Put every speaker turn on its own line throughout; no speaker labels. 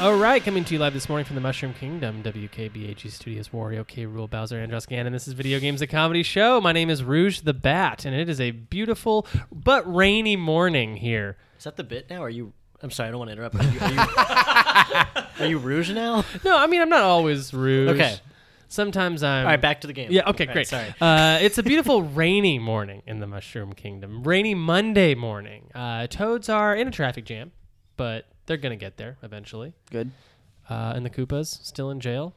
right, coming to you live this morning from the Mushroom Kingdom, WKBAG Studios, Wario K. Rule, Bowser, Andros Gannon. This is Video Games, the comedy show. My name is Rouge the Bat, and it is a beautiful but rainy morning here.
Is that the bit now? Are you? I'm sorry, I don't want to interrupt. Are you, are you, are you Rouge now? All
No, I mean, I'm not always Rouge.
Okay.
Sometimes I'm.
right, back to the game.
Yeah, okay,
All right,
great.
sorry.
Uh, it's a beautiful rainy morning in the Mushroom Kingdom. Rainy Monday morning. Uh, toads are in a traffic jam, but they're going to get there eventually.
Good.
Uh, and the Koopas still in jail.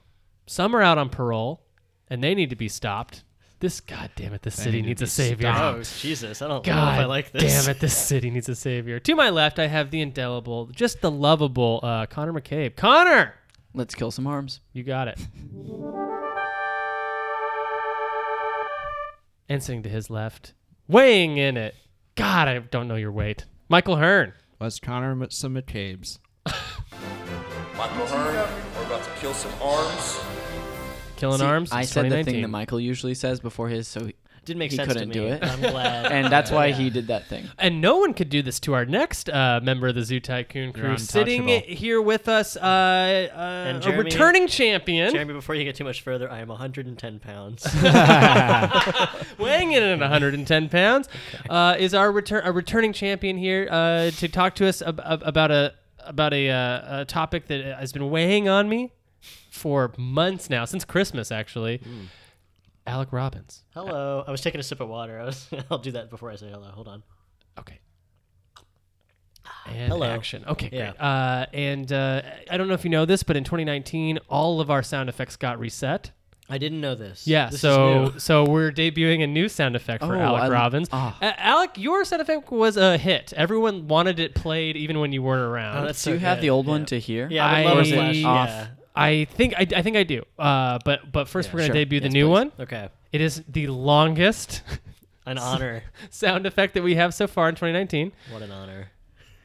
Some are out on parole, and they need to be stopped. This, God damn it, this city
need to
needs
be
a savior.
Oh Jesus! I don't know
Ah. God
if I like this.
damn it, this city needs a savior. To my left, I have the indelible, just the lovable uh, Connor McCabe. Connor!
Let's kill some harms.
You got it. and sitting to his left, weighing in it. God, I don't know your weight. Michael Hearn.
Let's Connor with some McCabe's.
Michael Hearn, we're about to kill some arms.
Killing
See,
arms.
I
since
said the thing
2019.
that Michael usually says before his, so he,
Didn't make
He
sense
couldn't
to me.
do it.
I'm glad.
and that's why he did that thing.
And no one could do this to our next uh, member of the Zoo Tycoon crew. Sitting
untouchable.
here with us, uh, uh,
And Jeremy-
a returning champion,
Jeremy, before you get too much further, I am 110 pounds.
weighing in at 110 pounds, uh, is our return a returning champion here uh, to talk to us ab- ab- about a about a, uh, a topic that has been weighing on me for months now, since Christmas actually.
Hmm.
Alec Robbins.
hello. I was taking a sip of water. I was, I'll do that before I say hello. Hold on.
Okay. And
Hello.
action. Okay, great.
Yeah.
Uh, and uh, I don't know if you know this, but in 2019, all of our sound effects got reset.
I didn't know this.
Yeah,
This is
so
new.
so we're debuting a new sound effect for
Oh,
Alec
I-
Robbins.
ah.
A- Alec, your sound effect was a hit. Everyone wanted it played, even when you weren't around.
Oh, that's
Do you
so
have
good.
the old
Yeah.
one to hear?
Yeah, I would love a
I-
flash.
off.
Yeah.
I think I, I think I do. Uh, but but first
Yeah,
we're gonna
sure.
debut the
Yes,
new
please.
one.
Okay.
It is the longest
An honor.
sound effect that we have so far in 2019.
what an honor.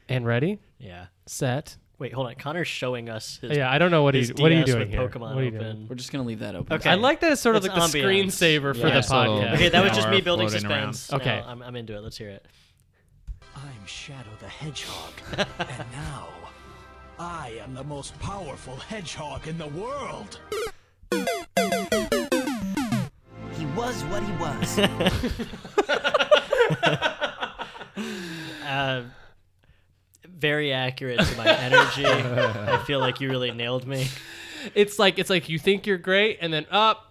And ready,
Yeah.
set.
Wait, hold on. Connor's showing us his.
Yeah, I don't know what
his
he's what are you
DS
doing
with
here.
Pokemon
what are you
open.
doing?
We're just gonna leave that open.
Okay.
I like that it's sort of
It's
like the
ambiance.
screensaver for
Yeah.
the
Just
a little-
podcast.
Okay, that was
Now
just
we're
me building
floating around.
suspense.
Okay.
Now I'm, I'm into it. Let's hear it.
I'm Shadow the Hedgehog, and now I am the most powerful hedgehog in the world.
He was what he was.
Uh, very accurate to my energy. I feel like you really nailed me.
It's like it's like you think you're great, and then up.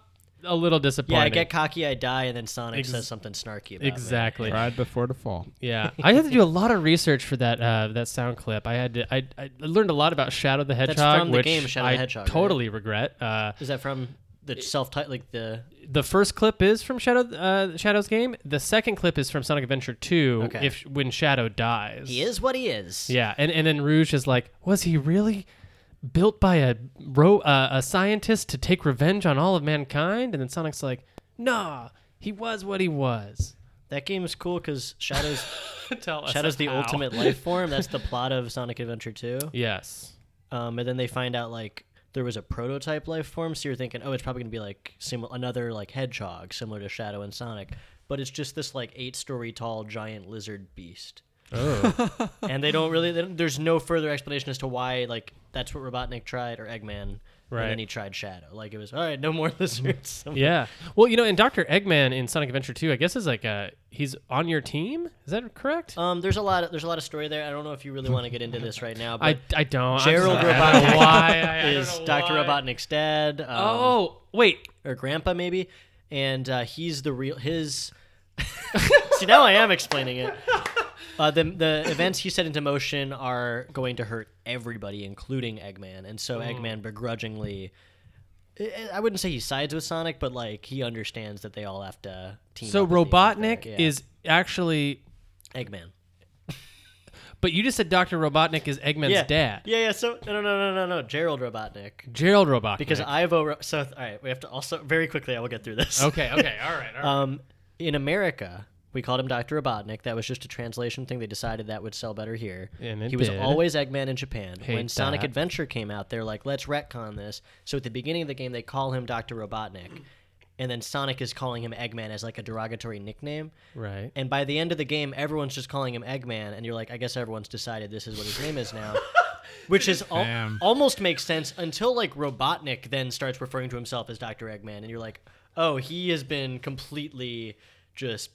A little disappointing.
Yeah, I get cocky, I die, and then Sonic
Ex-
says something snarky about me.
Exactly.
Pride before the fall.
Yeah, I had to do a lot of research for that uh, that sound clip. I had to. I, I learned a lot about Shadow the Hedgehog,
from the
which
game Shadow the
I
Hedgehog, right?
totally regret. Uh,
Is that from the self title? Like the
the first clip is from Shadow uh, Shadow's game. The second clip is from Sonic Adventure Two.
Okay.
If when Shadow dies,
he is what he is.
Yeah, and and then Rouge is like, was he really built by a ro- uh, a scientist to take revenge on all of mankind? And then Sonic's like, nah, he was what he was.
That game is cool because Shadow's
Tell us
Shadow's the
how.
ultimate life form. That's the plot of Sonic Adventure Two.
Yes.
Um, and then they find out like there was a prototype life form, so you're thinking, oh, it's probably gonna be like sim- another like hedgehog similar to Shadow and Sonic, but it's just this like eight story tall giant lizard beast. Oh. and they don't really. They don't, there's no further explanation as to why like that's what Robotnik tried or Eggman. And
Right.
then he tried Shadow. Like it was all right. No more lizards.
Yeah. Well, you know, and Doctor Eggman in Sonic Adventure Two, I guess is like uh he's on your team. Is that correct?
Um, there's a lot. Of, there's a lot of story there. I don't know if you really want to get into this right now,
I,
but
I don't. I'm
Gerald
sorry. I don't know
Robotnik
why I- I don't
is
know
Doctor
why.
Robotnik's dad. Um,
Oh wait,
or grandpa maybe, and uh, he's the real his. See now I am explaining it. Uh, the the events he set into motion are going to hurt everybody, including Eggman,
Mm.
and so Eggman begrudgingly. I- I- I wouldn't say he sides with Sonic, but like he understands that they all have to team.
so
up at the end of
Robotnik
it. Yeah.
is actually.
Eggman.
But you just said Doctor Robotnik is Eggman's
yeah.
dad.
Yeah, yeah. So no, no, no, no, no. Gerald Robotnik.
Gerald Robotnik.
Because Ivo. Ro- So all right, we have to also very quickly. I will get through this.
okay, okay, all right, all right.
Um, in America, we called him Dr. Robotnik. That was just a translation thing. They decided that would sell better here.
And it
he was
did.
always Eggman in Japan. when
Hate
Sonic
that.
Adventure came out, they're like, let's retcon this. So at the beginning of the game, they call him Dr. Robotnik. And then Sonic is calling him Eggman as like a derogatory nickname.
right.
And by the end of the game, everyone's just calling him Eggman. And you're like, I guess everyone's decided this is what his name is now. which is al-
Damn.
almost makes sense until like Robotnik then starts referring to himself as Dr. Eggman, and you're like, oh, he has been completely just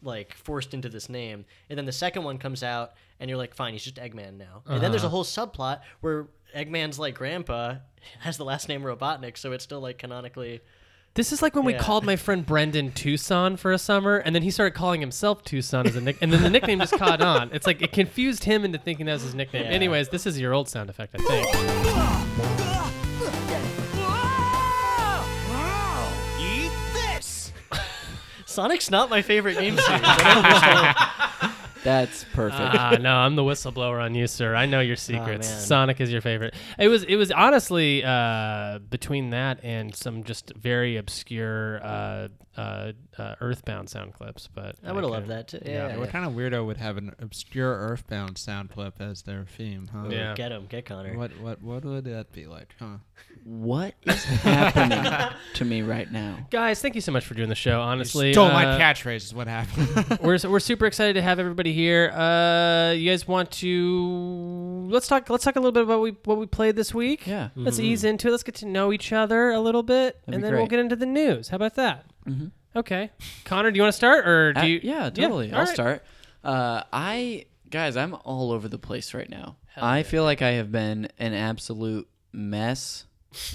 like forced into this name. And then the second one comes out, and you're like, fine, he's just Eggman now. And then there's a whole subplot where Eggman's like grandpa has the last name Robotnik, so it's still like canonically.
This is like when
Yeah.
we called my friend Brendan Tucson for a summer, and then he started calling himself Tucson as a nick, and then the nickname just caught on. It's like it confused him into thinking that was his nickname.
Yeah.
Anyways, this is your old sound effect, I think.
Eat this!
Sonic's not my favorite game series.
That's perfect.
Uh,
Ah, no, I'm the whistleblower on you, sir. I know your secrets.
man.
Sonic is your favorite. It was it was honestly uh, between that and some just very obscure uh, uh, uh, Earthbound sound clips, but
I would have loved
couldn't-
that too. Yeah,
What kind of weirdo would have an obscure Earthbound sound clip as their theme, huh?
Yeah.
Get him, get Connor.
What what what would that be like, huh?
What is happening to me right now?
Guys, thank you so much for doing the show. Honestly,
Stole my
Uh,
catchphrase is what happened.
we're we're super excited to have everybody here. Uh, you guys want to let's talk let's talk a little bit about we, what we played this week.
Yeah.
let's ease into it. Let's get to know each other a little bit,
That'd
and
be
then we'll
great.
get into the news. How about that? Mm-hmm. Okay, Connor, do you want to start or do
Uh,
you?
yeah, totally.
all
I'll
right.
start. Uh, I guys, I'm all over the place right now. I feel like I have been an absolute mess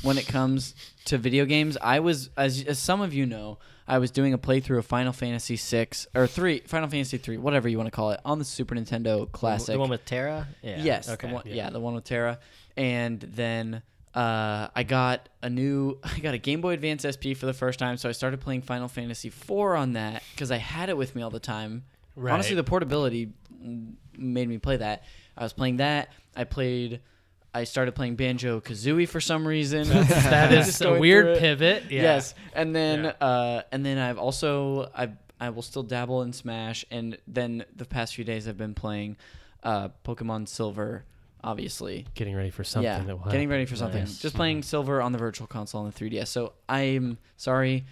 when it comes to video games. I was, as, as some of you know, I was doing a playthrough of Final Fantasy six or three, Final Fantasy three, whatever you want to call it, on the Super Nintendo Classic.
The one with Terra? Yeah.
Yes.
Okay.
The one, yeah. the one with Terra. And then uh, I got a new, I got a Game Boy Advance SP for the first time. So I started playing Final Fantasy IV on that because I had it with me all the time. Honestly, the portability mm, made me play that. I was playing that. I played. I started playing Banjo Kazooie for some reason.
That is
Just
a
going through
weird
it.
pivot. Yeah.
Yes, and then uh, and then I've also I I will still dabble in Smash, and then the past few days I've been playing uh, Pokemon Silver, obviously.
Getting ready for something
yeah,
that will
getting
happen.
ready for something. Just playing Silver on the Virtual Console on the 3DS. So I'm sorry,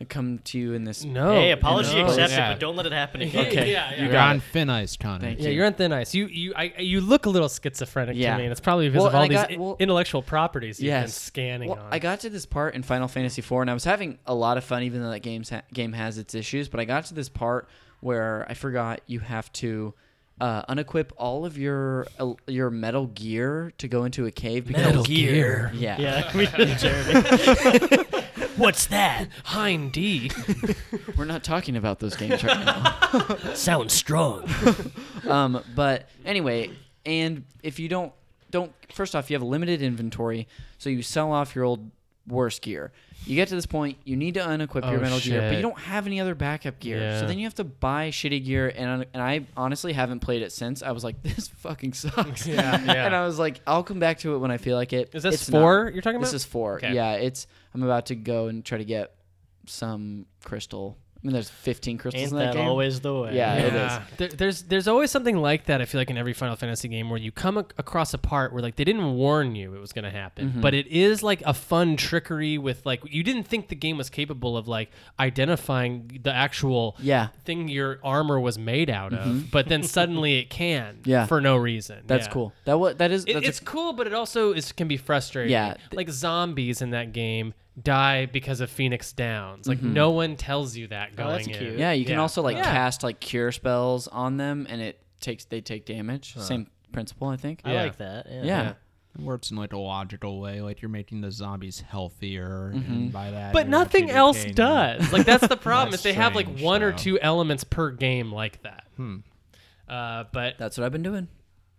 I come to you in this.
No.
hey, apology
no.
accepted,
Yeah.
but don't let it happen again.
Okay.
Yeah, yeah.
You're on thin ice, Connor.
Thank
Yeah, you're on thin ice. You you I, you look a little schizophrenic
Yeah.
to me, and it's probably because
Well,
of all
and
these
I got-
i-
well-
intellectual properties you've been
Yes.
scanning
Well,
on.
I got to this part in Final Fantasy IV, and I was having a lot of fun, even though that game's ha- game has its issues. But I got to this part where I forgot you have to uh, unequip all of your uh, your metal gear to go into a cave. Because
Gear.
Yeah.
Yeah, we did it, Jeremy. What's that?
Hind D.
we're not talking about those games right now.
Sounds strong.
um, but anyway, and if you don't don't first off, you have a limited inventory, so you sell off your old worst gear. You get to this point, you need to unequip your
Oh,
metal gear, but
shit.
you don't have any other backup gear.
Yeah.
So then you have to buy shitty gear, and un- and I honestly haven't played it since. I was like, this fucking sucks. Yeah,
yeah.
And I was like, I'll come back to it when I feel like it.
Is this
It's
four
not.
you're talking
This
about?
is four.
Okay.
Yeah, it's. I'm about to go and try to get some crystal. I mean, there's 15 crystals
Ain't
in that,
that
game.
always the way?
Yeah, it is.
There, there's there's always something like that. I feel like in every Final Fantasy game where you come ac- across a part where like they didn't warn you it was going to happen,
Mm-hmm.
but it is like a fun trickery with like you didn't think the game was capable of like identifying the actual
Yeah. Mm-hmm.
thing your armor was made out of, but then suddenly it can
Yeah.
for no reason.
That's
Yeah.
cool. That what that is.
It,
that's a
it's cool, but it also is can be frustrating.
Yeah.
like zombies in that game die because of Phoenix Downs. Like no one tells you that going
Oh, that's
in.
cute.
Mm-hmm. Yeah, you can
Yeah.
also like
Yeah.
cast like cure spells on them, and it takes they take damage. Same principle, I think.
I
Yeah.
like that. Yeah.
yeah.
It works in like a logical way, like you're making the zombies healthier, and by that.
Mm-hmm. But
you're
nothing else
reducing-
does. Like that's the problem. is
That's
they have like
strange,
one or
though. Hmm.
two elements per game like that. Uh, but
That's what I've been doing.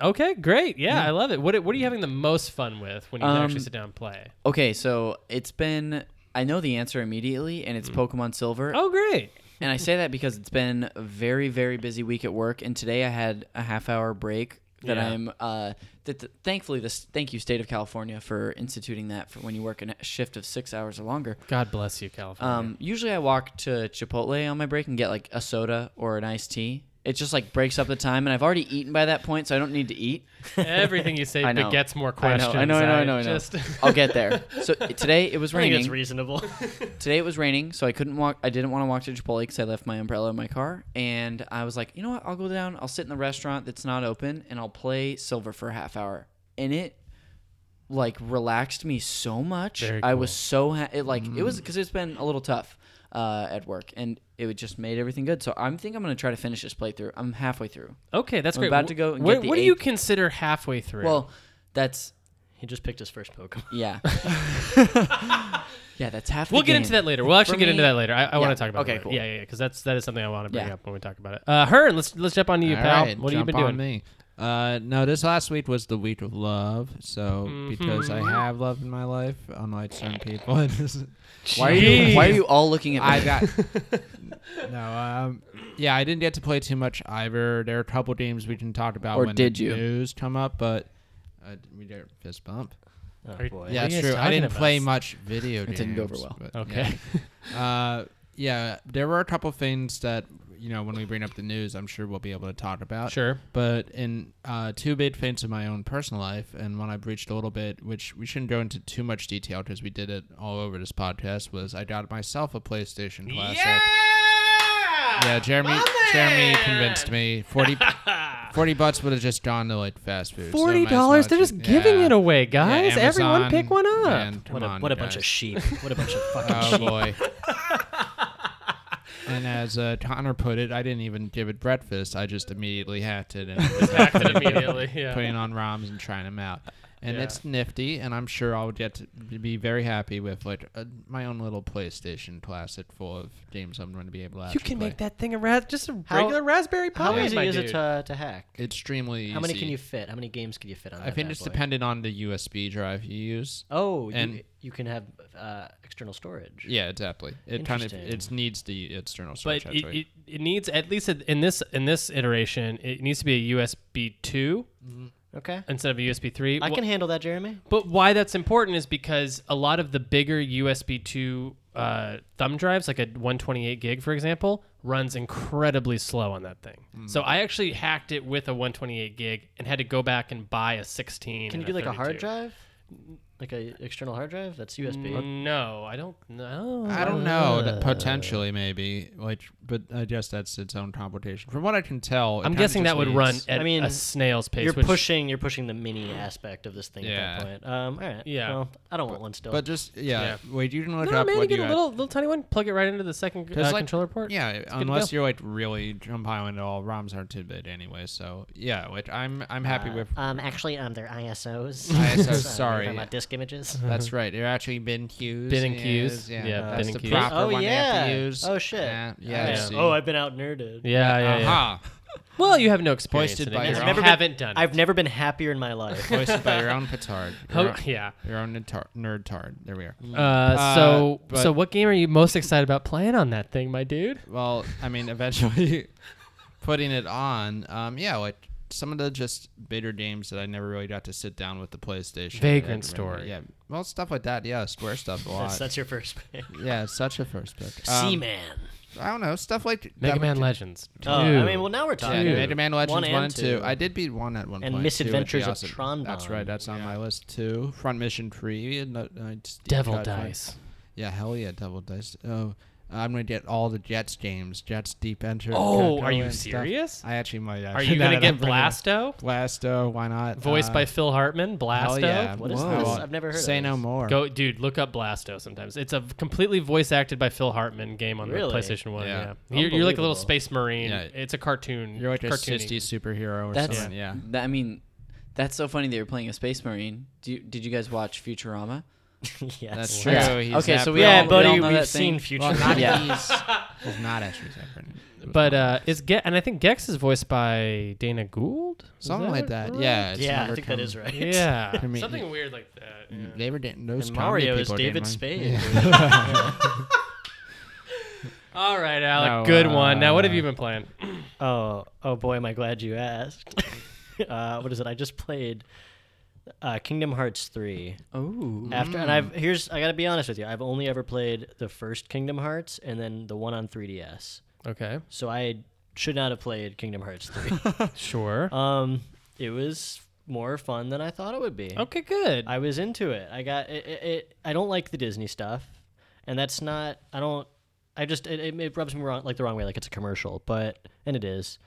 okay, great. Yeah, I love it. What What are you having the most fun with when you
Um,
actually sit down and play?
Okay, so it's been. I know the answer immediately, and it's Pokemon Silver.
Oh, great.
and I say that because it's been a very very busy week at work, and today I had a half hour break that
Yeah.
I'm uh that th- thankfully this thank you state of California for instituting that for when you work a shift of six hours or longer.
God bless you, California.
Um, usually I walk to Chipotle on my break and get like a soda or an iced tea It just like breaks up the time, and I've already eaten by that point, so I don't need to eat.
Everything you say
I know.
begets more
I
questions.
know, I know, I know, I know. I know.
Just
I'll get there. So today it was
I think it's
raining.
reasonable.
today it was raining, so I couldn't walk. I didn't want to walk to Chipotle because I left my umbrella in my car, and I was like, you know what? I'll go down. I'll sit in the restaurant that's not open, and I'll play Silver for a half hour, and it like relaxed me so much.
Very
I
cool. Mm.
was so ha- it like it was because it's been a little tough uh, at work, and it would just made everything good. So I'm think I'm gonna try to finish this playthrough. I'm halfway through.
okay, that's
I'm
great.
about to go and
what
get the
what do you
eighth-
consider halfway through?
Well, that's
he just picked his first Pokemon.
yeah, yeah. That's half. the
we'll get
game.
into that later. We'll actually
For
get into
me-
that later. I, I want to talk about.
Okay,
that later.
cool.
Yeah, yeah, because that's that is something I want to bring
Yeah.
up when we talk about it. Uh, Hearn, let's let's jump on to you,
All
pal.
right,
what have you
jump
been doing?
on Me. Uh, no, this last week was the week of love. So
Mm-hmm.
because I have love in my life, unlike some people,
Why are you Why are you all looking at me?
I got no. Um, yeah, I didn't get to play too much either. There are a couple games we can talk about
Or
when
did
the
you?
news come up, but uh, we did fist bump.
Oh,
Are you-
yeah,
what are you
it's
guys
true. I
talking
didn't
about?
play much video games.
didn't go over well.
but-
Okay.
uh, yeah, there were a couple things that you know when we bring up the news, I'm sure we'll be able to talk about.
Sure.
But in uh, two big things in my own personal life, and one I breached a little bit, which we shouldn't go into too much detail because we did it all over this podcast, was I got myself a PlayStation Classic. Yeah, Jeremy. Jeremy convinced me 40, 40 bucts would have just gone to like fast food. so might as
Forty
well
dollars? They're
just-
just giving
yeah.
it away,
Yeah,
guys. Everyone
Amazon,
pick one up.
man, come
What a,
on,
what a
guys.
bunch of sheep. What a bunch of fucking
Oh boy. and as uh, Connor put it, I didn't even give it breakfast. I just immediately hacked it and
Hacked it immediately, yeah.
putting on ROMs and trying them out. And
Yeah.
it's nifty, and I'm sure I'll get to be very happy with like uh my own little PlayStation Classic full of games I'm going to be able to.
You
actually
can
play.
make that thing a ra- just a
How-
regular Raspberry Pi.
How easy
my
is it
dude.
to, to hack?
Extremely easy.
How many can you fit? How many games can you fit on?
I
that
think
bad
it's
boy?
dependent on the USB drive you use.
Oh, you,
and-
you can have uh, external storage.
Yeah, exactly. It kind of
Interesting.
it needs the external storage.
but
that's
it,
right.
it, it needs at least in this in this iteration it needs to be a USB two
Mm.
Okay.
instead of a USB three.
I can handle that, Jeremy.
But why that's important is because a lot of the bigger USB 2 uh, thumb drives, like a 128 gig, for example, runs incredibly slow on that thing.
Hmm.
So I actually hacked it with a 128 gig and had to go back and buy a 16.
Can you
and
do like a hard
32.
drive? Like a external hard drive? That's USB.
Mm,
No, I don't know.
I don't know.
Uh,
that potentially, maybe. Like, but I guess that's its own complication. From what I can tell, it
I'm
kinda
guessing
just
that would
needs-
run at
I mean,
a snail's pace.
You're
which,
pushing. You're pushing the mini aspect of this thing at
Yeah.
that point. Um. All right.
Yeah.
Well, I don't want one still.
But just yeah, wait. You can look
No,
up
man, you
what
get
you
a
had-
little little tiny one, plug it right into the second uh,
'cause, like,
controller port.
Yeah,
to
unless
go.
you're like really compiling it all, ROMs are too big anyway. So yeah, like I'm I'm
Uh,
happy with.
um. Actually, um. They're ISOs.
ISOs,
Uh, we're
sorry.
talking about disk images.
That's right. They're actually bin queues.
Bin
is-
uh-huh. queues,
Yeah,
yeah,
that's
bin
the
queues.
proper
Oh,
one they have to
yeah.
use.
Oh, shit.
Yeah.
Yeah.
yeah, see.
Oh, I've been out nerded.
Yeah, yeah, yeah.
Aha.
Well, you have no experience.
Uh-huh. Hoisted
in it,
by
because
your
you
own- Never
been-
haven't done. it.
I've never been happier in my life.
Voiced by your own petard.
Ho-
Your own-
Oh, yeah.
Your own nitar- nerd tard. There we are.
Uh, so
but-
so what game are you most excited about playing on that thing, my dude?
well, I mean, eventually putting it on, um, yeah, like some of the just bigger games that I never really got to sit down with the PlayStation.
Vagrant
Yeah,
Story.
Yeah, well, stuff like that. Yeah, Square stuff a lot.
that's, that's your first pick.
yeah, such a first pick.
Sea
Um,
Man.
I don't know stuff like
Mega
that Uh,
Man
would-
Legends.
Oh, I
Dude.
mean, well, now we're
Yeah,
talking.
Mega Man Legends one
One
and,
and
two.
two.
I did beat one at one
And
point. two would be
Misadventures of
awesome.
Tron
That's
Bond.
right. That's on my list too. Front Mission Three. And, uh, I just-
Devil
got fun.
Dice.
Yeah, hell yeah, Devil Dice. Oh, I'm gonna get all the Jets games. Jets Deep Enter.
Oh,
Cat
are you
Cowboy and stuff.
serious?
I actually might.
Are
Actually,
you
now
gonna
that
get
I'm bringing it
Blasto?
up. Blasto? Why not?
Voiced
Uh,
by Phil Hartman.
hell
Blasto.
yeah.
What is
Whoa.
this? I've never heard of
Say no
this.
more.
Go, dude. Look up Blasto. Sometimes it's a completely voice acted by Phil Hartman game on
Really?
the PlayStation One. Yeah,
Yeah.
You're, you're like a little
Unbelievable.
space marine.
Yeah.
It's a cartoon.
You're like a
cartoony.
sissy superhero or
That's
something. Yeah.
that- I mean, that's so funny that you're playing a space marine. Do you, did you guys watch Futurama?
yes.
That's
That's-
true. He's
okay,
that
so we
Yeah,
all-
buddy,
all
we
know
have
that
seen
thing.
Future.
Well, not
Yeah.
he's, he's not actually Zeppelin.
But uh, is Ge- and I think Gex is voiced by Dana Gould. Is
something like
it
that.
right?
Yeah. it's
yeah, I
never
think that
come-
is right.
Yeah.
I mean,
Something weird like that. yeah.
They were getting those
And
comedy
Mario is
people didn't
David
mind.
Spade.
All right, Alec.
No,
good one. Now, what have
uh,
you been playing?
Oh, oh boy, am I glad you asked. uh, what is it? I just played uh, Kingdom Hearts three.
Oh,
After and I've here's I gotta be honest with you. I've only ever played the first Kingdom Hearts and then the one on 3DS.
Okay.
So I should not have played Kingdom Hearts 3.
Sure.
um, it was more fun than I thought it would be.
okay, good.
I was into it. I got it, it, it. I don't like the Disney stuff, and that's not. I don't. I just it, it, it rubs me wrong like the wrong way. Like it's a commercial, but and it is.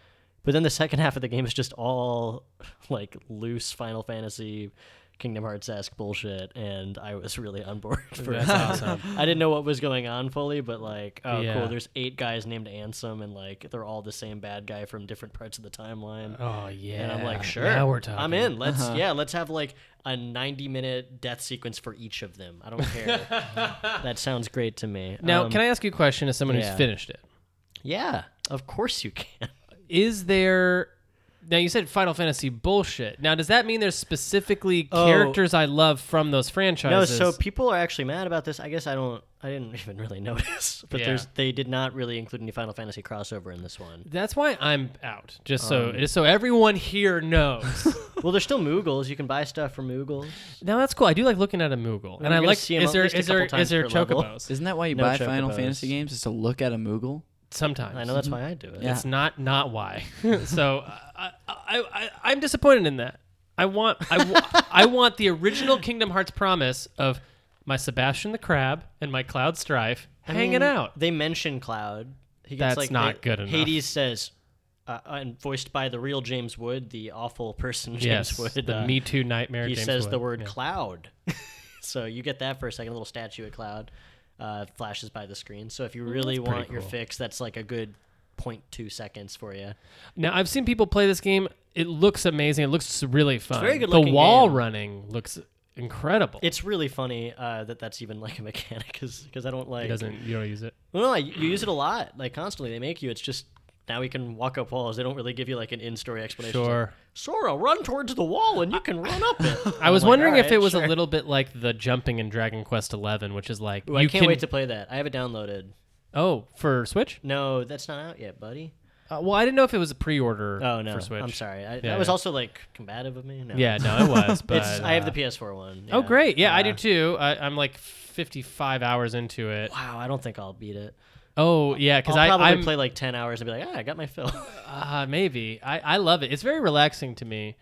But then the second half of the game is just all like loose Final Fantasy, Kingdom Hearts esque bullshit, and I was really on board. For
That's awesome.
I didn't know what was going on fully, but like, oh
Yeah.
cool, there's eight guys named Ansem, and like they're all the same bad guy from different parts of the timeline.
Oh yeah.
And I'm like, sure.
Now we're talking. Uh-huh.
I'm in. Let's yeah, let's have like a 90 minute death sequence for each of them. I don't care. that sounds great to me.
Now,
Um,
can I ask you a question as someone
yeah.
who's finished it?
Yeah, of course you can.
Is there now you said Final Fantasy bullshit. Now does that mean there's specifically characters I love from those
Oh. No,
franchises?
so people are actually mad about this. I guess I don't. I didn't even really notice, but
Yeah.
there's they did not really include any Final Fantasy crossover in this one.
that's why I'm out. Just so
Um.
just so everyone here knows.
well, there's still Moogles. You can buy stuff from Moogles.
now that's cool. I do like looking at a Moogle, and
you're
I
gonna
like.
see 'em
is
at
there
least a
is there
couple
is
times
there
per level.
chocobos?
Isn't that why you
No
buy Final
chocobos.
Fantasy games? Is to look at a Moogle?
Sometimes
I know that's why I do it.
Yeah.
It's not not why. so uh, I, I, I I'm disappointed in that. I want I, wa- I want the original Kingdom Hearts promise of my Sebastian the Crab and my Cloud Strife
I
hanging
mean,
out.
They mention Cloud. He gets
That's
like
not
they-
good enough.
Hades says, uh, and voiced by the real James Wood, the awful person James
yes,
Wood.
the
uh,
Me Too nightmare.
He
James
says the
Wood.
word Cloud, so you get that for a second. A little statue of Cloud uh, flashes by the screen. So if you really
that's pretty
want your
cool.
fix, that's like a good 0.2 seconds for you.
Now I've seen people play this game. It looks amazing. It looks really fun.
very good
the
looking
wall
game.
running looks incredible.
It's really funny uh, that that's even like a mechanic because I don't like.
it doesn't you don't use it.
Well, no, you use it a lot, like constantly. They make you. It's just now we can walk up walls. They don't really give you like an in-story explanation. It's like,
Sure.
Sora, run towards the wall and you can run up it.
I was
I'm like,
wondering if
"Alright,
it was
Oh sure."
a little bit like the jumping in Dragon Quest XI, which is like
Ooh,
you
I can't
can,
wait to play that. I have it downloaded.
oh for Switch.
No, that's not out yet, buddy.
Uh, well, I didn't know if it was a pre-order.
Oh no,
for Switch.
I'm sorry. I,
Yeah,
that was
yeah.
also like combative of me. No.
Yeah, no, it was. But
it's. I have the
uh,
PS4 one.
Oh,
yeah.
great! Yeah, I
Uh,
do too. I, I'm like 55 hours into it.
Wow, I don't think I'll beat it.
Oh yeah, because
I'll
I
probably
I'm
play like ten hours and be like, ah, I got my fill.
uh, maybe I I love it. It's very relaxing to me,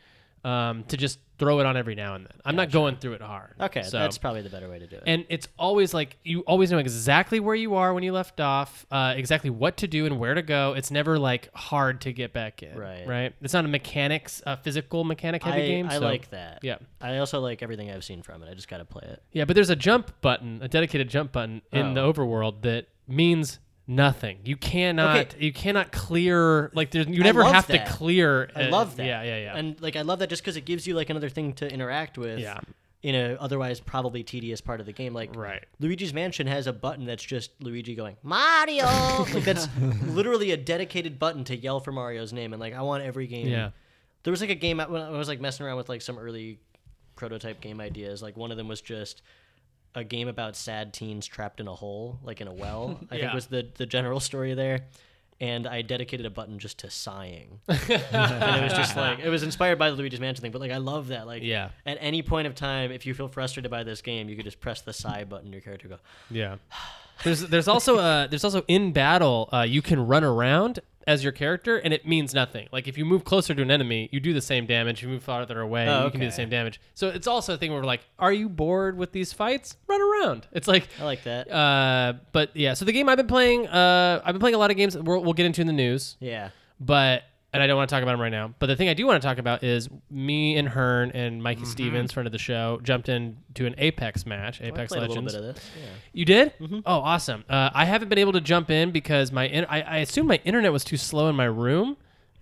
um, to just throw it on every now and then. I'm not going through it hard.
okay,
so.
that's probably the better way to do it.
and it's always like you always know exactly where you are when you left off, uh, exactly what to do and where to go. It's never like hard to get back in,
Right.
Right? It's not a mechanics, a physical mechanic
I,
heavy game.
I
so-
like that.
yeah.
I also like everything I've seen from it. I just got to play it.
Yeah, but there's a jump button, a dedicated jump button in the
Oh.
overworld that means nothing. You cannot, you cannot clear like there's. You
I
never
love
have
that.
to clear.
I
uh,
love that.
Yeah, yeah, yeah.
And like I love that just because it gives you like another thing to interact with.
Yeah.
In a otherwise probably tedious part of the game, like
Right.
Luigi's Mansion has a button that's just Luigi going Mario. like that's literally a dedicated button to yell for Mario's name, and like I want every game.
Yeah.
There was like a game I- when I was like messing around with like some early prototype game ideas. Like one of them was just a game about sad teens trapped in a hole, like in a well. I think
Yeah.
was the the general story there. And I dedicated a button just to sighing, and it was just like it was inspired by the Luigi's Mansion thing. But like I love that. Like
Yeah.
at any point of time, if you feel frustrated by this game, you could just press the sigh button. Your character go.
yeah. There's there's also uh there's also in battle uh, you can run around as your character and it means nothing. Like if you move closer to an enemy, you do the same damage. You move farther away,
Oh,
you can do the
okay.
same damage. So it's also a thing where like, are you bored with these fights? Run around. It's like
I like that.
Uh, but yeah, so the game I've been playing, uh, I've been playing a lot of games. that We'll, we'll get into in the news,
yeah.
but and I don't want to talk about them right now. But the thing I do want to talk about is me and Hearn and Mikey Stevens, friend of the show, jumped into an Apex match,
Mm-hmm. Oh, I
Apex
played a
Legends.
little bit of Mm-hmm. this. Yeah.
You did? Oh, awesome! Uh, I haven't been able to jump in because my in- I, I assume my internet was too slow in my room,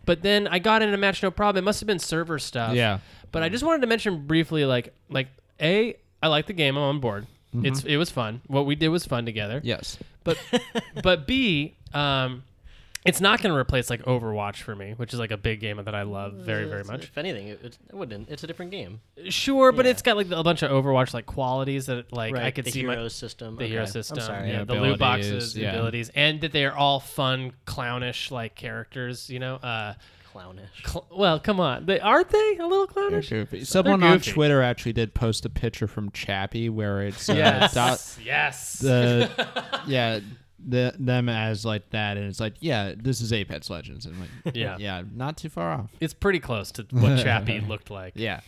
but then I got in a match no problem. It must have been server stuff.
Yeah.
But I just wanted to mention briefly, like like a I like the game. I'm on board.
Mm-hmm.
It's it was fun. What we did was fun together
Yes.
but but B, um, it's not going to replace like Overwatch for me, which is like a big game that I love very very much.
If anything, it, it wouldn't. It's a different game.
Sure, but it's got like a bunch of Overwatch like qualities that like I could
the
see
hero
my
system.
the
okay.
hero system,
I'm sorry.
yeah,
The
the loot
abilities,
boxes, the
yeah.
abilities, and that they are all fun, clownish like characters. You know, uh,
Clownish.
cl- well, come on, they aren't they a little clownish?
Someone
They're
on
goofy.
Twitter actually did post a picture from Chappie where it's uh,
Yes,
dot,
yes.
the yeah the, them as like that, and it's like, yeah, this is Apex Legends, and I'm like,
Yeah.
yeah, not too far off.
It's pretty close to what Chappie looked like.
Yeah.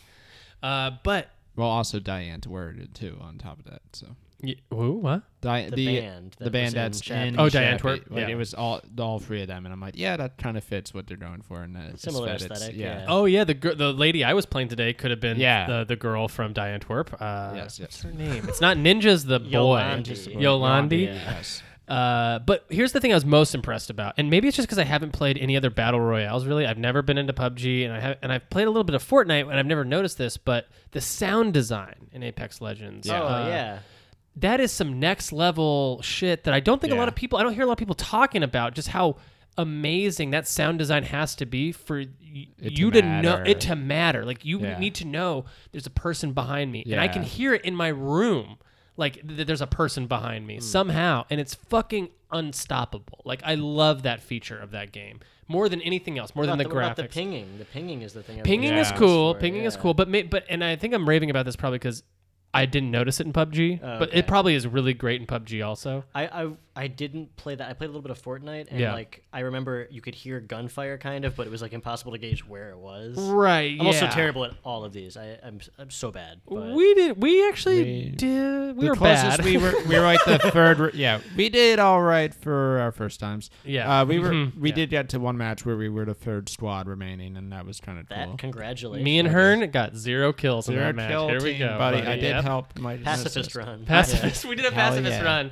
Uh, but
Well, also Diane worded too. On top of that, so
y- who? What?
Di- the,
band that
the band
was in
that's
Chappie.
in
Oh, Diane
Chappie,
Twerp, yeah.
Like it was all all three of them, and I'm like, yeah, that kind of fits what they're going for, and that
Similar
aesthetics,
aesthetic, yeah.
Oh yeah, the gir- the lady I was playing today could have been
Yeah.
the, the girl from Diane Twerp. Uh,
Yes,
What's
yes.
her name? It's not Ninja's the boy.
Yolandi.
Yolandi.
Yes.
Uh, but here's the thing I was most impressed about, and maybe it's just because I haven't played any other battle royales. Really, I've never been into PUBG, and I have, and I've played a little bit of Fortnite, and I've never noticed this. But the sound design in Apex Legends,
Oh
uh,
yeah.
that is some next level shit that I don't think a
Yeah.
lot of people, I don't hear a lot of people talking about just how amazing that sound design has to be for y-
It to
you to, know
matter.
it to matter. Like you
Yeah.
need to know there's a person behind me and I can
Yeah.
hear it in my room. Like th- there's a person behind
Hmm.
me somehow and it's fucking unstoppable. Like I love that feature of that game more than anything else, more than
Not the,
the,
not
graphics.
the pinging. The pinging is the thing. I
Pinging
really
is
noticed
cool.
for it,
Pinging is
yeah.
cool, but may, but and I think I'm raving about this probably because I didn't notice it in PUBG, but it probably is really great in PUBG also.
I, I I didn't play that. I played a little bit of Fortnite, and
Yeah.
like I remember you could hear gunfire kind of, but it was like impossible to gauge where it was.
Right.
I'm also terrible at all of these. I, I'm I'm so bad. But
We did. We actually
We-
did. We
the
were
closest
bad.
we were we were like the third r- yeah we did all right for our first times
Yeah.
uh, we were we did get to one match where we were the third squad remaining and that was kind of
that
cool
congratulations.
Me and Hearn got zero kills in
Zero
that match.
kill
Here we
team,
go,
buddy. I
buddy.
did
Yep.
help my
pacifist
assist.
run.
Pacifist. We did a
Hell
pacifist
yeah.
run.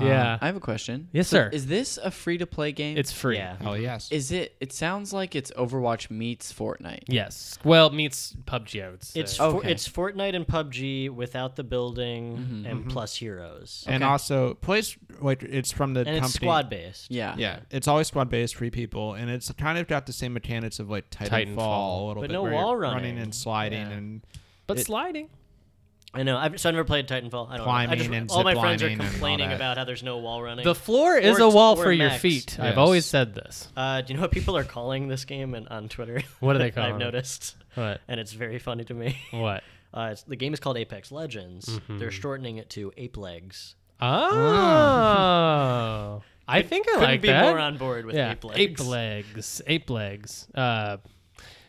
yeah.
I have a question.
Yes,
So
sir.
Is this a free to play game?
it's free.
Yeah.
Hell yes.
Is it? It sounds like it's Overwatch meets Fortnite.
Yes. Well, meets PUBG. I would say.
It's for,
Okay.
it's Fortnite and PUBG without the building and plus heroes,
and also plays like it's from the
and
company.
it's squad based.
Yeah.
Yeah, it's always squad based, three people, and it's kind of got the same mechanics of like Titanfall,
Titanfall.
a little
But
bit,
no
where you're
wall running.
running and sliding,
Yeah.
and
but
it-
sliding.
I know. I've, so I've never played Titanfall. I don't know. I
Climbing
just,
and
all my friends are
ziplining and all
complaining
that.
about how there's no wall running.
The floor is
Or
a
t-
wall
or
for your
max.
feet. I've
Yes.
always said this.
uh, do you know what people are calling this game and on Twitter?
What are they calling
I've
it?
noticed,
What?
and it's very funny to me.
What?
Uh, it's, the game is called Apex Legends. They're shortening it to Ape Legs.
Oh. I think I
Couldn't
like
be
that.
more on board with Ape Legs.
Ape legs. Ape legs. Uh,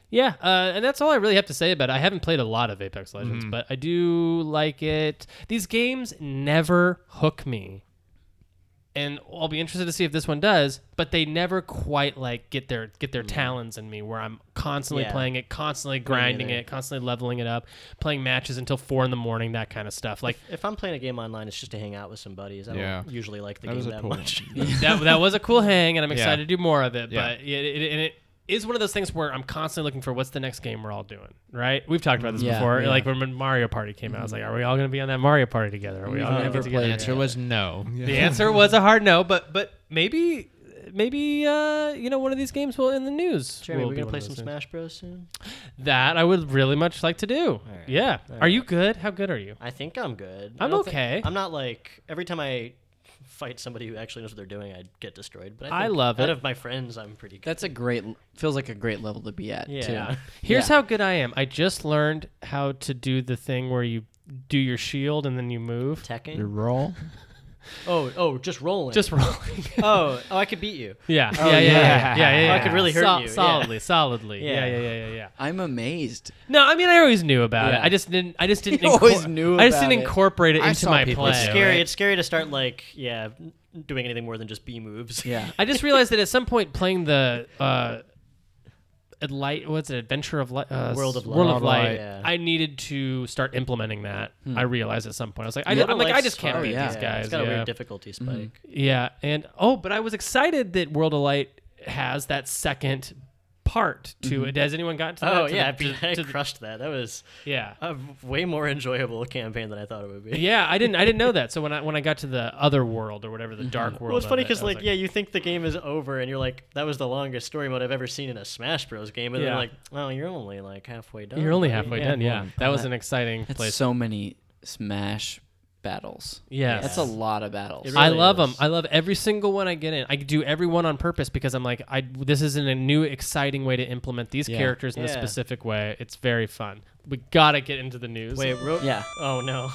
yeah, uh, and that's all I really have to say about it. I haven't played a lot of Apex
Mm-hmm.
Legends, but I do like it. These games never hook me. And I'll be interested to see if this one does, but they never quite like get their get their talons in me where I'm constantly
Mm. Yeah.
playing it, constantly grinding
either.
it, constantly leveling it up, playing matches until four in the morning, that kind of stuff. Like
If I'm playing a game online, it's just to hang out with some buddies. I
Yeah.
don't usually like the
That was
game
a
that
cool
much.
that, that was a cool hang, and I'm excited to do more of it.
Yeah.
But it, it, and it is one of those things where I'm constantly looking for what's the next game we're all doing, right? We've talked about this
Yeah,
before. Like when Mario Party came out, I was like, are we all going to be on that Mario Party together? Are we all gonna get together?
the answer was no.
The answer was a hard no, but but maybe maybe uh, you know one of these games will in the news.
Jeremy,
will
we
be
gonna
one
play
of
some
those things.
Smash Bros soon?
That I would really much like to do. Yeah. Are you good? How good are you?
I think I'm good. I
I'm
don't thi-
okay.
I'm not like every time I fight somebody who actually knows what they're doing, I get destroyed. But
I
I, think
love
out
it.
of my friends, I'm pretty good.
That's a great. Feels like a great level to be at.
Yeah.
Too.
Here's
Yeah.
how good I am. I just learned how to do the thing where you do your shield and then you move.
Your
Tekken.
roll.
Oh, oh, just rolling.
Just rolling.
oh, oh, I could beat you.
Yeah. yeah, yeah, yeah, yeah, yeah,
Oh, I
yeah.
could really hurt
Sol-
you, yeah.
Solidly, solidly. Yeah.
Yeah.
yeah, yeah, yeah, yeah.
I'm amazed.
No, I mean I always knew about it.
Yeah.
I just didn't. I just didn't.
You always knew
I just
about
didn't
it.
incorporate it
I
into
saw
my
people
play.
do it.
Scary.
right?
It's scary to start like yeah, n- doing anything more than just B moves.
Yeah.
I just realized that at some point playing the. Uh, at light what's it adventure of light uh,
World of
S- world
Light.
of light
Yeah. Hmm.
i needed to start implementing that i realized at some point i was like I,
World
i'm
of
like i
Light's
just can't
hard.
beat
yeah.
these
Yeah,
guys
It's got a
yeah.
weird difficulty spike.
Yeah, and oh, but I was excited that World of Light has that second part to it. Has anyone gotten to that?
Mm-hmm. Oh
To
yeah, Oh, I,
the-
beat-
to-
I
to the-
crushed that. That was
yeah.
a way more enjoyable campaign than I thought it would be.
Yeah, I didn't. I didn't know that. So when I when I got to the other world or whatever, the dark world.
Mm-hmm. Well, it's
of
funny
it,
because
I was
like, yeah, you think the game is over, and you're like, that was the longest story mode I've ever seen in a Smash Bros. game, and then
Yeah.
you're like, oh, you're only like halfway done.
"Oh, you're only
buddy."
halfway done. Yeah, that was an exciting
That's
place.
so many Smash battles.
Yes.
That's a lot of battles.
It
I
really
love
is.
them. I love every single one I get in. I do every one on purpose because I'm like, I this isn't a new exciting way to implement these characters in a
Yeah.
specific way. It's very fun. We gotta get into the news.
Wait, ro-
Yeah.
Oh no.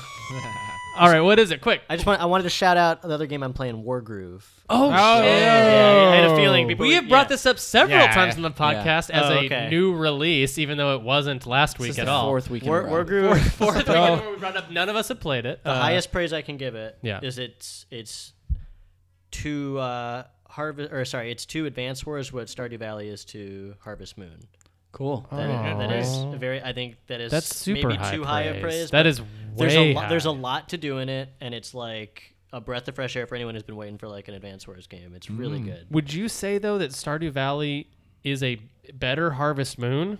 All right, what is it? Quick.
I just want I wanted to shout out the other game I'm playing, Wargroove.
Oh,
Oh,
shit.
Yeah, I had a feeling people
We
would-
have brought
yeah.
this up several
Yeah.
times in the podcast as
Oh,
a
okay.
new release, even though it wasn't last
This is
week
the
at all.
fourth week in a
War,
row.
Wargroove.
Fourth week
Oh.
where we brought up none of us have played it. Uh,
the highest praise I can give it is
Yeah.
it's it's to uh, harvest or sorry, it's to Advance Wars what Stardew Valley is to Harvest Moon.
Cool.
That is- that is a very. I think that is
That's super
maybe
high
too
praise.
high a praise.
that
but
is way
there's a lo-
high.
there's a lot to do in it, and it's like a breath of fresh air for anyone who's been waiting for like an Advance Wars game. It's
Mm.
really good.
Would you say though that Stardew Valley is a better Harvest Moon?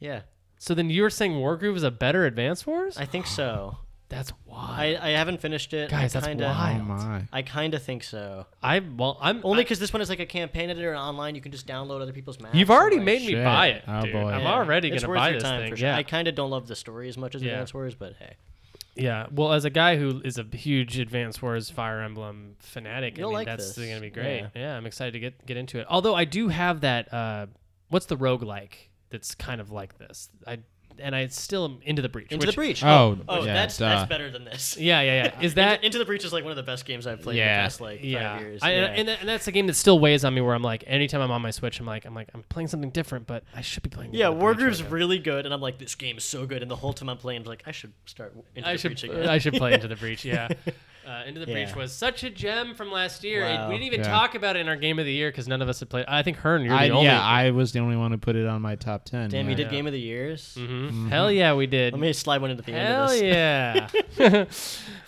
Yeah,
So then you were saying Wargroove is a better Advance Wars?
I think so.
that's wild.
I, I haven't finished it.
Guys,
I
that's
kinda,
Oh
wild.
my.
I kind of think so.
I, well, I'm
Only
I-
because this one is like a campaign editor online. You can just download other people's maps.
you've
and,
already
like,
made me
shit.
buy it.
Oh,
dude.
boy.
I'm
Yeah.
already
It's
gonna
worth
buy
your
this
time
thing.
for sure.
Yeah.
I kind of don't love the story as much as
Yeah.
Advance Wars, but hey,
Yeah, well, as a guy who is a huge Advance Wars Fire Emblem fanatic,
You'll
I mean,
like
that's
this.
going to be great.
Yeah.
Yeah. I'm excited to get get into it. Although I do have that, uh, what's the roguelike that's kind of like this? I and I still am into the breach.
Into
which-
the Breach.
Oh,
oh,
yeah,
that's
duh.
that's better than this.
Yeah, yeah, yeah. Is that
Into, Into the Breach is like one of the best games I've played in
Yeah.
the past like
yeah.
five years.
I,
yeah.
And, that- and that's a game that still weighs on me. Where I'm like, anytime I'm on my Switch, I'm like, I'm like, I'm playing something different, but I should be playing.
yeah,
Into the Breach
Wargroove's
right now.
really good, and I'm like, this game is so good. And the whole time I'm playing, I'm like, I should start Into
I
the
should
Breach again.
I should play Into the Breach. Yeah, uh, Into the Breach
Yeah.
was such a gem from last year. It-
Wow.
we didn't even
Yeah.
talk about it in our Game of the Year because none of us had played. I think Hearn, you're the
I,
only.
yeah, I was the only one who put it on my top ten.
Damn, you
yeah.
did Game of the Years.
Mhm. Hell yeah, we did.
mm-hmm. Let me slide one into the end of
Hell
this.
yeah.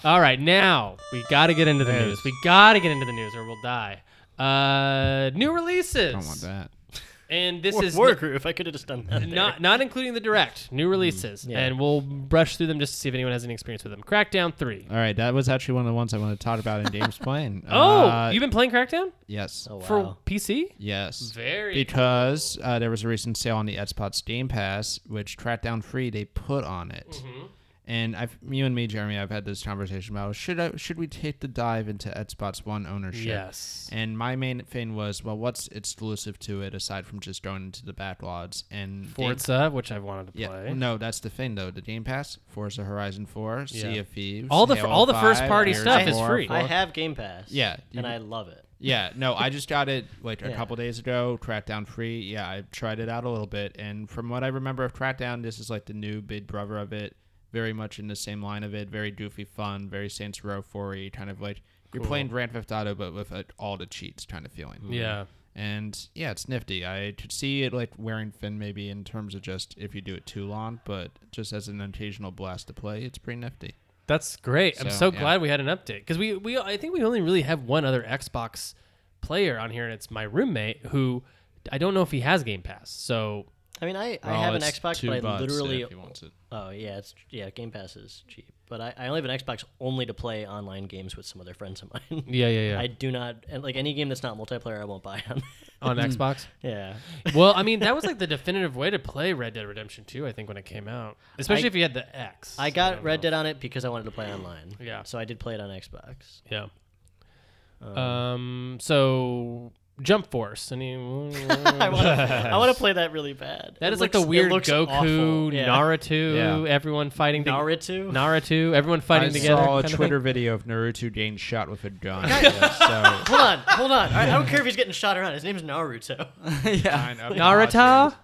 All right, now we got to get into the
Yes.
news. We got to get into the news or we'll die. Uh, new releases.
I don't want that.
And this
War,
is
Wargroove. I could have just done that. there.
not not including the direct new releases,
Mm, yeah.
and we'll brush through them just to see if anyone has any experience with them. Crackdown three.
All right, that was actually one of the ones I wanted to talk about in James Playing.
Oh,
Uh,
you've been playing Crackdown
yes,
Oh, wow.
for PC?
yes,
Very
because uh, there was a recent sale on the Xbox Game Pass, which Crackdown Free they put on it.
Mm-hmm.
And I've, you and me, Jeremy, I've had this conversation about should I, should we take the dive into Xbox One ownership?
Yes.
And my main thing was, well, what's exclusive to it aside from just going into the backlogs and Game-
Forza, which I've wanted to
Yeah,
play.
no, that's the thing though. The Game Pass, Forza Horizon Four, Sea
Yeah.
of Thieves,
All the-
Halo
all the
5,
first-party
Gears
stuff is
four,
free.
I have Game Pass.
Yeah, you
and
can-
I love it.
Yeah, no, I just got it like a
Yeah.
couple days ago. Crackdown free. Yeah, I tried it out a little bit, and from what I remember of Crackdown, this is like the new big brother of it. Very much in the same line of it. Very goofy, fun. Very Saints Row 4 kind of like you're playing Grand Theft Auto, but with like, all the cheats kind of feeling.
Yeah.
And yeah, it's nifty. I could see it like wearing thin maybe in terms of just if you do it too long, but just as an occasional blast to play, it's pretty nifty.
That's great. I'm so
So, yeah.
glad we had an update because we, we I think we only really have one other Xbox player on here, and it's my roommate who I don't know if he has Game Pass. So
I mean, I, I
Well,
have an
Oh, it's
Xbox,
two
but I
bucks
literally.
if he wants it.
Oh yeah, it's yeah. Game Pass is cheap, but I, I only have an Xbox only to play online games with some other friends of mine.
yeah, yeah, yeah.
I do not and like any game that's not multiplayer. I won't buy on.
on Xbox.
yeah,
Well, I mean, that was like the definitive way to play Red Dead Redemption 2, I think, when it came out, especially
I-
if you had the X.
I
don't
got
know.
Red Dead on it because I wanted to play online.
Yeah.
so I did play it on Xbox.
Yeah. Um. So Jump Force. Any?
I want to I want to play that really bad.
That
It
is like the
looks- it
weird
looks
Goku,
awful. Yeah.
Naruto,
Yeah.
everyone fighting. to-
Naruto?
Naruto, everyone fighting
I
together.
saw a
kind of
Twitter video of Naruto getting shot with a gun. Yeah, so
Hold on, hold on. All right, I don't care if he's getting shot or not. His name's Naruto.
yeah.
thing? Naruto.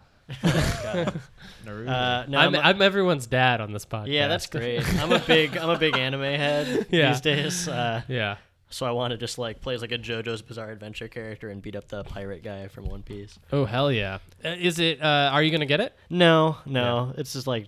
Uh,
I'm,
no, I'm-
I'm everyone's dad on this podcast.
yeah, that's great. I'm a big I'm a big anime head
Yeah.
these days. Uh,
yeah.
So I want to just like play as like a JoJo's Bizarre Adventure character and beat up the pirate guy from One Piece.
Oh hell yeah! Uh, is it? Uh, are you gonna get it?
No, no, it's just like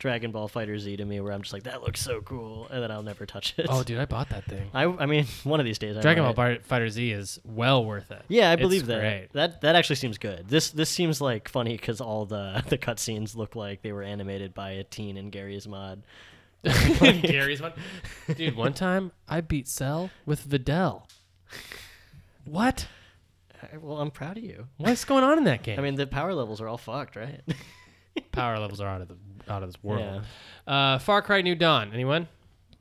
Dragon Ball Fighter Z to me, where I'm just like, that looks so cool, and then I'll never touch it.
Oh dude, I bought that thing.
I, I mean, one of these days. I
Dragon Ball
might.
Bar- Fighter Z is well worth it.
Yeah, I
It's
believe that.
Great.
That that actually seems good. This this seems like funny because all the the cutscenes look like they were animated by a teen in Gary's mod.
Gary's one. Dude, one time I beat Cell with Videl. What?
Uh, Well, I'm proud of you.
What's going on in that game?
I mean, the power levels are all fucked, right?
power levels are out of the out of this world. Uh, Far Cry New Dawn. Anyone?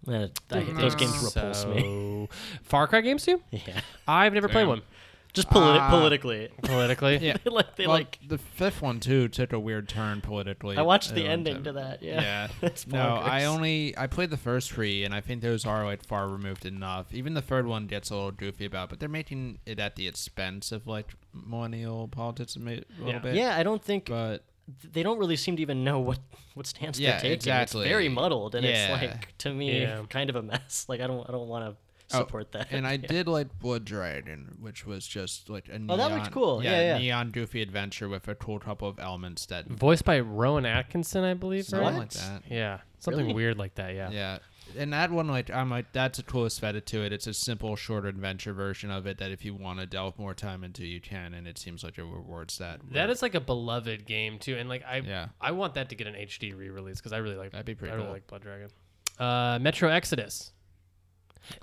Mm-hmm.
Uh, I- those games repulse me.
Far Cry games too?
Yeah.
I've never played one.
Just politi-
Ah.
politically.
politically.
Yeah.
like they
Well,
like
the fifth one too took a weird turn politically.
I watched the
Uh,
ending to that. Yeah.
Yeah.
That's
no, I
bonkers.
only I played the first three, and I think those are like far removed enough. Even the third one gets a little goofy about, but they're making it at the expense of like millennial politics a mi- little
Yeah.
bit.
Yeah, I don't think
but
they don't really seem to even know what what stance
Yeah,
they're taking.
exactly.
It's very muddled, and
Yeah.
it's like to me
Yeah.
kind of a mess. Like I don't I don't want to
Oh,
support that.
And I
Yeah.
did like Blood Dragon, which was just like a
Oh,
neon,
that looked cool. Yeah, yeah.
neon goofy adventure with a cool couple of elements that
Voiced by Rowan Atkinson, I believe.
something
right?
like that.
Yeah, something
Really?
weird like that. Yeah.
Yeah. And that one, like, I'm like, that's a cool aesthetic to it. It's a simple, short adventure version of it that if you want to delve more time into, you can. And it seems like it rewards that.
That is like a beloved game too, and like I,
Yeah.
I want that to get an HD re-release because I really like
That'd be pretty
I really
cool.
like Blood Dragon. Uh, Metro Exodus.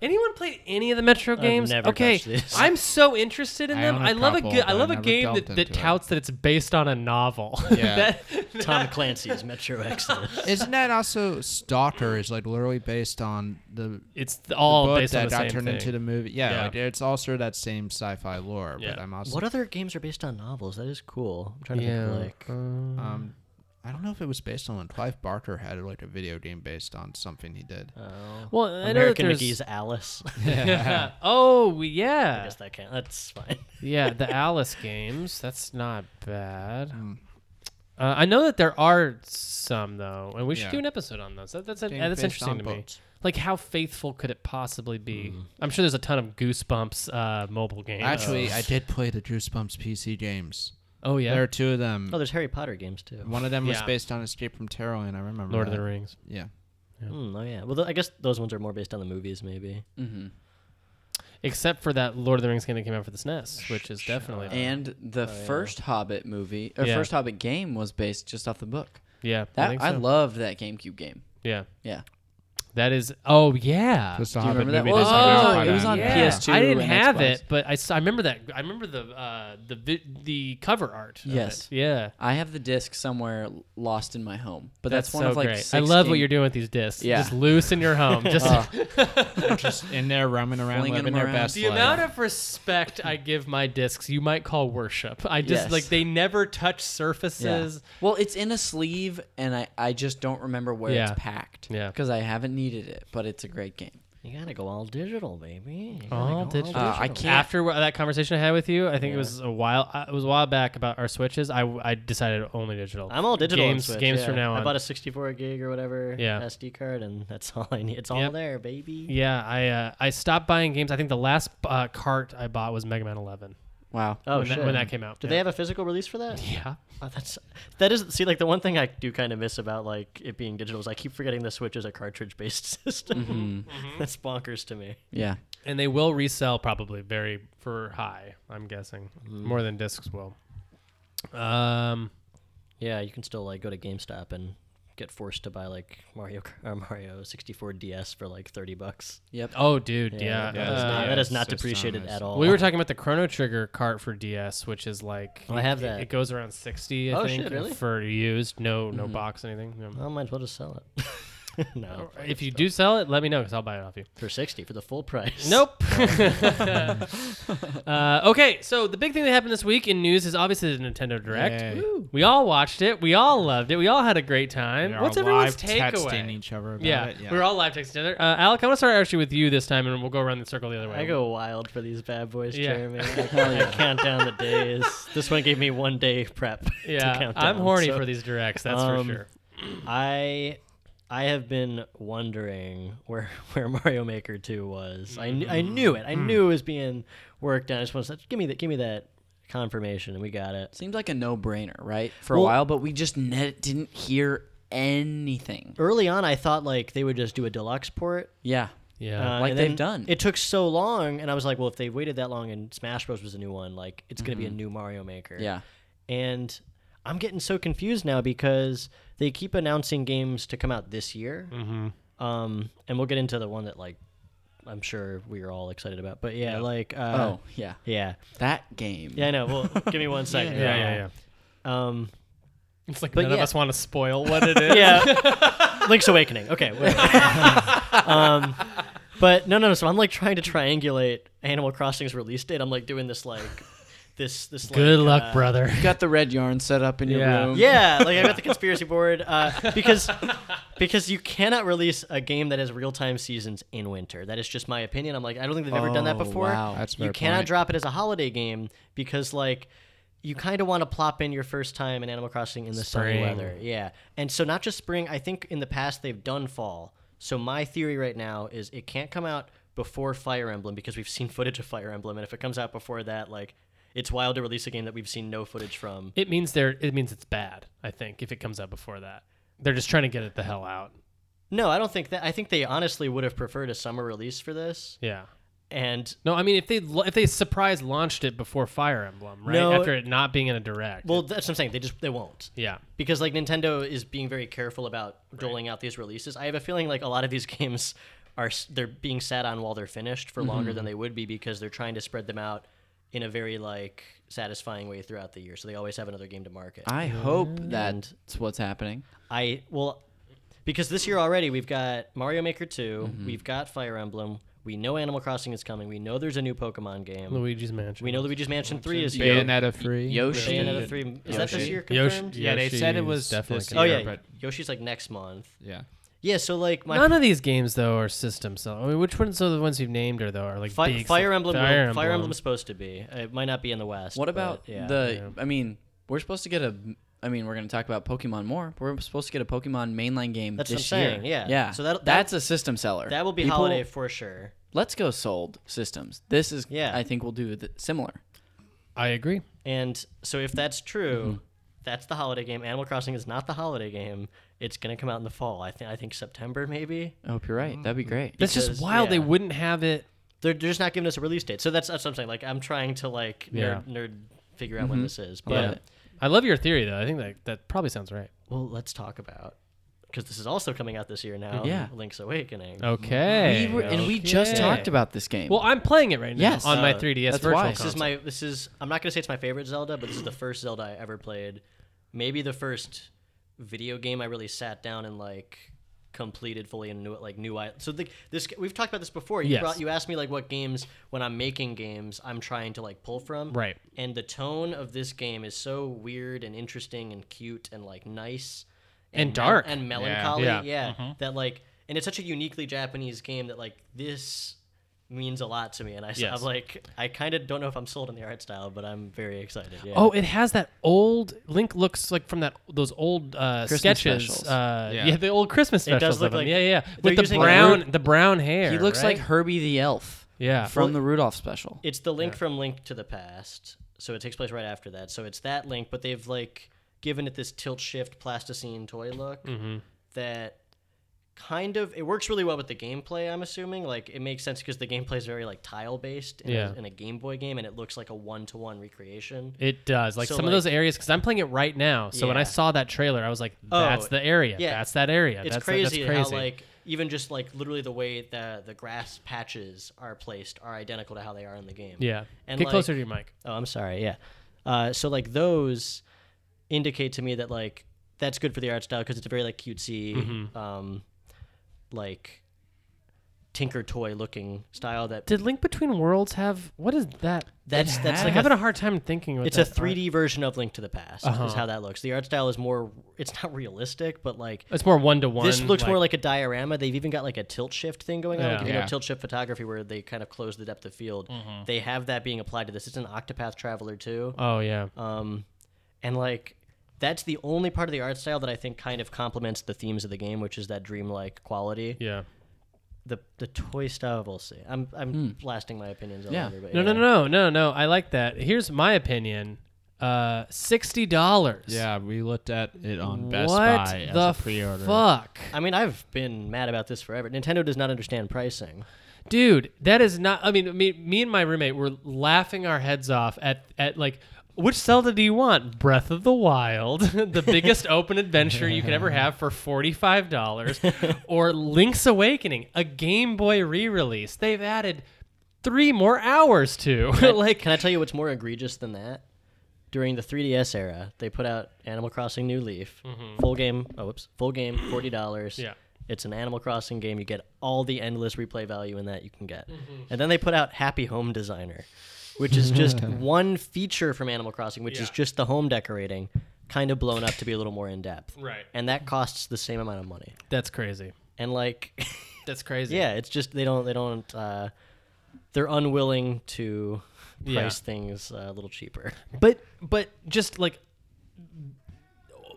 Anyone played any of the Metro games?
never
okay,
touched these.
I'm so interested in
I
them.
own a
I love a
couple,
good. I
but I
love a
never
game that,
delved
that
into it.
touts that it's based on a novel.
Yeah.
That-
Tom Clancy's Metro Exodus.
Isn't that also Stalker is like literally based on the,
it's th-
the
all
book
based on the
that got
same
turned
thing.
into the movie? Yeah,
Yeah.
Like, it's also that same sci-fi lore. But
Yeah.
I'm also
What other games are based on novels? That is cool. I'm trying to think of, like
um, I don't know if it was based on one. Clive Barker had like a video game based on something he did.
Uh, well, I know that
American
there's.
McGee's Alice.
oh
I
yeah,
guess that can That's fine.
yeah. The Alice games. That's not bad. Uh, I know that there are some though, and we should
Yeah.
do an episode on those. That, that's a,
Game
that's
based
interesting
on
to me.
books.
Like, how faithful could it possibly be?
Hmm.
I'm sure there's a ton of Goosebumps uh, mobile games.
Actually, I did play the Goosebumps PC games.
oh yeah,
There are two of them.
Oh, there's Harry Potter games too.
One of them was
Yeah.
based on Escape from Terrorland. I remember.
Lord of
that.
the Rings.
Yeah.
Hmm, oh yeah. Well, th- I guess those ones are more based on the movies, maybe.
Except for that Lord of the Rings game that came out for the SNES, which is definitely
And the first Hobbit movie, or
Oh, Yeah.
first Hobbit game, was based just off the book.
yeah. I
That
think
I,
so.
loved that GameCube game.
yeah.
Yeah,
That is. Oh yeah.
Just
do
a
you
Hobbit
remember that?
movie
Well,
that's
it
not
was
out
on-
by
Oh, it was
then.
on
yeah.
PS2
I didn't
and
have
Xbox.
it, but I, s- I remember that. I remember the uh, the vi- the cover art. of it.
Yes.
Yeah.
I have the disc somewhere l- lost in my home, but that's,
That's,
one
so
of like.
great.
Six
I love what
game-
you're doing with these discs.
Yeah. Oh.
Just loose in your home. Just
Just in there roaming around,
Flinging
living
them
their
around.
best
the
life.
amount of respect I give my discs, you might call worship. I just
Yes.
like they never touch
Yeah.
surfaces.
Well, it's in a sleeve, and I, I just don't remember where
Yeah.
it's packed.
Yeah.
Because I haven't needed it, but it's a great game.
You gotta go all digital, baby. You gotta
All
go
digital.
Uh, I can't.
After wha- that conversation I had with you, I think it was a while. uh, It was a while back about our switches. I, I decided only digital.
I'm all digital. on
games.
Switch,
games
yeah.
from now on.
I bought a 64 gig or whatever
Yeah.
SD card, and that's all I need. It's all
Yep.
there, baby.
yeah, I uh, I stopped buying games. I think the last uh, cart I bought was Mega Man 11
Wow.
Oh
when,
shit!
that, when that came out.
Do
yeah.
they have a physical release for that?
Yeah.
Oh, that's that is see like the one thing I do kind of miss about like it being digital is I keep forgetting the Switch is a cartridge based system.
Mm-hmm.
that's bonkers to me.
Yeah.
And they will resell probably very for high. I'm guessing
Mm.
more than discs will. Um.
Yeah, you can still like go to GameStop and get forced to buy like Mario Kart- or Mario 64 DS for like 30 bucks.
Yep.
Oh, dude. Yeah.
that is
uh,
not, that is not
it's- it's not
depreciated
nice.
at all.
We were talking about the Chrono Trigger cart for DS, which is like
Oh, I have
it-
that.
It goes around sixty, I
Oh,
think,
shit, really? Mm-hmm.
for used, no, no box, anything. Yeah.
Well, might as well just sell it. no,
If you do sell it, let me know because I'll buy it off you.
for 60 for the full price.
Nope. uh, okay, so the big thing that happened this week in news is obviously the Nintendo Direct.
Yay.
We all watched it. We all loved it. We all had a great time.
They're
What's
all
everyone's
live texting
takeaway?
each other about
yeah,
it. Yeah.
we're all live texting each other. Uh, Alec, I want to start actually with you this time, and we'll go around the circle the other way.
I go wild for these bad boys,
Yeah.
Jeremy. I, I count down the days. This one gave me one day prep. to
Yeah,
count
I'm
down,
horny
so
for these directs. That's
Um,
for sure.
I I have been wondering where where Mario Maker 2 was. I kn- I knew it. I
Mm.
knew it was being worked on. I just want to give me that give me that confirmation, and we got it.
Seems like a no-brainer, right? For a
Well-
while, but we just ne- didn't hear anything.
Early on, I thought like they would just do a deluxe port,
Yeah.
Yeah.
Uh,
Like
and
they've
then
done.
It took so long, and I was like, well, if they waited that long and Smash Bros was a new one, like it's gonna be a new Mario Maker.
Mm-hmm. Yeah.
and I'm getting so confused now because they keep announcing games to come out this year. Mm-hmm. Um, and we'll get into the one that like I'm sure we are all excited about. But yeah, like uh,
oh, yeah.
yeah,
That game.
yeah, I know. Well, give me one second.
yeah, yeah, yeah.
Um,
It's like
But
none of
yeah.
us want to spoil what it is.
yeah, Link's Awakening. Okay, wait. um, But no, no, no. So I'm like trying to triangulate Animal Crossing's release date. I'm like doing this like this this.
Good luck,
like, uh,
brother.
You got the red yarn set up in your
Yeah.
room.
Yeah, like I got the conspiracy board uh, because because you cannot release a game that has real time seasons in winter. That is just my opinion. I'm like I don't think they've ever done that
Oh,
before.
wow.
That's a
you
fair
cannot
point.
drop it as a holiday game because like you kind of want to plop in your first time in Animal Crossing in the sunny
Spring.
weather. Yeah, and so not just spring. I think in the past they've done fall. So my theory right now is it can't come out before Fire Emblem because we've seen footage of Fire Emblem, and if it comes out before that, like. It's wild to release a game that we've seen no footage from.
It means they're. It means it's bad. I think if it comes out before that, they're just trying to get it the hell out.
No, I don't think that. I think they honestly would have preferred a summer release for this.
Yeah.
And
No, I mean if they if they surprise launched it before Fire Emblem, right?
No.
After it not being in a direct.
well, that's what I'm saying. They just they won't
yeah.
because like Nintendo is being very careful about doling out these releases. I have a feeling like a lot of these games are s- they're being sat on while they're finished for longer than they would be because they're trying to spread them out in a very like satisfying way throughout the year. So they always have another game to market.
I hope that's what's happening.
I well because this year already we've got Mario Maker 2, we've got Fire Emblem, we know Animal Crossing is coming, we know there's a new Pokemon game.
Luigi's Mansion.
We know Luigi's Mansion 3 is here.
Bayonetta free.
Yoshi.
Bayonetta 3. Is that this
Yoshi.
year
Yoshi-
confirmed?
Yeah, they said it
Yoshi's
was
definitely
this
coming
Oh,
year,
yeah.
but
Yoshi's like next month.
yeah.
Yeah, so like my
None of these games though are system so I mean, which ones are the ones you've named are though are like
Fi-
big
Fire
sy-
Emblem will-
Fire
Fire,
Emblem.
Emblem's supposed to be. It might not be in the West.
What
but,
about
yeah.
the? I mean, we're supposed to get a. I mean, we're going to talk about Pokemon more. but We're supposed to get a Pokemon mainline game
That's what
this
I'm
year.
saying, yeah.
Yeah.
So
So
that'll-
that's a system seller.
That will be
People-
holiday for sure.
Let's go sold systems. This is.
Yeah.
Yeah. I think we'll do the, similar.
I agree.
And so if that's true,
Mm-hmm.
that's the holiday game. Animal Crossing is not the holiday game. It's going to come out in the fall. I think I think September maybe.
I hope you're right. That'd be
Mm-hmm.
great.
That's
Because-
just wild they
yeah.
wouldn't have it.
They're, they're just not giving us a release date. So that's that's what I'm saying. Like I'm trying to like nerd, nerd figure out when this is. But
Mm-hmm. love it.
I love your theory though. I think that that probably sounds right.
well, let's talk about because this is also coming out this year now.
Yeah.
Link's Awakening.
Oh, Okay.
We were, and we just
Okay.
talked about this game.
Well, I'm playing it right now
Yes.
on my
Uh,
3DS
that's
virtual
why.
This is
console.
my this is I'm not gonna say it's my favorite Zelda, but this is the first Zelda I ever played. Maybe the first video game I really sat down and like completed fully and knew it like knew I so the, this we've talked about this before. You
Yes.
brought you asked me like what games when I'm making games I'm trying to like pull from.
Right.
And the tone of this game is so weird and interesting and cute and like nice
And
mel-
dark.
and melancholy. Yeah,
Yeah. Mm-hmm.
that like and it's such a uniquely Japanese game that like this means a lot to me and I, s-
Yes.
I'm like I kind of don't know if I'm sold on the art style but I'm very excited yeah.
Oh, it has that old Link looks like from that those old uh,
Christmas
sketches.
specials.
Uh, yeah.
Yeah.
the old Christmas
It does
specials. of
look
him.
like-
yeah, yeah,
they're
with the
using a
brown the brown hair.
he looks like
right?
Herbie the Elf
Uh,
yeah
from the Rudolph special.
it's the link from Link to the Past so it takes place right after that so it's that link but they've like given it this tilt shift plasticine toy look
Mm-hmm.
that kind of it works really well with the gameplay I'm assuming like it makes sense because the gameplay is very like tile based in, a-
Yeah.
in a Game Boy game and it looks like a one to one recreation
It does. Like
So,
some
like-
of those areas, because I'm playing it right now. So when
Yeah.
I saw that trailer, I was like,
Oh,
"That's the area.
yeah.
That's that area.
it's
that's
crazy,
that's crazy."
how like even just like literally the way the the grass patches are placed are identical to how they are in the game.
yeah.
and
Get
like-
closer to your mic.
Oh, I'm sorry. Yeah. Uh, so like those indicate to me that like that's good for the art style because it's a very like cutesy, um, like tinker toy looking style that
Did Link Between Worlds have what is that?
that's that's
I'm
like a
having a hard time thinking. What
it's a
that art-
3D version of Link to the Past is how that looks. The art style is more it's not realistic, but like
It's more one to one.
This looks more like a diorama. They've even got like a tilt shift thing going on.
Yeah.
Like, you know,
Yeah.
tilt shift photography where they kind of close the depth of field. They have that being applied to this. It's an Octopath Traveler too.
Oh yeah.
Um, and like that's the only part of the art style that I think kind of complements the themes of the game, which is that dreamlike quality.
Yeah.
The the toy style, we'll see. I'm I'm blasting my opinions all
Yeah.
over. But
Hmm. No, no, no, no, no. I like that. Here's my opinion. Uh, sixty dollars.
Yeah, we looked at it on
What
Best Buy as
the
a pre-order.
fuck,
I mean, I've been mad about this forever. Nintendo does not understand pricing.
dude? That is not. I mean, me, me and my roommate were laughing our heads off at at like. Which Zelda do you want? Breath of the Wild, the biggest open adventure you could ever have for $45, or Link's Awakening, a Game Boy re release. They've added three more hours to. like,
Can I tell you what's more egregious than that? During the 3DS era, they put out Animal Crossing New Leaf, full game. Oh, whoops, full game, forty dollars.
Mm-hmm. Yeah.
It's an Animal Crossing game. You get all the endless replay value in that you can get.
Mm-hmm.
And then they put out Happy Home Designer, which is just one feature from Animal Crossing, which is
Yeah.
just the home decorating, kind of blown up to be a little more in depth.
Right.
And that costs the same amount of money.
That's crazy.
And like,
That's crazy.
yeah, it's just they don't they don't uh, they're unwilling to price
Yeah.
things uh, a little cheaper.
But but just like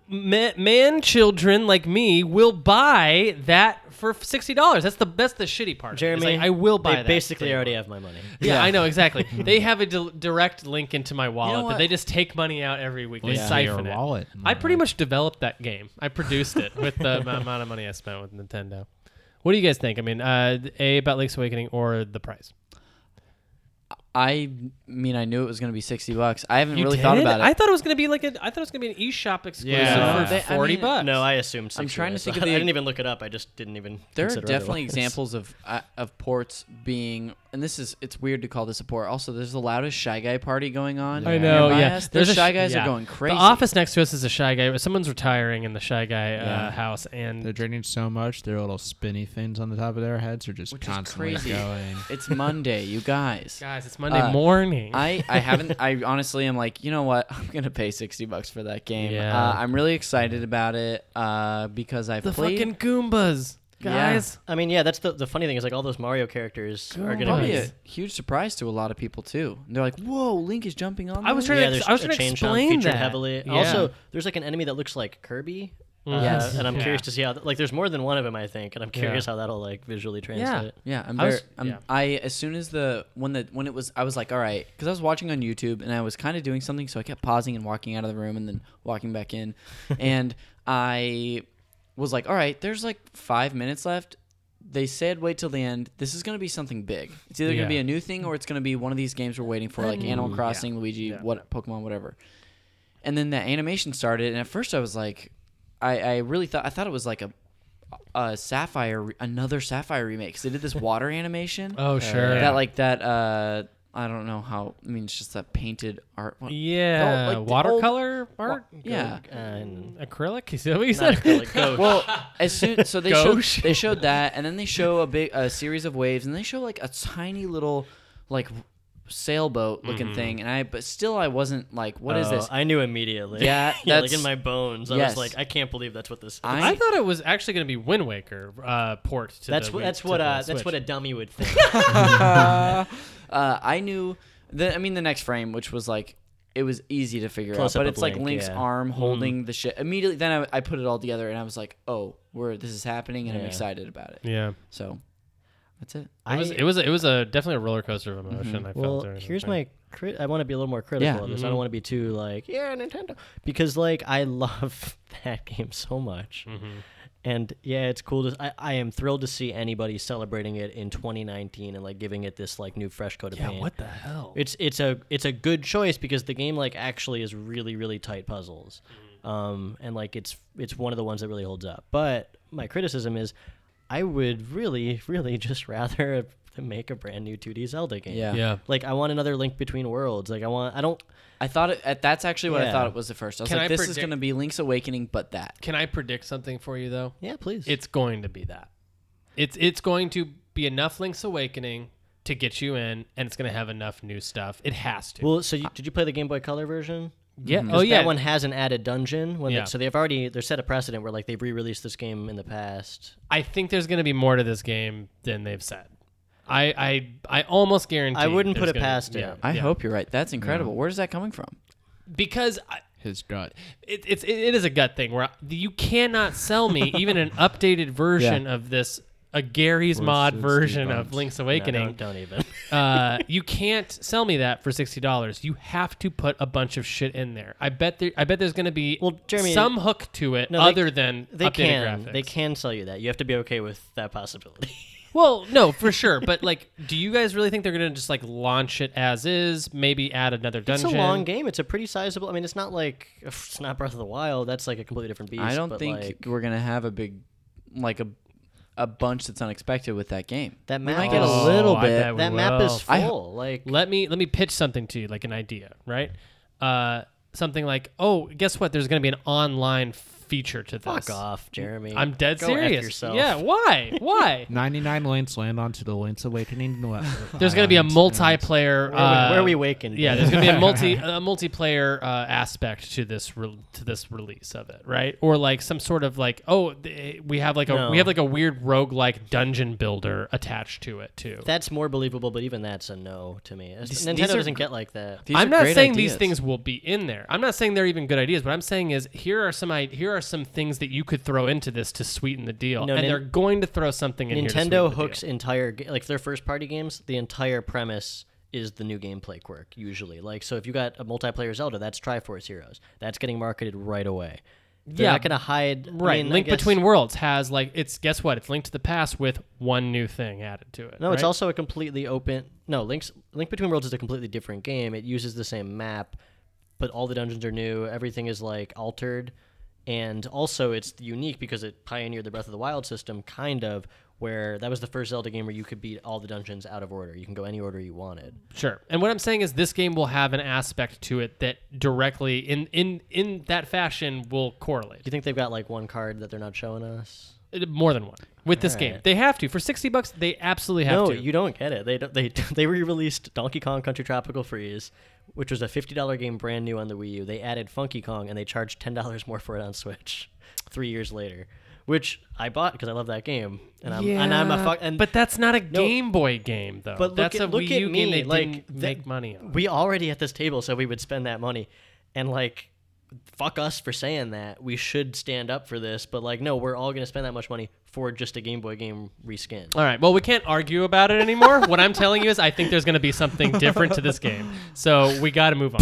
man, man children like me will buy that for sixty dollars. That's the that's the shitty part. of it. It's
Jeremy,
like, I will buy
They
that.
basically
thing.
already have my money.
Yeah, I know exactly. they have a di- direct link into my wallet,
what?
but they just take money out every week. They
Link to
siphon
your
it.
wallet.
I pretty much developed that game. I produced it with the am- amount of money I spent with Nintendo. What do you guys think? I mean, uh, a about Link's Awakening or the price?
I mean, I knew it was going to be 60 bucks. I haven't
You
really thought
did?
about it.
I thought it was gonna be like a. I thought it was gonna be an eShop exclusive
Yeah.
for
They- I
forty
mean,
bucks.
No, I assumed. 60
trying to
was-
think of
I
the-
didn't even look it up. I just didn't even.
there are
consider
definitely
otherwise.
examples of uh, of ports being, and this is it's weird to call this a port. Also, there's the loudest shy guy party going on.
I know.
nearby
Yeah,
us. There's
a sh-
shy guys
yeah.
are going crazy.
The office next to us is a shy guy. Someone's retiring in the shy guy uh, house, and
They're drinking so much, their little spinny fins on the top of their heads are just
Which is
constantly
crazy.
going.
It's Monday, you guys.
guys, it's Monday
Uh,
morning.
I, I haven't I honestly am like you know what I'm gonna pay sixty bucks for that game.
Yeah.
Uh, I'm really excited about it uh, because I
the
played
fucking Goombas,
Yeah.
guys.
I mean, yeah, that's the, the funny thing is like all those Mario characters are gonna
probably
be.
a huge surprise to a lot of people too. And they're like, whoa, Link is jumping on.
I was
there?"
trying
yeah,
to.
there's
Ex- I was
a
trying to
chain chomp
explain
featured
that.
heavily.
Yeah.
Also, there's like an enemy that looks like Kirby. Uh,
Yes.
and I'm
Yeah.
curious to see how like there's more than one of them I think, and I'm curious
Yeah.
how that'll like visually translate.
Yeah, I'm
I
very.
was-
I'm,
yeah.
I as soon as the when the when it was, I was like, all right, because I was watching on YouTube and I was kind of doing something, so I kept pausing and walking out of the room and then walking back in, and I was like, all right, there's like five minutes left. They said wait till the end. This is gonna be something big. It's either
Yeah.
gonna be a new thing or it's gonna be one of these games we're waiting for, like Animal Crossing, Luigi, what Pokemon, whatever. And then the animation started, and at first I was like, I, I really thought I thought it was like a a sapphire re- another sapphire remake 'cause they did this water animation
Oh sure.
that like that uh i don't know how i mean it's just that painted art what-
yeah,
the old-
watercolor art,
yeah
And
acrylic. Is that what you
not
said?
acrylic, ghost.
well as soon so they showed,
Gauche.
they showed that and then they show a big a series of waves and they show like a tiny little like sailboat looking thing and i but still i wasn't like what is
Mm-hmm. Oh,
this
I knew immediately.
Yeah,
yeah, like
that's-
in my bones. I
Yes.
was like, I can't believe that's what this. Is.
I-
I thought it was actually going to be Wind Waker uh, port to
that's
the
what
Wii-
that's
to
what
the
uh, that's
Switch.
what a dummy would think.
uh, I knew the I mean the next frame, which was like it was easy to figure
Close
out,
up
but
of
it's like
Link,
Link's
yeah.
arm
Mm-hmm.
holding the shit. Immediately, then I, I put it all together and I was like, oh, we're this is happening and I'm
Yeah.
excited about it.
Yeah,
So that's it.
it was it was it was a definitely a roller coaster of emotion. I felt.
well,
during Mm-hmm. the
here's
thing.
my. Crit- I want to be a little more critical
Yeah.
of this. I don't want to be too like, yeah, Nintendo, because like I love that game so much,
Mm-hmm.
and yeah, it's cool. To, I I am thrilled to see anybody celebrating it in 2019 and like giving it this like new fresh coat of
yeah.
paint.
What the hell?
It's it's a it's a good choice because the game like actually is really really tight puzzles,
Mm-hmm.
um, and like it's it's one of the ones that really holds up. But my criticism is, I would really really just rather make a brand new 2D Zelda game.
Yeah.
yeah.
Like I want another Link Between Worlds. Like I want I don't.
I thought it, at, that's actually what I
Yeah.
thought it was at first. I was
Can
like,
I
this is
predict-
going to be Link's Awakening, but that.
Can I predict something for you though?
Yeah, please.
It's going to be that. It's it's going to be enough Link's Awakening to get you in, and it's going to have enough new stuff. It has to.
well. Mm-hmm. So you, did you play the Game Boy Color version?
yeah.
'Cause
Oh yeah.
That one has an added dungeon. When they-
Yeah.
so they've already they're set a precedent where like they've re-released this game in the past.
I think there's going to be more to this game than they've said. I I I almost guarantee.
I wouldn't
there's
put it
gonna be-
past it.
yeah,
I
yeah.
hope you're right. That's incredible. Where is that coming from?
because. I,
His gut.
it, it's it, it is a gut thing where you cannot sell me even an updated version of this a Gary's mod
it's
version
debunked.
of Link's
No,
Awakening.
don't, don't even.
uh, you can't sell me that for sixty dollars. You have to put a bunch of shit in there. I bet there. I bet there's going to be
Well, Jeremy,
some hook to it
no, they-
other than
they
updated
can
graphics.
they can sell you that. You have to be okay with that possibility.
Well, no, for sure. But like, do you guys really think they're going to just like launch it as is? Maybe add another
It's a
dungeon.
long game. It's a pretty sizable. I mean, it's not like it's not Breath of the Wild. That's like a completely different beast.
I don't
but,
think
like,
we're going to have a big, like a, a bunch that's unexpected with that game.
that
we
map.
might get a
is-
little
Oh, I
bit.
bet we
that map
will.
is
I-
full. like
let me let me pitch something to you like an idea right uh something like oh guess what there's going to be an online f- feature to this.
Fuck off, Jeremy.
I'm dead
Go F
serious.
yourself.
Yeah, why? Why?
99 links land onto the Link's Awakening. uh, le-
There's going to be a
island,
multiplayer.
Where, are
uh,
we, where are we waking?
Yeah, there's gonna be a multi a multiplayer uh, aspect to this re- to this release of it, right? Or like some sort of like oh th- we have like a
No.
we have like a weird roguelike dungeon builder attached to it too.
That's more believable, but even that's a no to me.
These-
Nintendo
these are-
doesn't get like that.
These
I'm
are
not
great
saying these
ideas.
things will be in there. I'm not saying they're even good ideas. What I'm saying is here are some i- here are some things that you could throw into this to sweeten the deal,
No,
and
Nin-
they're going to throw something in here to sweeten
Nintendo
the
hooks
deal.
entire ga- like their first party games. The entire premise is the new gameplay quirk usually. Like so, if you got a multiplayer Zelda, that's Triforce Heroes. That's getting marketed right away. They're
Yeah,
not gonna hide. I
Right,
mean, I
Link
guess-
Between Worlds has like it's guess what? It's linked to the past with one new thing added to it.
No, it's
right?
also a completely open. No, Link's Link Between Worlds is a completely different game. It uses the same map, but all the dungeons are new. Everything is like altered, and also it's unique because it pioneered the Breath of the Wild system, kind of. Where that was the first Zelda game where you could beat all the dungeons out of order. You can go any order you wanted.
Sure. And what I'm saying is this game will have an aspect to it that directly in in in that fashion will correlate.
Do you think they've got like one card that they're not showing us?
Uh, More than one. With this game. They have to. For 60 bucks, they absolutely have
no,
to.
you don't get it. They don't, they they re-released Donkey Kong Country Tropical Freeze, which was a fifty dollar game brand new on the Wii U. They added Funky Kong and they charged ten dollars more for it on Switch, three years later, which I bought because I love that game and I'm and I'm a fuck. And
but that's not a
No.
Game Boy game though.
but look
that's
at,
a
look
Wii
at
U
me,
game they
like
didn't
th-
make money on.
We already at this table, so we would spend that money, and like, fuck us for saying that. We should stand up for this, but like, no, we're all gonna spend that much money for just a Game Boy game reskin.
All right. Well, we can't argue about it anymore. what I'm telling you is, I think there's going to be something different to this game. So we got to move on.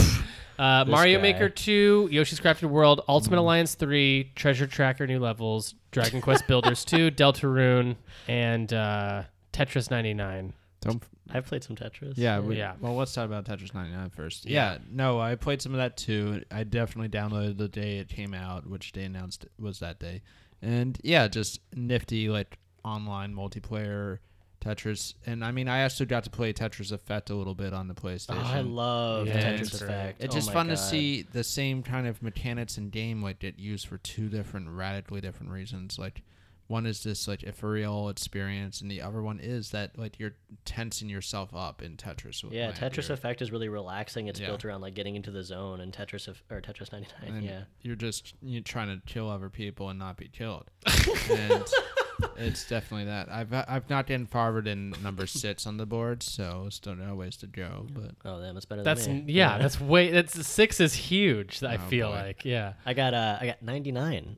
Uh, Mario
guy.
Maker 2, Yoshi's Crafted World, Ultimate
Hmm.
Alliance 3, Treasure Tracker New Levels, Dragon Quest Builders 2, Deltarune, and uh, Tetris 99.
Oh,
Don't
I've played some Tetris.
Yeah, we,
Yeah.
Well, let's talk about Tetris 99 first. Yeah. no, I played some of that too. I definitely downloaded the day it came out, which they announced it was that day. And yeah, just nifty like online multiplayer Tetris. And I mean, I also got to play Tetris Effect a little bit on the PlayStation.
Oh, I love
Yeah,
Tetris
it's great.
Effect. Oh
It's just
my
fun to
God.
see the same kind of mechanics and game like get used for two different radically different reasons. Like one is this like ethereal experience, and the other one is that like you're tensing yourself up in Tetris. with
Yeah,
my
Tetris
theory.
Effect is really relaxing. It's
Yeah.
built around like getting into the zone and Tetris of, or Tetris 99.
and
yeah.
you're just you're trying to kill other people and not be killed. and it's definitely that. I've I've not gotten farther than number six on the board, so still no ways to go. But
Oh, damn, it's better
That's
than me.
yeah, that's way that's six is huge.
Oh,
I feel
boy.
like yeah.
I got uh, I got 99.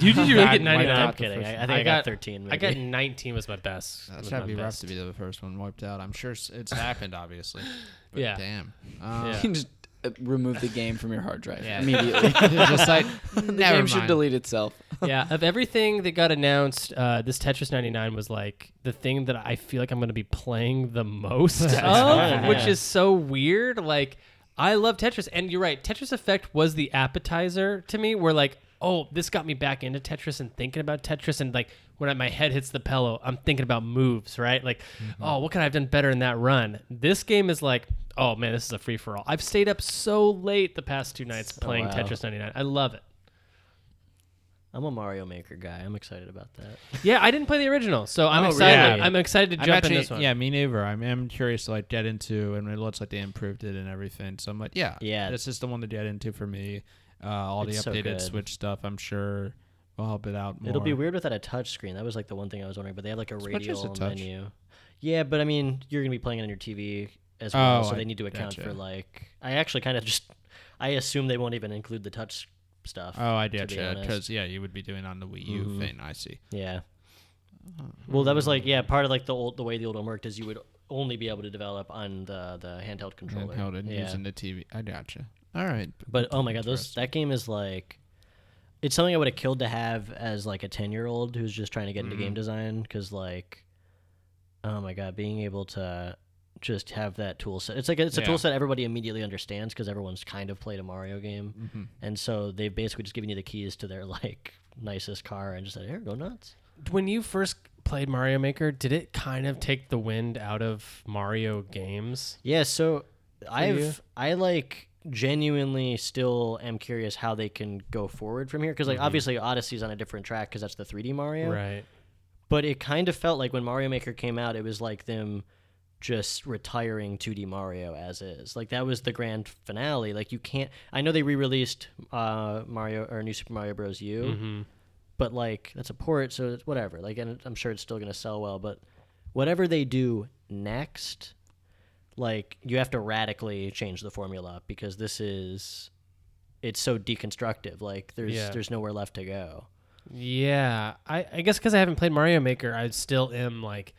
You did you really get
Wiped
99?
out
I'm
the
kidding.
first
I, I
one.
think I, got, 13. Maybe.
I got 19 was my best.
that's
was
gotta
my
be rough
best.
to be the first one wiped out. I'm sure s- it's happened, obviously. But
Yeah.
Damn. Um,
Yeah.
You can just uh, remove the game from your hard drive
Yeah.
immediately. the
just like never
game
mind.
should delete itself.
yeah, of everything that got announced, uh, this Tetris 99 was like the thing that I feel like I'm going to be playing the most of,
fun,
which
yeah.
is so weird. Like, I love Tetris, and you're right. Tetris Effect was the appetizer to me, where like, oh, this got me back into Tetris and thinking about Tetris, and like when I, my head hits the pillow, I'm thinking about moves, right? Like,
Mm-hmm.
oh, what could I have done better in that run? This game is like. Oh man, this is a free for all. I've stayed up so late the past two nights playing
wow.
Tetris 99. I love it.
I'm a Mario Maker guy. I'm excited about that.
Yeah, I didn't play the original, so I'm
Oh,
excited.
really?
I'm excited to
I'm
jump
actually,
in this one.
yeah, me neither. I'm, I'm curious to like get into, and it looks like they improved it and everything. So I'm like, yeah,
Yeah.
this is the one to get into for me. Uh, all
It's
the
so
updated
good.
Switch stuff, I'm sure, will help it out more.
It'll be weird without a touch screen. That was like the one thing I was wondering. But they have like a
much as a
radial
touch.
menu. Yeah, but I mean, you're gonna be playing it on your TV as well,
Oh,
so
I
they need to account
gotcha.
for like. I actually kind of just. I assume they won't even include the touch stuff.
Oh, I
to
get
be
you.
honest. Mm-hmm.
Because yeah, you would be doing on the Wii U thing. I see.
Yeah. Well, that was like yeah, part of like the old the way the old one worked is you would only be able to develop on the the handheld controller.
Handheld and
yeah.
using the TV. I gotcha. All right.
But oh my god, those that game is like it's something I would have killed to have as like a 10-year-old who's just trying to get into
Mm-hmm.
game design cuz like oh my god, being able to just have that tool set. It's like it's a
Yeah.
tool set everybody immediately understands cuz everyone's kind of played a Mario game.
Mm-hmm.
And so they've basically just given you the keys to their like nicest car and just said, "Here, go nuts."
When you first played Mario Maker, did it kind of take the wind out of Mario games?
Yeah, so I've I like genuinely still am curious how they can go forward from here because like obviously Odyssey's on a different track because that's the 3D Mario,
Right.
but it kind of felt like when Mario Maker came out, it was like them just retiring 2D Mario as is. Like that was the grand finale. Like you can't. I know they re-released uh, Mario or New Super Mario Bros. U, but like that's a port, so it's whatever. Like, and I'm sure it's still gonna sell well. But whatever they do next, like you have to radically change the formula because this is it's so deconstructive. Like there's
Yeah.
there's nowhere left to go.
Yeah, I, I guess because I haven't played Mario Maker, I still am like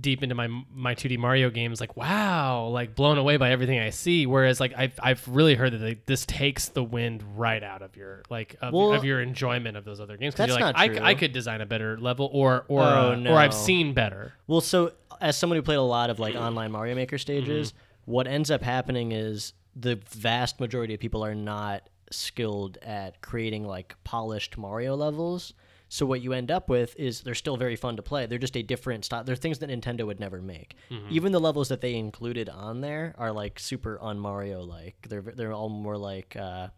deep into my my 2D Mario games. Like, wow, like blown away by everything I see. Whereas, like, I've I've really heard that like, this takes the wind right out of your like of,
Well,
of your enjoyment of those other games. 'Cause
that's
you're like,
not
I c- I,
true.
could design a better level, or or
Oh,
uh, or I've
no.
seen better.
Well, so as someone who played a lot of like online Mario Maker stages, what ends up happening is the vast majority of people are not skilled at creating like polished Mario levels. So what you end up with is they're still very fun to play. They're just a different style. They're things that Nintendo would never make. Even the levels that they included on there are like super un Mario like. They're they're all more like uh,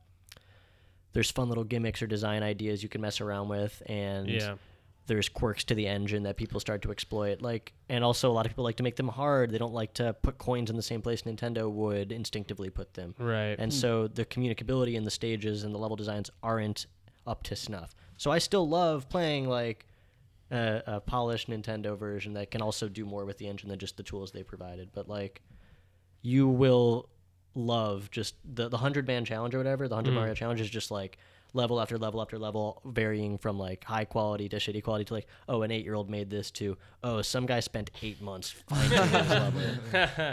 there's fun little gimmicks or design ideas you can mess around with and
Yeah.
there's quirks to the engine that people start to exploit like and also a lot of people like to make them hard they don't like to put coins in the same place nintendo would instinctively put them
Right.
and so the communicability and the stages and the level designs aren't up to snuff so i still love playing like a, a polished nintendo version that can also do more with the engine than just the tools they provided but like you will love just the the hundred man challenge or whatever. The
Hmm.
hundred Mario challenge is just like level after level after level, varying from like high quality to shitty quality to like oh an eight year old made this to oh some guy spent eight months finding this level.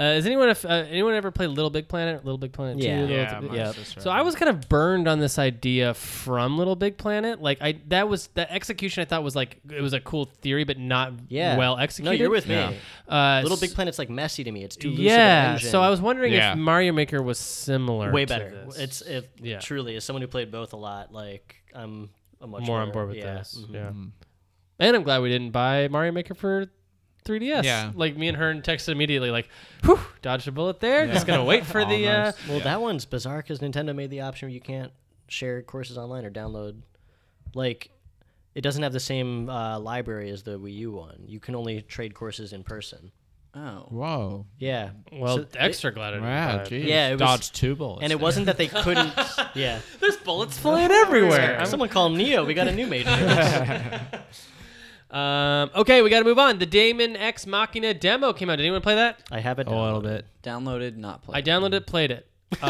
Uh, has anyone if, uh, anyone ever played Little Big Planet? Little Big Planet
Yeah.
Two? Little-
Yeah, my
yeah.
sister.
So I was kind of burned on this idea from Little Big Planet. Like I, that was the execution. I thought was like it was a cool theory, but not
Yeah,
well
No,
executed.
you're with me.
Yeah.
Uh,
Little Big
s-
Planet's like messy to me. It's too loose of an
Yeah.
engine.
So I was wondering
Yeah.
if Mario Maker was similar.
way
to
better.
this.
It's it
Yeah.
truly as someone who played both a lot. Like I'm. a much
more on board with
yeah.
this.
Mhm.
Mm-hmm.
Yeah. And I'm glad we didn't buy Mario Maker for 3DS.
Yeah.
Like me and her texted immediately, like, "Whew, dodged a bullet there. Just gonna wait for the." Uh,
Almost.
Well, that one's bizarre because Nintendo made the option where you can't share courses online or download. Like, it doesn't have the same uh, library as the Wii U one. You can only trade courses in person.
Oh.
Whoa.
Yeah.
well,
So it-
extra glad I didn't
Wow,
buy it.
geez.
Yeah, it was-
Dodged two bullets.
and it wasn't that they couldn't. yeah.
There's bullets flying everywhere. I'm
Someone call Neo. We got a new major.
Um, okay, we got to move on. The Damon X Machina demo came out. Did anyone play that?
I have it.
a little bit.
Downloaded, not
I
played.
downloaded it, played it. Uh,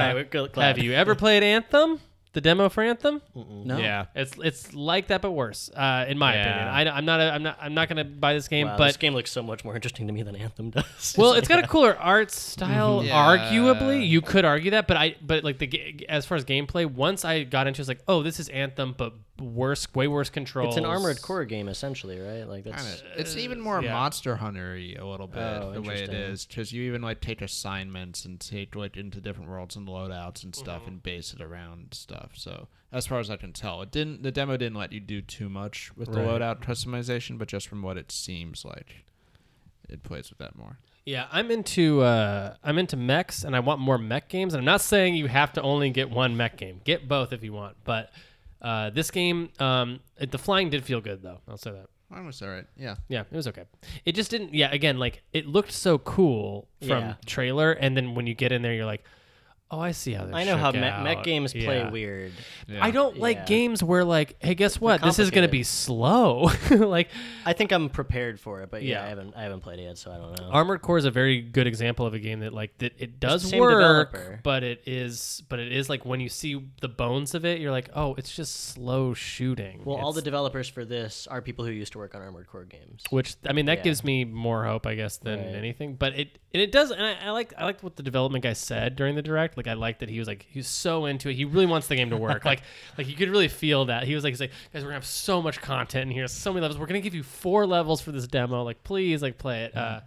Right, we're gl- glad.
have you ever played Anthem? The demo for Anthem?
no.
Yeah.
It's it's like that but worse, uh, in my
Yeah.
opinion. I, I'm not a, I'm not I'm not gonna buy this game,
Wow,
but
this game looks so much more interesting to me than Anthem does.
well, it's got a cooler art style.
Mm-hmm.
Mhm.
Arguably,
Yeah.
you could argue that, but I but like the ga- as far as gameplay, once I got into, it, it's like oh, this is Anthem, but worse, way worse control.
it's an armored core game essentially, right? Like that's.
Kinda- It's even more
yeah.
Monster Hunter-y a little bit
Oh,
the way it
interesting.
is because you even like take assignments and take like into different worlds and loadouts and
Mm-hmm.
stuff and base it around stuff. So as far as I can tell, it didn't. The demo didn't let you do too much with the loadout customization, but just from what it seems like, it plays with that more.
Yeah, I'm into uh, I'm into mechs, and I want more mech games. And I'm not saying you have to only get one mech game. Get both if you want. But uh, this game, um, it, the flying did feel good though. I'll say that.
Mine was alright. Yeah.
Yeah, it was okay. It just didn't. Yeah, again, like it looked so cool from
Yeah.
trailer, and then when you get in there, you're like, oh, I see how this.
I know
shook
how me-
out.
mech games play
Yeah.
weird.
I don't like
Yeah.
games where like, hey, guess what? This is gonna be slow. like,
I think I'm prepared for it, but yeah,
Yeah.
I haven't I haven't played it yet, so I don't know.
Armored Core is a very good example of a game that like that it does
same
work,
developer.
but it is but it is like when you see the bones of it, you're like, oh, it's just slow shooting.
Well, all the
It's-
developers for this are people who used to work on Armored Core games.
which I mean that
Yeah.
gives me more hope, I guess, than
Right.
anything. But it and it does, and I, I like I liked what the development guy said during the direct. Like I liked that he was like he's so into it. He really wants the game to work. like like you could really feel that he was like he's like guys, we're gonna have so much content in here, so many levels. We're gonna give you four levels for this demo. Like please, like play it.
Mm-hmm.
Uh,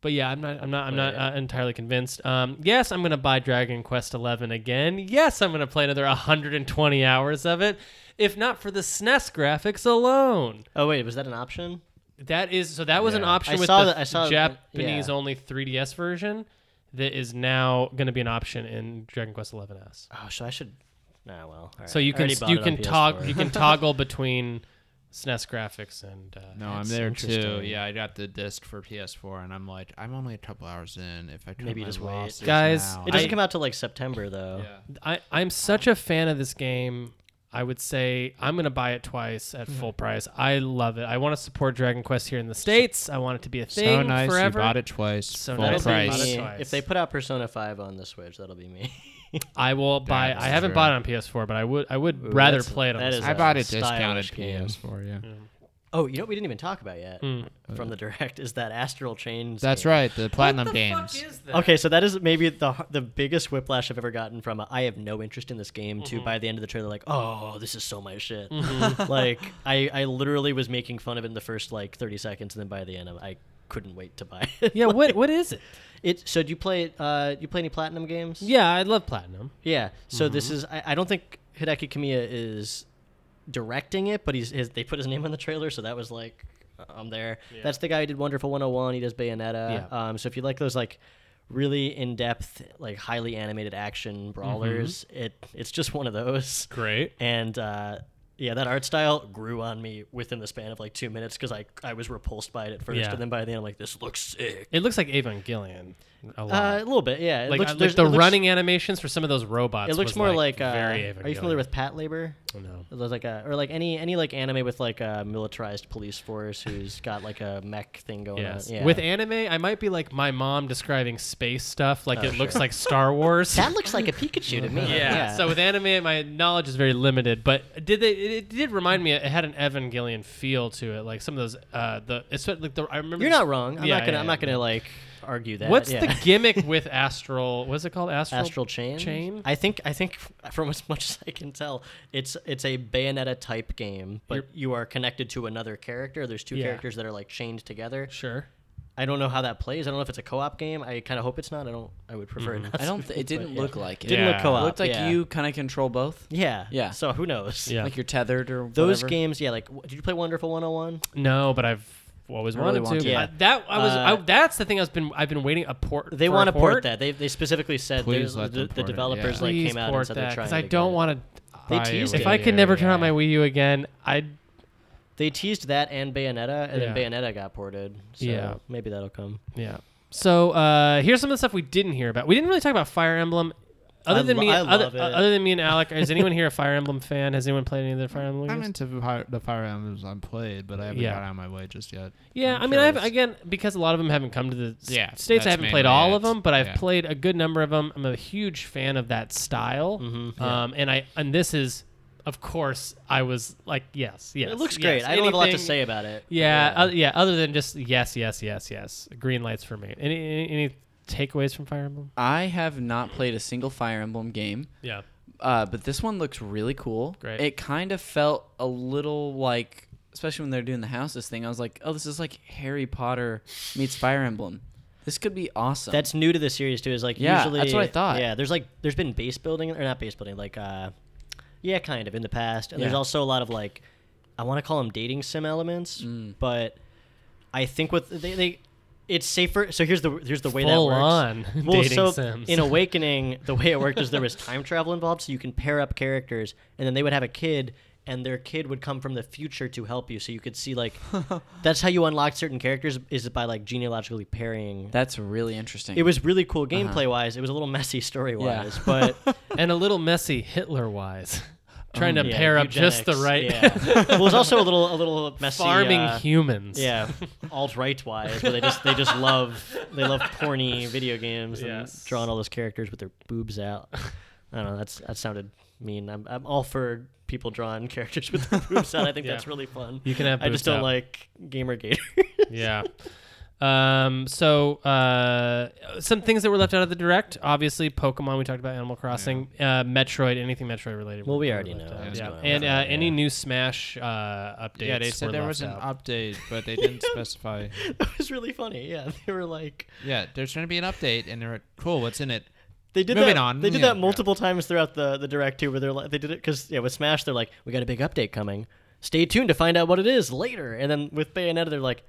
but yeah, I'm not, I'm not, I'm not uh, entirely convinced. Um, yes, I'm gonna buy Dragon Quest Eleven again. Yes, I'm gonna play another 120 hours of it, if not for the SNES graphics alone.
Oh wait, was that an option?
That is so. That was an option
I
with
saw
the
that- I saw that-
Japanese only 3DS version. that is now going to be an option in Dragon Quest Eleven S.
Oh, so I should. Nah, well. all
So
right.
you
I
can
already bought
you
it on
can
PS4.
toggle you can toggle between SNES graphics and uh,
No, I'm there too. Yeah, I got the disc for PS4, and I'm like, I'm only a couple hours in. If I cut
Maybe
my
just wait.
losses
Guys,
now-
It doesn't
I-
come out till like September though.
Yeah.
I, I'm such a fan of this game. I would say I'm going to buy it twice at full
Mm-hmm.
price. I love it. I want to support Dragon Quest here in the States. I want it to be a thing
so nice.
forever.
You bought it twice.
So
full
nice you
That'll
price.
bought
be
it
me.
twice.
If they put out Persona Five on the Switch, that'll be me.
I will buy.
That's
I haven't
true.
bought it on PS4, but I would. I would rather
that's-
play it on.
that
the
is
Switch.
I bought it
stylish
discounted
game.
PS4. Yeah.
Oh, you know what we didn't even talk about yet
Hmm.
from the direct is that Astral Chains.
That's
game.
right. The Platinum Games.
Okay, so that is maybe the h- the biggest whiplash I've ever gotten from a, I have no interest in this game to by the end of the trailer like oh this is so my shit like I I literally was making fun of it in the first like thirty seconds and then by the end I I couldn't wait to buy it.
Yeah. What What is it?
It so do you play uh do you play any platinum games?
Yeah, I love platinum.
Yeah. So
Mm-hmm.
this is I, I don't think Hideki Kamiya is directing it, but he's his, they put his name on the trailer, so that was like uh, I'm there. That's the guy who did Wonderful 101. He does Bayonetta.
Yeah.
Um, so if you like those like really in depth, like highly animated action brawlers, it it's just one of those.
Mm-hmm. Great.
And uh, yeah, that art style grew on me within the span of like two minutes because I I was repulsed by it at first,
Yeah.
and then by the end I'm like this looks sick.
It looks like Evangelion a
Uh,
lot.
a little bit, yeah. It
like,
looks,
uh, like
there's-
the
it looks-
running animations for some of those robots.
It looks
was,
more like, uh,
very Evangelion.
are you familiar with Pat Labor?
No.
It looks like a, or like any any like anime with like a militarized police force who's got like a mech thing going
Yes.
on. Yeah.
With anime, I might be like my mom describing space stuff. Like it looks like Star Wars.
Oh, that looks like a Pikachu to me.
yeah. So with anime, my knowledge is very limited. But did they? It, it did remind me. It had an Evangelion feel to it. Like some of those. Uh, the it's what- like the. I remember.
you're not wrong. I'm
Yeah,
not gonna
yeah,
I'm not gonna
yeah.
like argue that.
What's
yeah.
the gimmick with Astral? What's it called? Astral.
astral chain?
Chain?
I think I think from as much as I can tell, it's it's a Bayonetta type game, but
You're-
you are connected to another character. There's two
Yeah.
characters that are like chained together.
Sure.
I don't know how that plays. I don't know if it's a co-op game. I kind of hope it's not. I don't. I would prefer
Mm-hmm.
it not.
I don't. Th- it didn't
yeah.
look like it.
Didn't
Yeah.
look co-op.
It looked like
yeah.
you kind of control both.
Yeah.
Yeah.
So who knows?
Yeah.
Like you're tethered or
Those
whatever.
games, yeah. Like, w- did you play Wonderful 101?
No, but I've always
I really
wanted
want
to.
to. Yeah.
Uh, that I was.
Uh,
I, that's the thing. I've been. I've been waiting a port.
They
want to
port, that. They, they specifically said
Please
the,
let
the,
them
the
port it,
developers
yeah.
like
Please
came out and
port
said
that
they're trying.
I
to
don't
get it.
want to.
They
Buy
teased
it.
If I could never turn on my Wii U again, I'd.
They teased that and Bayonetta, and
Yeah.
then Bayonetta got ported. So
Yeah.
Maybe that'll come.
Yeah. So uh, here's some of the stuff we didn't hear about. We didn't really talk about Fire Emblem. Other
I
than
lo-
me,
I
other,
love it.
other than me and Alec, is anyone here a Fire Emblem fan? Has anyone played any of the Fire Emblem
I'm
games?
into the Fire- the Fire Emblems I've played, but I haven't
Yeah.
got on my way just yet.
yeah,
I'm
i mean, I've
curious.
again because a lot of them haven't come to the s-
Yeah,
states. I
that's
haven't played
mainly
all
it.
of them, but I've
Yeah.
played a good number of them. I'm a huge fan of that style,
Mm-hmm.
um, and I and this is, of course, I was like, yes, yes,
It looks
yes,
great. I don't have a lot to
anything-
say about it.
Yeah, yeah. yeah. Other than just yes, yes, yes, yes, green lights for me. Any any, any takeaways from Fire Emblem?
I have not played a single Fire Emblem game,
Yeah.
uh, but this one looks really cool.
Great.
It kind of felt a little like, especially when they're doing the houses thing. I was like, oh, this is like Harry Potter meets Fire Emblem. This could be awesome.
That's new to the series too. Is like
Yeah,
usually
that's what I thought.
Yeah, there's like there's been base building or not base building like uh, yeah, kind of in the past, and there's
Yeah.
also a lot of like I want to call them dating sim elements,
Mm.
but I think with they, they it's safer. So here's the here's the way that
Full
works.
on
well,
dating
so
sims.
in Awakening, the way it worked is there was time travel involved, so you can pair up characters, and then they would have a kid. And their kid would come from the future to help you, so you could see like that's how you unlock certain characters is by like genealogically pairing
That's really interesting.
it was really cool
Uh-huh.
gameplay wise. It was a little messy story wise, but
and a little messy Hitler wise,
Oh,
trying to
Yeah,
pair up just the
eugenics,
right
Yeah. well, it was also a little a little messy.
farming
uh,
humans.
Yeah, alt right wise, where they just they just love they love porny video games and
Yes.
drawing all those characters with their boobs out. I don't know. That's that sounded mean. I'm I'm all for people drawing characters with their boobs out. I think
Yeah.
that's really fun.
You can have
I just
boobs
don't
out.
like gamer gator.
yeah. Um, so uh, some things that were left out of the direct, obviously Pokemon. We talked about Animal Crossing, uh, Metroid, anything Metroid related.
Well, we
were
already
left
know
out.
what's
Yeah.
going on
And uh,
with that,
any
yeah.
new Smash uh, updates?
Yeah, they said
were
there
left
was an
out.
update, but they didn't specify.
that was really funny. Yeah, they were like.
Yeah, there's going to be an update, and they're like, cool. What's in it?
They did
Moving
that.
on.
They did
Yeah.
that multiple times throughout the the direct too, where they're like, they did it because yeah, with Smash they're like, we got a big update coming. Stay tuned to find out what it is later. And then with Bayonetta they're like,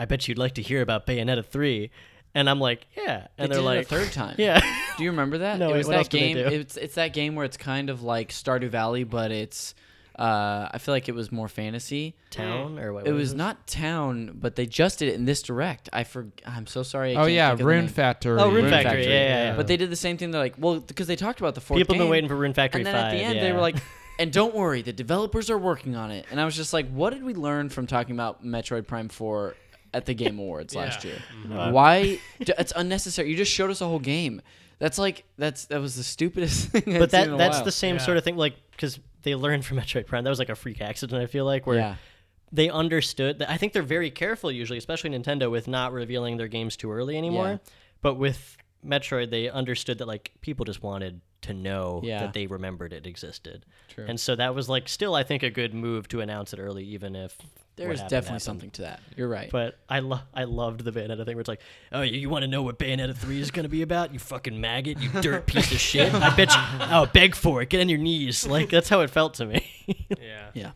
I bet you'd like to hear about Bayonetta three. And I'm like, yeah. And
They did
they're
it a
like,
third time.
Yeah.
Do you remember that?
No,
it
wait,
was
what
that
else did they
game.
do?
It's it's that game where it's kind of like Stardew Valley, but it's. Uh, I feel like it was more fantasy.
Town or what?
It
what
was
it?
not town, but they just did it in this direct. I for I'm so sorry. I
Oh
can't
yeah,
think of the
Rune
name.
Factory.
Oh, Rune Factory. Yeah, yeah, yeah.
But they did the same thing. They're like, well, because they talked about the fourth.
People have been
game,
waiting for Rune Factory
And then
5.
at the end,
yeah.
they were like, and don't worry, the developers are working on it. And I was just like, what did we learn from talking about Metroid Prime Four at the Game Awards last year?
Uh,
Why? d- It's unnecessary. You just showed us a whole game. That's like that's that was the stupidest thing. I'd
but
seen in
that
a
that's
while.
the same sort of thing like because they learned from metroid prime that was like a freak accident i feel like where
Yeah.
they understood that i think they're very careful usually especially nintendo with not revealing their games too early anymore
Yeah.
but with metroid they understood that like people just wanted to know
Yeah.
that they remembered it existed True. and so that was like still i think a good move to announce it early even if what
There's
happened
definitely
happened.
something to that. You're right.
But I lo- I loved the Bayonetta thing where it's like, oh, you, you want to know what Bayonetta three is gonna be about? You fucking maggot, you dirt piece of shit. I bet you. Oh, beg for it. Get on your knees. Like that's how it felt to me.
Yeah.
yeah.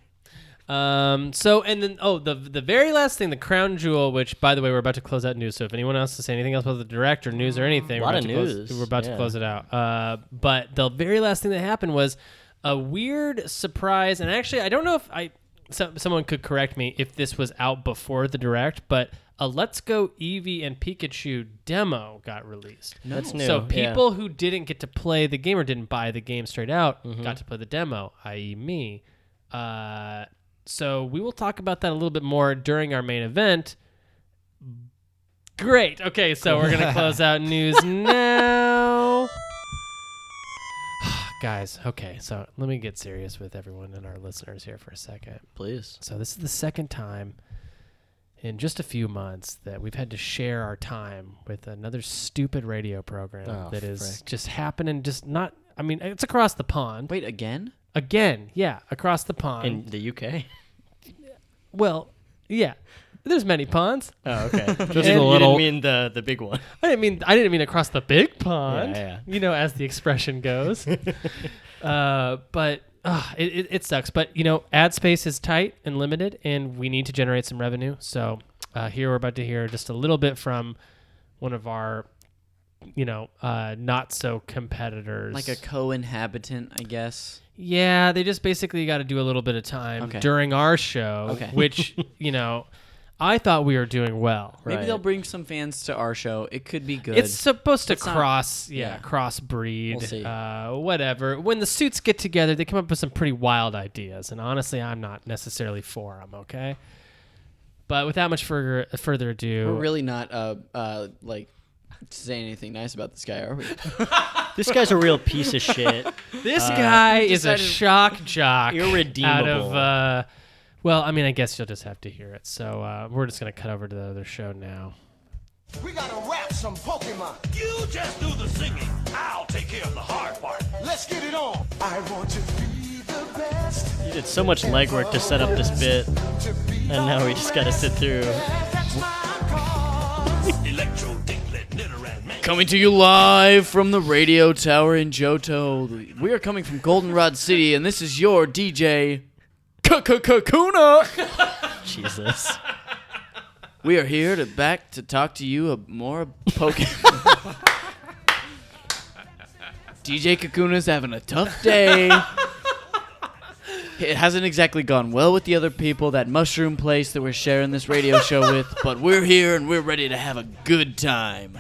Um. So and then oh the the very last thing the crown jewel which by the way we're about to close out news so if anyone else to say anything else about the direct or news or anything
Mm, Lot
we're
of
about to close-
news,
we're about to
yeah.
close it out. Uh. But the very last thing that happened was a weird surprise and actually I don't know if I so, someone could correct me if this was out before the direct but a Let's Go Eevee and Pikachu demo got released.
that's new.
So
yeah.
people who didn't get to play the game or didn't buy the game straight out
Mm-hmm.
got to play the demo, i.e., me. Uh, so we will talk about that a little bit more during our main event. Great. Okay, so we're gonna close out news now. Guys, okay, so let me get serious with everyone and our listeners here for a second.
please.
So this is the second time in just a few months that we've had to share our time with another stupid radio program
Oh,
that is just happening just not I mean it's across the pond.
Wait again?
Again, yeah, across the
Um,
pond.
In the UK.
well, yeah. There's many ponds.
Oh, okay. Just
a little-
You didn't mean the the big one.
I didn't mean I didn't mean across the big pond.
Yeah,
You know, as the expression goes. uh, but uh, it, it, it sucks. But you know, ad space is tight and limited, and we need to generate some revenue. So uh, here we're about to hear just a little bit from one of our, you know, uh, not so competitors.
Like a co-inhabitant, I guess.
yeah, they just basically got to do a little bit of time
Okay.
during our show,
Okay.
which you know, I thought we were doing well.
Maybe
Right.
they'll bring some fans to our show. It could be good.
It's supposed to
It's not-
cross, yeah,
yeah.
cross breed,
We'll see.
uh, whatever. When the suits get together, they come up with some pretty wild ideas, and honestly, I'm not necessarily for them. Okay, but without much further further ado,
We're really not uh uh like saying anything nice about this guy, are we?
This guy's a real piece of shit.
this guy
uh, we
is a
decided-
shock jock, Out of
Irredeemable.
uh, well, I mean, I guess you'll just have to hear it. So uh, we're just gonna cut over to the other show now.
We gotta wrap some Pokemon.
You just do the singing. I'll take care of the hard part.
Let's get it on. I want to be the best.
He did so much legwork to set up this bit,
To be
and now we just gotta sit through.
That's my cause.
Electro, Diglett, Nidoran, Man.
Coming to you live from the radio tower in Johto. We are coming from Goldenrod City, and this is your DJ Kuna.
Jesus.
We are here to back to talk to you a- more Pokemon. DJ Kakuna's having a tough day. It hasn't exactly gone well with the other people, that mushroom place that we're sharing this radio show with, but we're here and we're ready to have a good time.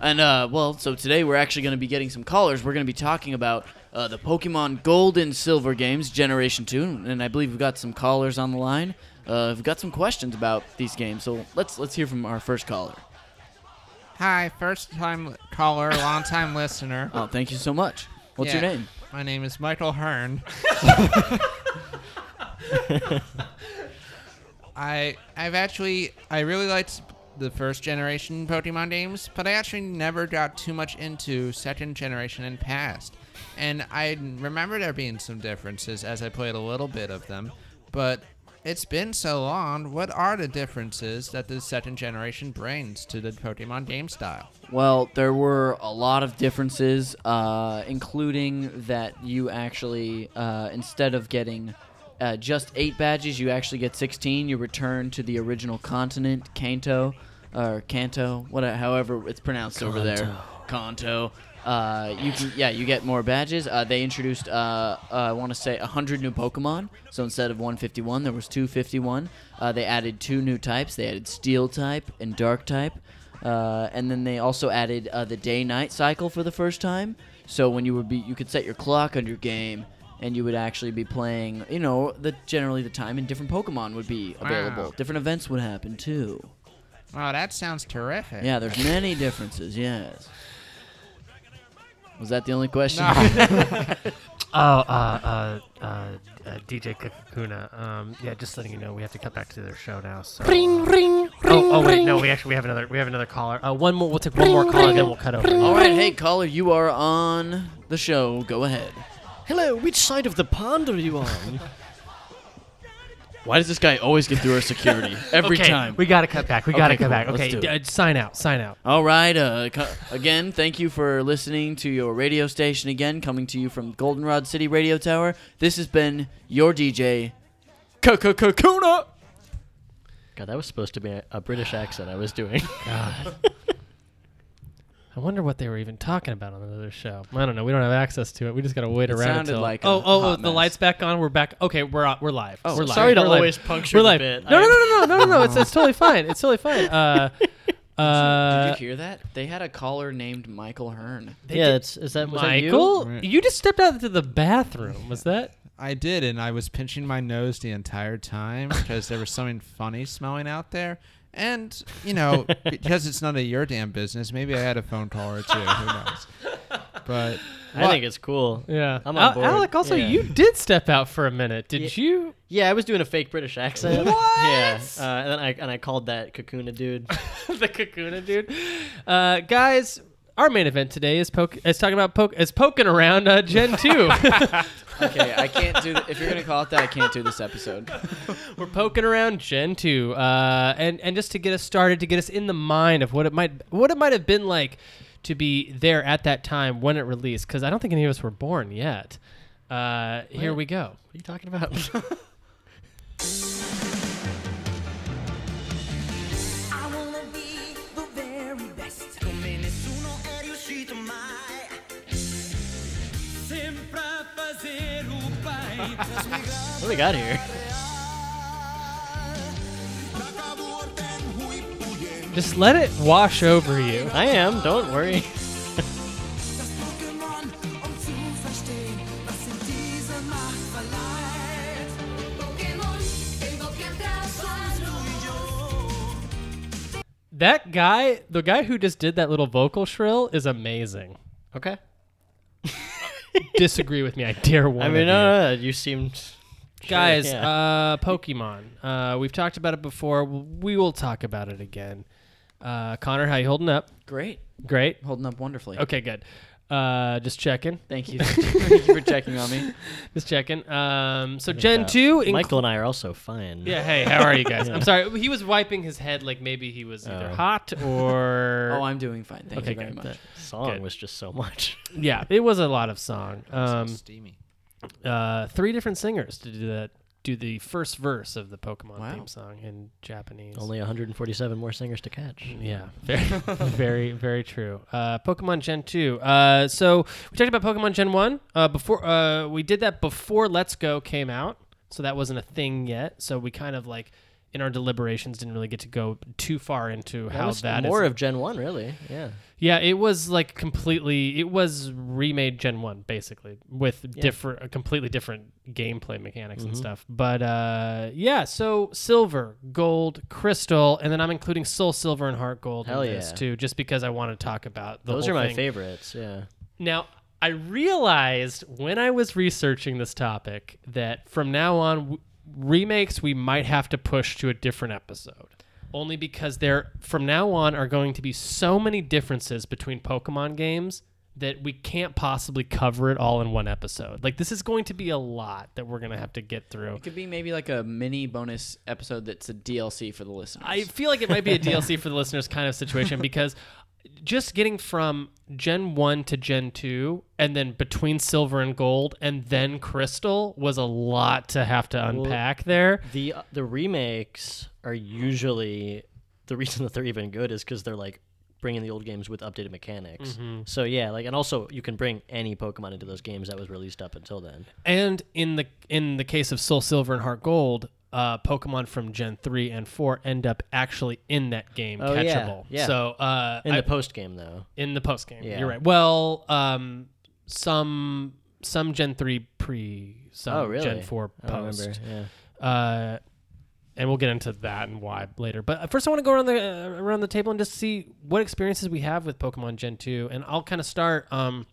And uh, well, so today we're actually going to be getting some callers. We're going to be talking about uh, the Pokemon Gold and Silver games, Generation Two, and I believe we've got some callers on the line. Uh, we've got some questions about these games, so let's let's hear from our first caller.
Hi, first time caller, long time listener.
Oh, thank you so much. What's your
Yeah.
name?
My name is Michael Hearn. I I've actually I really liked the first generation Pokemon games, but I actually never got too much into second generation and past. And I remember there being some differences as I played a little bit of them, but it's been so long. What are the differences that the second generation brings to the Pokemon game style?
Well, there were a lot of differences, uh, including that you actually, uh, instead of getting uh, just eight badges, you actually get 16. You return to the original continent, Kanto. or Kanto, whatever, however it's pronounced over there, Kanto. Uh, you can yeah, you get more badges. Uh, they introduced uh, uh I want to say hundred new Pokemon. So instead of 151, there was 251. Uh, they added two new types. They added Steel type and Dark type. Uh, and then they also added uh, the day-night cycle for the first time. So when you would be, you could set your clock on your game, and you would actually be playing. You know, the generally the time and different Pokemon would be available.
Wow.
Different events would happen too.
Oh, that sounds terrific.
Yeah, there's many differences. Yes. Was that the only question?
Oh, uh, uh, uh, uh, DJ Kakuna. Um, yeah, just letting you know, we have to cut back to their show now. So. Ring, ring, ring. Oh, oh wait, no, we actually we have another we have another caller. Uh, one more. We'll take one more caller, then we'll cut over.
All right, hey caller, you are on the show. Go ahead.
Hello, which side of the pond are you on?
Why does this guy always get through our security every
okay,
time?
we gotta cut back. We gotta
Okay,
cut back.
cool,
Okay,
let's
d-
do
uh, sign out. Sign out.
All right. Uh, co- again, thank you for listening to your radio station again, coming to you from Goldenrod City Radio Tower. This has been your DJ, Kakuna.
God, that was supposed to be a, a British accent I was doing.
I wonder what they were even talking about on another show. I don't know. We don't have access to it. We just gotta wait around
sounded
until.
like a
oh, oh, oh
hot
the
mess.
lights back on. We're back. Okay, we're on, we're live. Oh, we're live.
sorry to
we're live.
always puncture
We're
the
live.
bit.
No,
I
no,
am-
no, no, no, no, no. It's it's totally fine. It's totally fine. Uh,
Did
uh,
you hear that? They had a caller named Michael Hearn.
yeah, it's, is that was that you?
Michael,
Right.
you? just stepped out into the bathroom. Was that?
I did, and I was pinching my nose the entire time because there was something funny smelling out there. And, you know, because it's none of your damn business, maybe I had a phone call or two. Who knows? But
I think it's cool.
Yeah.
I'm
Al-
on board.
Alec, also,
Yeah.
you did step out for a minute. Did you?
Yeah, I was doing a fake British accent. What? Yeah, uh, and then I and I called that Kakuna dude.
the Kakuna dude. Uh, guys, our main event today is poke is talking about poke is poking around uh, Gen two.
Okay, I can't do. Th- if you're gonna call it that, I can't do this episode.
We're poking around Gen two, uh, and and just to get us started, to get us in the mind of what it might what it might have been like to be there at that time when it released, because I don't think any of us were born yet. Uh, here we go.
What are you talking about?
I wanna be the very best. Come nessuno è riuscito mai. Sempre a fazer o bem.
what do we got here?
Just let it wash over you.
I am. Don't worry.
Das Pokémon, um zu verstehen, was in dieser Macht verleiht. Pokémon, invoca Trasano.
That guy, the guy who just did that little vocal shrill, is amazing.
Okay.
Disagree with me, I dare one.
I
of you.
mean, no, no, no, you seemed.
guys
yeah.
uh pokemon uh we've talked about it before we will talk about it again uh connor how you holding up
Great,
great
holding up wonderfully.
okay good uh just checking
Thank you. Thank you for checking on me.
just checking um so gen
uh,
2 inc-
Michael and I are also fine.
yeah hey how are you guys i'm sorry he was wiping his head like maybe he was either
Oh.
hot or
Oh, I'm doing fine. Thank
Okay,
you very
good.
much.
That song
Good.
was just so much.
yeah it was a lot of song um
steamy.
uh three different singers to do that do the first verse of the pokemon
Wow.
theme song in japanese
Only 147 more singers to catch.
Yeah, very, very, very true. Uh, Pokemon Gen two. Uh, so we talked about Pokemon Gen one uh, before. Uh, we did that before Let's Go came out, so that wasn't a thing yet. So we kind of like in our deliberations didn't really get to go too far into
That
how
was
that is-
more of Gen One, really. Yeah.
yeah, it was like completely. It was remade Gen One basically with different, uh, completely different gameplay mechanics
Mm-hmm.
and stuff. But uh, yeah, so silver, gold, crystal, and then I'm including Soul Silver and Heart Gold
Hell
in this
yeah.
too, just because I want to talk about the
Those
whole
are my
thing.
favorites. Yeah.
Now, I realized when I was researching this topic that from now on, w- remakes we might have to push to a different episode. Only because there, from now on, are going to be so many differences between Pokemon games that we can't possibly cover it all in one episode. Like, this is going to be a lot that we're going to have to get through.
It could be maybe like a mini bonus episode that's a DLC for the listeners.
I feel like it might be a DLC for the listeners kind of situation because just getting from Gen 1 to Gen 2 and then between silver and gold and then crystal was a
uh,
lot to have to unpack there.
The the remakes are usually the reason that they're even good is because they're like bringing the old games with updated mechanics.
Mm-hmm.
So yeah, like and also you can bring any Pokemon into those games that was released up until then.
And in the in the case of Soul Silver and Heart Gold, uh, Pokemon from Gen three and four end up actually in that game
Oh, yeah,
catchable.
yeah.
So uh,
In
I-
the post game though,
in the post game,
Yeah.
you're right. Well, um, some some Gen three pre, some
Oh, really?
Gen four
I don't
post.
remember. Yeah.
Uh, and we'll get into that and why later. But first, I want to go around the uh, around the table and just see what experiences we have with Pokemon Gen two. And I'll kind of start. Um,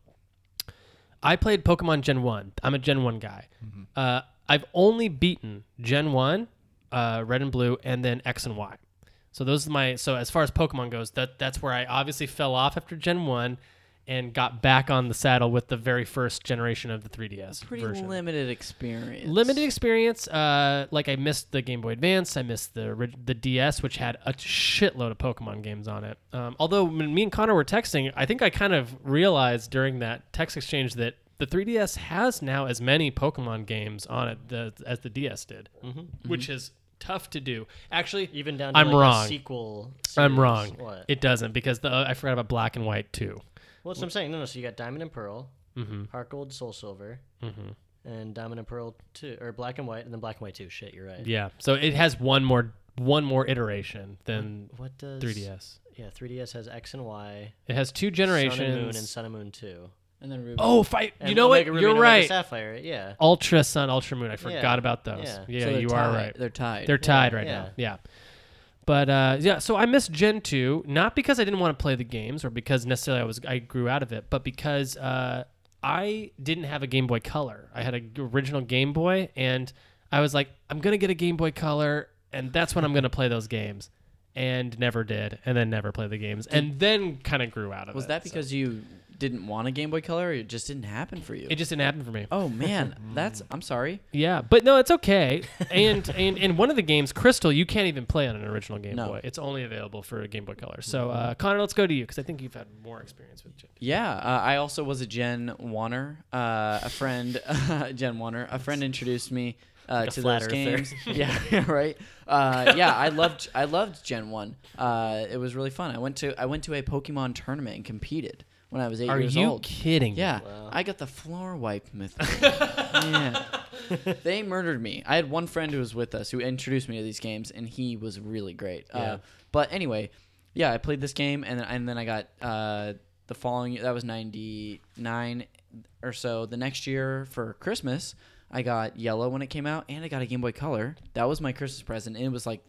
I played Pokemon Gen one. I'm a Gen one guy. Uh, I've only beaten Gen one, uh, Red and Blue, and then X and Y. So those are my. So as far as Pokemon goes, that that's where I obviously fell off after Gen one. And got back on the saddle with the very first generation of the 3DS.
Pretty
version
limited experience.
limited experience. Uh, like I missed the Game Boy Advance. I missed the ri- the DS, which had a shitload of Pokemon games on it. Um, although when me and Connor were texting, I think I kind of realized during that text exchange that the 3DS has now as many Pokemon games on it the, as the DS did,
Mm-hmm.
which is tough to do. Actually,
Even down to
I'm
like, a
wrong.
sequel.
I'm
series.
wrong.
What?
It doesn't because the uh, I forgot about Black and White too.
Well, that's what I'm saying. No, no. So you got Diamond and Pearl,
Mm-hmm.
Heart Gold, Soul Silver, and Diamond and Pearl two, or Black and White, and then Black and White two. Shit, you're right.
Yeah, so it has one more one more iteration than
What does
3DS.
Yeah, 3DS has X and Y,
It has two generations.
Sun and Moon, and Sun and Moon two.
And then Ruby.
Oh, fight!
And
you know what?
Omega Ruby
You're
and Omega
right.
Sapphire. Yeah.
Ultra Sun, Ultra Moon. I forgot
Yeah.
about those. Yeah,
Yeah.
So they're
you
tied.
are right.
They're tied.
They're tied right
yeah.
now. Yeah. But uh, yeah, so I missed Gen two not because I didn't want to play the games or because necessarily I was I grew out of it, but because uh, I didn't have a Game Boy Color. I had an original Game Boy, and I was like, I'm gonna get a Game Boy Color, and that's when I'm gonna play those games, and never did, and then never played the games, and then kind of grew out of it.
was that
so.
because you didn't want a Game Boy Color or it just didn't happen for you?
it just didn't happen for me?
oh man, that's I'm sorry.
Yeah, but no, it's okay. And and and one of the games, Crystal, you can't even play on an original Game
No. Mm-hmm.
Boy. It's only available for a Game Boy Color. So, uh, Connor, let's go to you because I think you've had more experience with Gen.
Yeah, uh, I also was a Gen Warner. Uh, a friend, Gen Warner. A friend introduced me uh,
a
to
flat
those
earther.
games. yeah, right. Uh, yeah, I loved I loved Gen One. Uh, it was really fun. I went to I went to a Pokemon tournament and competed when I was eight
Are
years
you
old.
kidding?
Yeah, I got the floor wiped with me. yeah. They murdered me. I had one friend who was with us who introduced me to these games, and he was really great. Uh, but anyway, yeah, I played this game, and then and then I got uh, the following year. That was '99 or so. The next year for Christmas, I got Yellow when it came out, and I got a Game Boy Color. That was my Christmas present, and it was like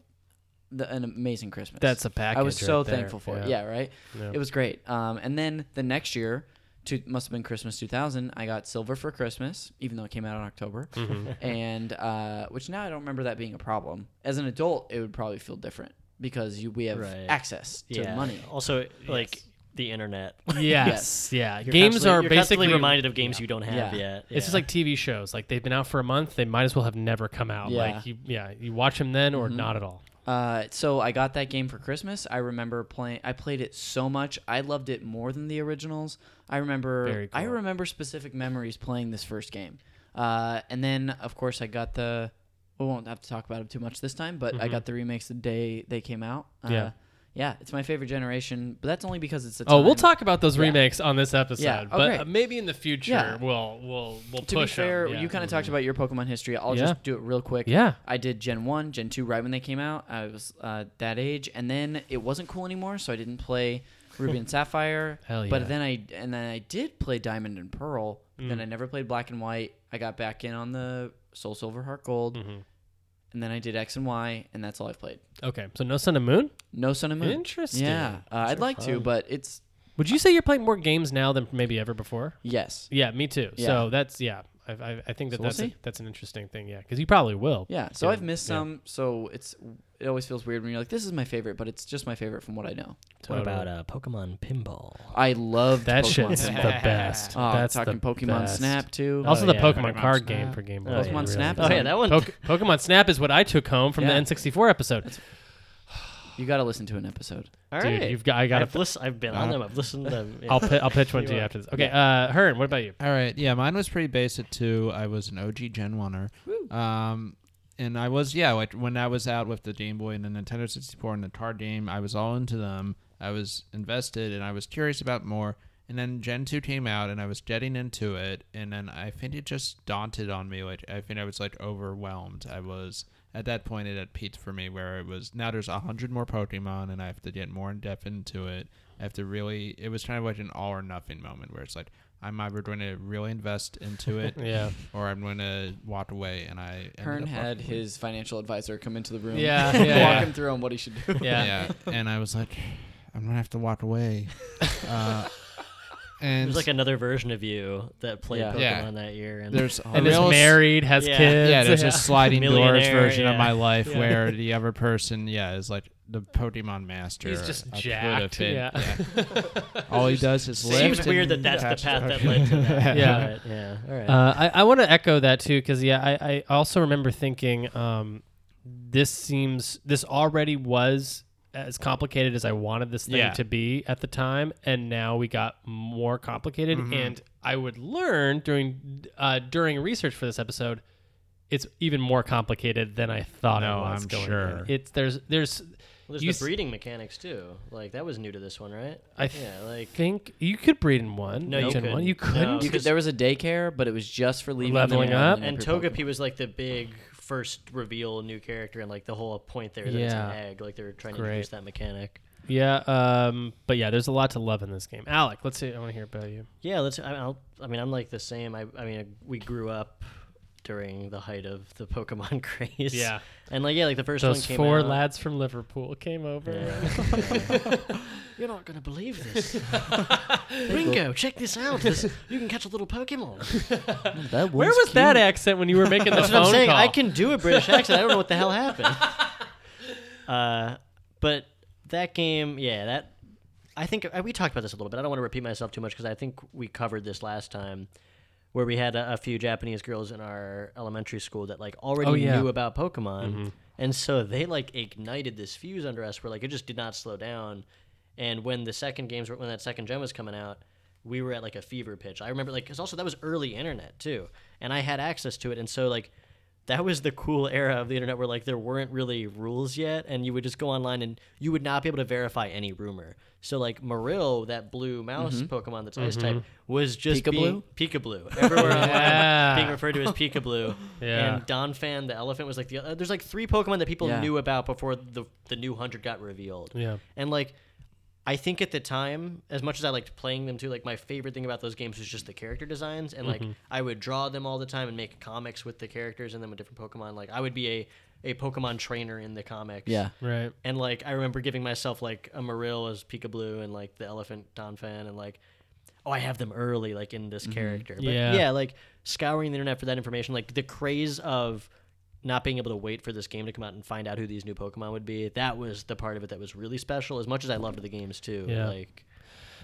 the, an amazing Christmas.
That's a
I was
package
so
right there.
thankful for it.
Yeah.
Yeah, right. It was great. Um, and then the next year, to, must have been Christmas 2000. I got Silver for Christmas, even though it came out in October, and uh, which now I don't remember that being a problem. As an adult, it would probably feel different because you, we have
Right.
access to
yeah.
money.
Also, like the internet.
Yes. Yeah.
You're
games
constantly-
are
you're
basically
constantly reminded of games you don't have
Yeah.
yet.
It's just
Yeah.
like TV shows. Like they've been out for a month, they might as well have never come out.
Yeah. Mm-hmm.
Like you, yeah, you watch them then or not at all.
Uh, so I got that game for Christmas. I remember playing. I played it so much. I loved it more than the originals. I remember.
Very cool.
I remember specific memories playing this first game. Uh, and then of course I got the. We won't have to talk about it too much this time, but I got the remakes the day they came out. Uh,
Mm-hmm. Yeah.
Yeah, it's my favorite generation, but that's only because it's a.
Oh, we'll
time-
talk about those remakes on this episode,
Yeah. Oh,
but
great.
uh, maybe in the future
Yeah.
we'll we'll we'll
To be
push 'em.
fair,
Yeah. Mm-hmm.
you kind of talked about your Pokemon history. I'll
Yeah.
just do it real quick.
Yeah.
I did Gen 1, Gen 2 right when they came out. I was uh, that age. And then it wasn't cool anymore, so I didn't play Ruby and Sapphire.
Hell yeah.
But then I and then I did play Diamond and Pearl. but
Mm.
Then I never played Black and White. I got back in on the Soul Silver Heart Gold.
Mm.
And then I did X and Y, and that's all I've played.
Mm-hmm. Okay, so no Sun and Moon.
No Sun and Moon.
Interesting.
Hmm. Yeah. Uh, I'd like to, but it's
Would you say you're playing more games now than maybe ever before?
yes.
Yeah, me too.
Yeah.
So that's yeah. I, I, I think that
So we'll
that's a,
see.
that's an interesting thing. Yeah, because you probably will.
Yeah. So I've missed
yeah.
some. So it's it always feels weird when you're like, this is my favorite, but it's just my favorite from what I know.
What about uh, Pokemon Pinball?
I love
That
Pokemon
shit's the
Snap.
best.
Oh,
that's
talking
the
Pokemon
best. Uh,
Snap too.
Also,
Oh,
the
yeah.
Pokemon
Pokemon
card
Snap.
game for Game Boy.
Pokemon
really
Snap
good.
is
Oh yeah,
on-
that one.
Poke- Pokemon Snap is what I took home from
Yeah.
the N64 episode.
you got to listen to an episode.
All
Dude,
right.
you've got. I got.
I've, listen, I've been on them. I've listened to them. yeah.
I'll pi- I'll pitch one to you after this. Okay, uh, Hearn, what about you?
All right, yeah, mine was pretty basic too. I was an OG Gen Oneer. Um, and I was yeah like when I was out with the Game Boy and the Nintendo 64 and the card game, I was all into them. I was invested and I was curious about more. And then Gen 2 came out and I was getting into it and then I think it just daunted on me like I think I was like overwhelmed. I was at that point it had peaked for me where it was now there's a hundred more Pokemon and I have to get more in depth into it. I have to really it was kind of like an all or nothing moment where it's like I'm either going to really invest into it,
Yeah.
or I'm going to walk away. And I ended
Hearn
up
had
walking
his financial advisor come into the room.
Yeah,
walk
yeah, yeah.
him through on what he should do.
Yeah.
away. yeah, and I was like, I'm gonna have to walk away. Uh, and
There's like another version of you that played
Yeah.
Pokemon
Yeah.
that year. And
there's a
And is
real s-
married, has
Yeah.
kids.
Yeah, there's a sliding doors
Millionaire,
version
yeah.
of my life
Yeah.
where the other person, yeah, is like the Pokemon master.
He's just
I could have
jacked.
been.
Yeah.
All he does is lift.
seems weird that
and
that's
catch
the path that
Pokemon.
led to that.
Yeah.
but, yeah. All right.
Uh, I, I want to echo that too because yeah, I, I also remember thinking um, this seems this already was as complicated as I wanted this thing
Yeah.
to be at the time, and now we got more complicated.
Mm-hmm.
And I would learn during uh, during research for this episode, it's even more complicated than I thought
No,
it was.
I'm
going in.
sure.
it's there's there's
Well, there's
you
the
s-
breeding mechanics too. Like that was new to this one, right?
I
yeah, like
think you could breed in one.
No, you
Gen one.
couldn't.
You
No.
couldn't.
You could, there was a daycare, but it was just for leaving.
Leveling
the mail
up.
and
every
Togepi was like the big first reveal new character, and like the whole point there that it's
Yeah.
an egg. Like they were trying to introduce that mechanic.
Yeah. Um. But yeah, there's a lot to love in this game. Alec, let's see. I want to hear about you.
Yeah, let's. I, I'll, I mean, I'm like the same. I, I mean, we grew up during the height of the Pokemon craze.
Yeah.
and like yeah, like the first one
Those
came
four
out.
lads from Liverpool came over.
You're not gonna believe this, Ringo. Check this out. This, you can catch a little Pokemon.
Pokemon. That
Where was
cute.
that accent when you were making the
That's
phone
what I'm saying.
call?
I can do a British accent. I don't know what the hell happened. Uh, but that game, yeah, that I think uh, we talked about this a little bit. I don't want to repeat myself too much because I think we covered this last time, where we had a, a few Japanese girls in our elementary school that like already
Oh, yeah. Mm-hmm.
knew about Pokemon, and so they like ignited this fuse under us where like it just did not slow down. And when the second games were when that second gen was coming out, we were at like a fever pitch. I remember like because also that was early internet too, and I had access to it, and so like that was the cool era of the internet where like there weren't really rules yet and you would just go online and you would not be able to verify any rumor so like Marill, that blue mouse
Mm-hmm.
pokemon that's ice type was just being Peekablue. everywhere
Yeah.
online being referred to as Peekablue.
Yeah.
and donphan the elephant was like the uh, there's like three pokemon that people
Yeah.
knew about before the the new 100 got revealed
Yeah.
and like I think at the time, as much as I liked playing them too, like my favorite thing about those games was just the character designs, and like
Mm-hmm.
I would draw them all the time and make comics with the characters and then with different Pokemon. Like I would be a a Pokemon trainer in the comics.
Yeah.
Right.
And like I remember giving myself like a Marill as Peekaboo and like the elephant Donphan and like oh I have them early like in this character. But
Mm-hmm. Yeah.
yeah. like scouring the internet for that information, like the craze of not being able to wait for this game to come out and find out who these new Pokemon would be, that was the part of it that was really special. As much as I loved the games too.
Yeah.
Like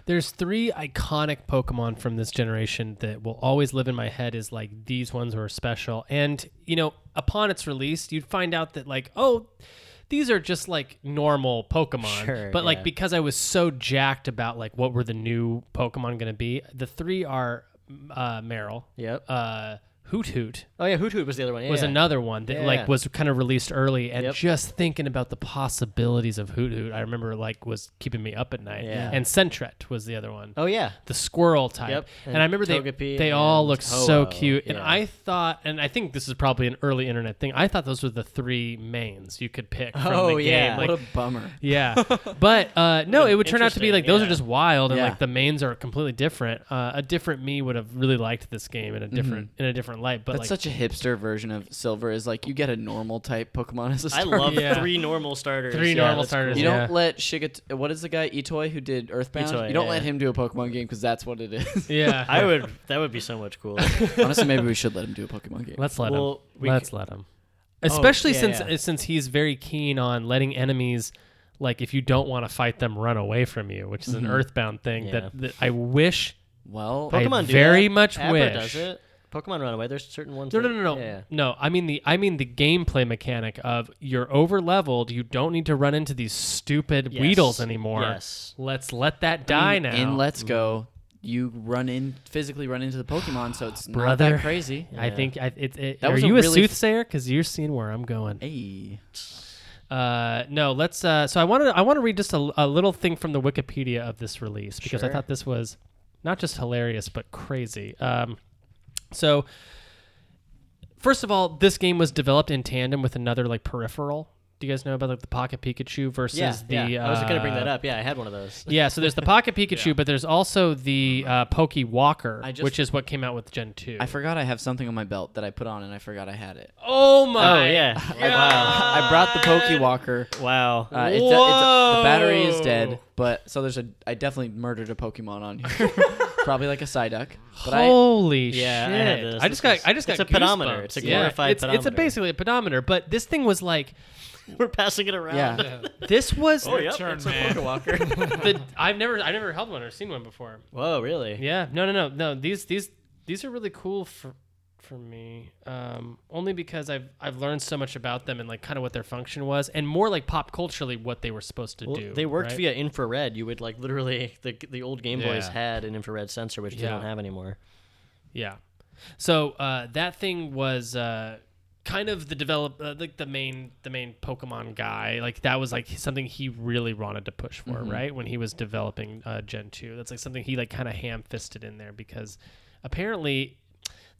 There's three iconic Pokemon from this generation that will always live in my head as like these ones were special. And, you know, upon its release, you'd find out that like, oh, these are just like normal Pokemon.
Sure,
but like
yeah.
because I was so jacked about like what were the new Pokemon going to be, the three are uh Meryl.
Yep.
Uh Hoot Hoot
oh yeah, Hoot Hoot was the other one. Yeah.
was another one that
Yeah.
like was kind of released early and
Yep.
just thinking about the possibilities of Hoot Hoot, I remember like was keeping me up at night.
Yeah.
And Sentret was the other one
Oh yeah.
the squirrel type.
Yep,
And,
and
I remember they
Togepi
they all
and
looked so
Ho-Oh,
cute. And
yeah.
I thought, and I think this is probably an early internet thing. I thought those were the three mains you could pick from
Oh,
the
yeah.
game.
What
Like,
a bummer.
yeah, but uh, no, it would turn out to be
Interesting,
like those are
yeah.
just wild, and
Yeah.
like the mains are completely different. Uh, a different me would have really liked this game
Mm-hmm.
in a different in a different light. But
That's
like,
such a hipster version of silver. Is like you get a normal type Pokemon as a
I
starter.
love
Yeah.
three normal starters.
Three
Yeah,
normal
that's
starters.
You
cool.
don't
Yeah.
let Shigat. What is the guy Itoy who did Earthbound?
Itoy,
you don't
yeah.
let him do a Pokemon game because that's what it is.
yeah,
I would that would be so much cooler.
Honestly, maybe we should let him do a Pokemon game.
Let's let
Well,
him.
we Oh,
Let's let him. Especially
yeah,
since uh,
yeah.
since he's very keen on letting enemies, like if you don't want to fight them, run away from you, which is an Earthbound thing
Mm-hmm. Yeah.
that, that I wish.
Well,
I
Pokemon do
very
that.
much
Abra
wish.
does it. Pokemon Runaway. There's certain ones.
No,
that,
no, no, no,
Yeah.
no. I mean the I mean the gameplay mechanic of you're over leveled. You don't need to run into these stupid
Yes.
Weedles anymore.
Yes.
Let's let that die
in,
now.
in Let's Go, you run in physically run into the Pokemon, so it's not
Brother.
that crazy.
I think I, it's. It,
That
are
was a
you a
really f-
soothsayer? Because you're seeing where I'm going.
Hey,
Uh, no, let's. Uh, so I want to. I want to read just a, a little thing from the Wikipedia of this release because I
Sure.
thought this was not just hilarious but crazy. Um, so first of all, this game was developed in tandem with another like peripheral. Do you guys know about like the Pocket Pikachu versus
Yeah,
the?
yeah. I was gonna bring
uh,
that up. Yeah, I had one of those.
Yeah, so there's the Pocket Pikachu, but there's also the uh, Poke Walker,
I just-
which is what came out with Gen two.
I forgot I have something on my belt that I put on, and I forgot I had it.
oh my!
Oh yeah. wow.
I brought the Poke Walker.
Wow.
Uh, it's, it's, the battery is
Whoa.
dead, but so there's a. I definitely murdered a Pokemon on here, probably like a Psyduck. But
Holy
Yeah, I
shit!
had this.
just
This
got. I just
is-
got.
it's a pedometer. It's a
goosebumps. Yeah,
glorified
it's, It's a
pedometer.
basically a pedometer, but this thing was like
We're passing it around.
I yeah,
this was.
Oh, yep.
Turn,
it's a
man.
Poke Walker.
the, I've never I've never held one or seen one before.
Whoa, really?
Yeah, no, no, no, no. These these these are really cool for for me. Um, only because I've I've learned so much about them and like kind of what their function was, and more like pop culturally what they were supposed to
Well,
do.
they worked
right?
via infrared. You would like literally the the old Game Boys
Yeah.
had an infrared sensor, which they
Yeah.
don't have anymore.
Yeah. So uh, that thing was uh, kind of the develop uh, like the main the main Pokemon guy. Like that was like something he really wanted to push for,
Mm-hmm.
right? When he was developing uh, Gen two, that's like something he like kind of ham fisted in there because apparently.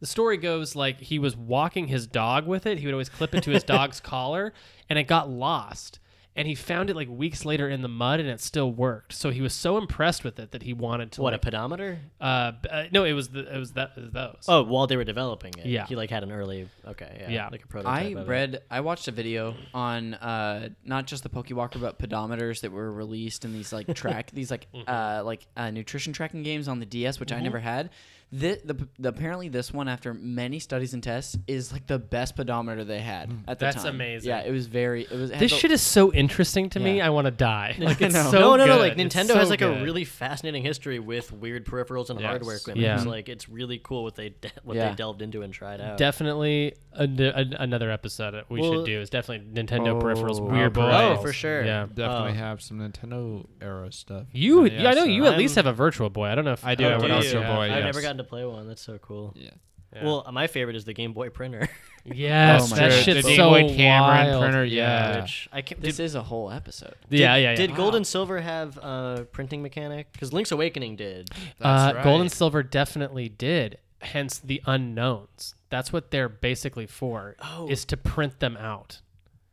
The story goes like he was walking his dog with it. He would always clip it to his dog's collar, and it got lost. And he found it like weeks later in the mud, and it still worked. So he was so impressed with it that he wanted to
What a
like,
pedometer?
uh, b- uh, no, it was the, it was that it was those.
Oh, while they were developing it.
Yeah.
He like had an early okay, yeah.
Yeah.
Like a prototype.
I
of it.
read, I watched a video on uh, not just the Pokewalker, but pedometers that were released in these like track, these like
Mm-hmm.
uh, like uh, nutrition tracking games on the DS, which I never had. The, the, the apparently this one after many studies and tests is like the best pedometer they had at the
Mm. That's
time.
amazing.
Yeah, it was very. It was it had
this
the-
shit is so interesting to me.
Yeah.
I want to die. Like
I
it's
know.
so
no, no, no.
good.
Like
It's
Nintendo
so
has like a
good.
really fascinating history with weird peripherals and hardware equipment.
Yeah.
It's like it's really cool what they de- what
Yeah.
they delved into and tried out.
definitely a, an- another episode that we
Well-
should do is definitely Nintendo peripherals
Oh,
weird boy.
Oh, for sure.
Yeah.
Definitely have some Nintendo era stuff.
You,
Yeah,
I know
so
you at
I'm-
least have a Virtual Boy. I don't know if
I do have
Do
an
you?
Virtual Boy.
I've
yes.
never gotten to play one. That's so cool.
Yeah.
Well, my favorite is the Game Boy printer.
Yes,
Oh my
that
God.
shit's
the
so
Game Boy camera and
wild.
printer. Yeah.
Which I can't.
This
did,
is a whole episode.
yeah, yeah, yeah.
did Gold and Silver have uh, printing mechanic? Because Link's Awakening did.
uh,
That's
Gold and
right.
Silver definitely did. Hence the unknowns. That's what they're basically for.
Oh.
Is to print them out.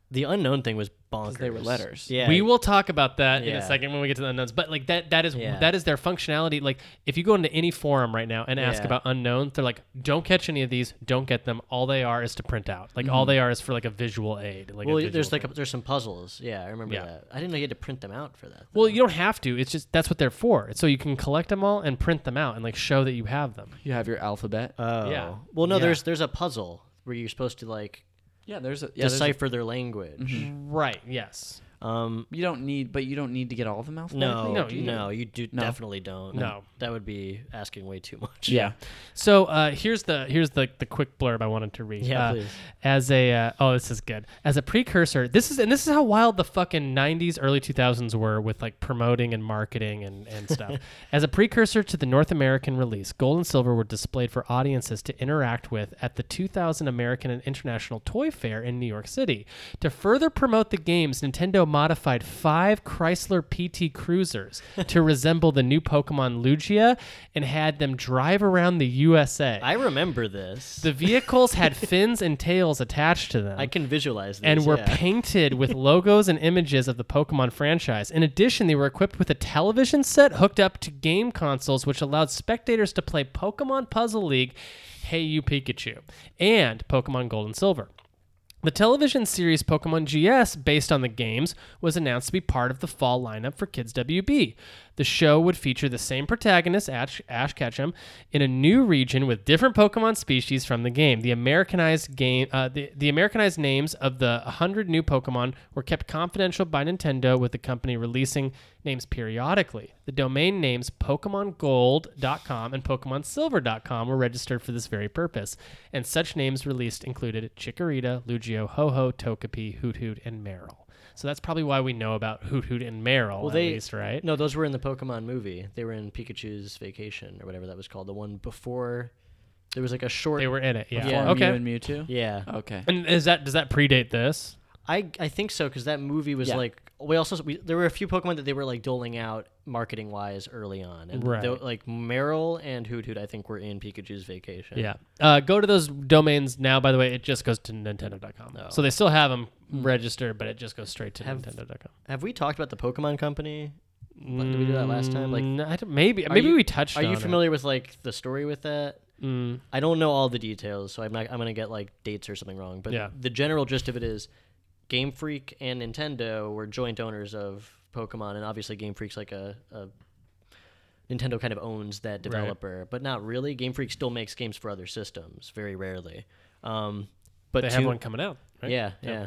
The unknown thing was bonkers.
they were letters.
Yeah.
We will talk about that in a
Yeah.
second when we get to the unknowns. But like that that is
Yeah.
that is their functionality. Like if you go into any forum right now and ask
Yeah.
about unknowns, they're like, don't catch any of these, don't get them. All they are is to print out. Like all they are is for like a visual aid. Like a
Mm-hmm. Well,
visual
there's like
thing.
a, there's some puzzles. Yeah, I remember
Yeah.
that. I didn't know you had to print them out for that.
well, you don't have to. It's just that's what they're for. So you can collect them all and print them out and like show that you have them.
You have your alphabet.
Oh.
Yeah.
Well, no,
Yeah.
there's there's a puzzle where you're supposed to like
yeah, there's a yeah, Mm-hmm. there's a-
decipher their language.
Right. Yes.
Um,
you don't need, but you don't need to get all of them alphabetically.
No,
no, no,
you
you,
don't.
do
No.
definitely don't.
No.
that would be asking way too much.
Yeah.
So uh, here's the here's the the quick blurb I wanted to read.
Yeah,
Uh,
please.
As a uh, oh, this is good. As a precursor, this is and this is how wild the fucking '90s, early 2000s were with like promoting and marketing and and stuff. as a precursor to the North American release, gold and silver were displayed for audiences to interact with at the 2000 American and International Toy Fair in New York City. To further promote the games, Nintendo modified five Chrysler PT Cruisers to resemble the new Pokemon Lugia and had them drive around the USA.
I remember this.
The vehicles had fins and tails attached to them.
I can visualize this.
and were
yeah.
painted with logos and images of the Pokemon franchise. In addition, they were equipped with a television set hooked up to game consoles, which allowed spectators to play Pokemon Puzzle League, Hey You Pikachu, and Pokemon Gold and Silver. The television series Pokemon GS, based on the games, was announced to be part of the fall lineup for Kids WB. The show would feature the same protagonist, Ash, Ash Ketchum, in a new region with different Pokemon species from the game. The Americanized game, uh, the, the Americanized names of the 100 new Pokemon were kept confidential by Nintendo, with the company releasing names periodically. The domain names PokemonGold.com and PokemonSilver.com were registered for this very purpose, and such names released included Chikorita, Lugio, Ho-Ho, Togepi, Hoot Hoot, and Meryl. Meryl. So that's probably why we know about Hoot Hoot and Meryl
Well,
at
they
least, right?
No, those were in the Pokemon movie. They were in Pikachu's Vacation or whatever that was called. The one before there was like a short.
They were Oh. in it. Yeah.
Form
okay.
Mew and Mewtwo.
Yeah,
Okay.
and is that does that predate this?
I I think so because that movie was
Yeah.
like we also we, there were a few Pokemon that they were like doling out marketing wise early on, and
Right.
tho- like Meryl and Hoot Hoot I think were in Pikachu's Vacation.
Yeah. Uh, go to those domains now. By the way, it just goes to Nintendo.com. So they still have them registered, but it just goes straight to
Have-
Nintendo.com.
Have we talked about the Pokemon Company? Like, Did we do that last time? Like,
Mm, I don't- maybe maybe
you-
we touched.
are
on
you
it.
familiar with like the story with that?
Mm.
I don't know all the details, so I'm not. I'm gonna get like dates or something wrong. But
Yeah.
the general gist of it is, Game Freak and Nintendo were joint owners of Pokemon, and obviously Game Freak's like a, a Nintendo kind of owns that developer, but not really. Game Freak still makes games for other systems, very rarely. Um, but
They have
to-
one coming out. Right?
yeah, yeah.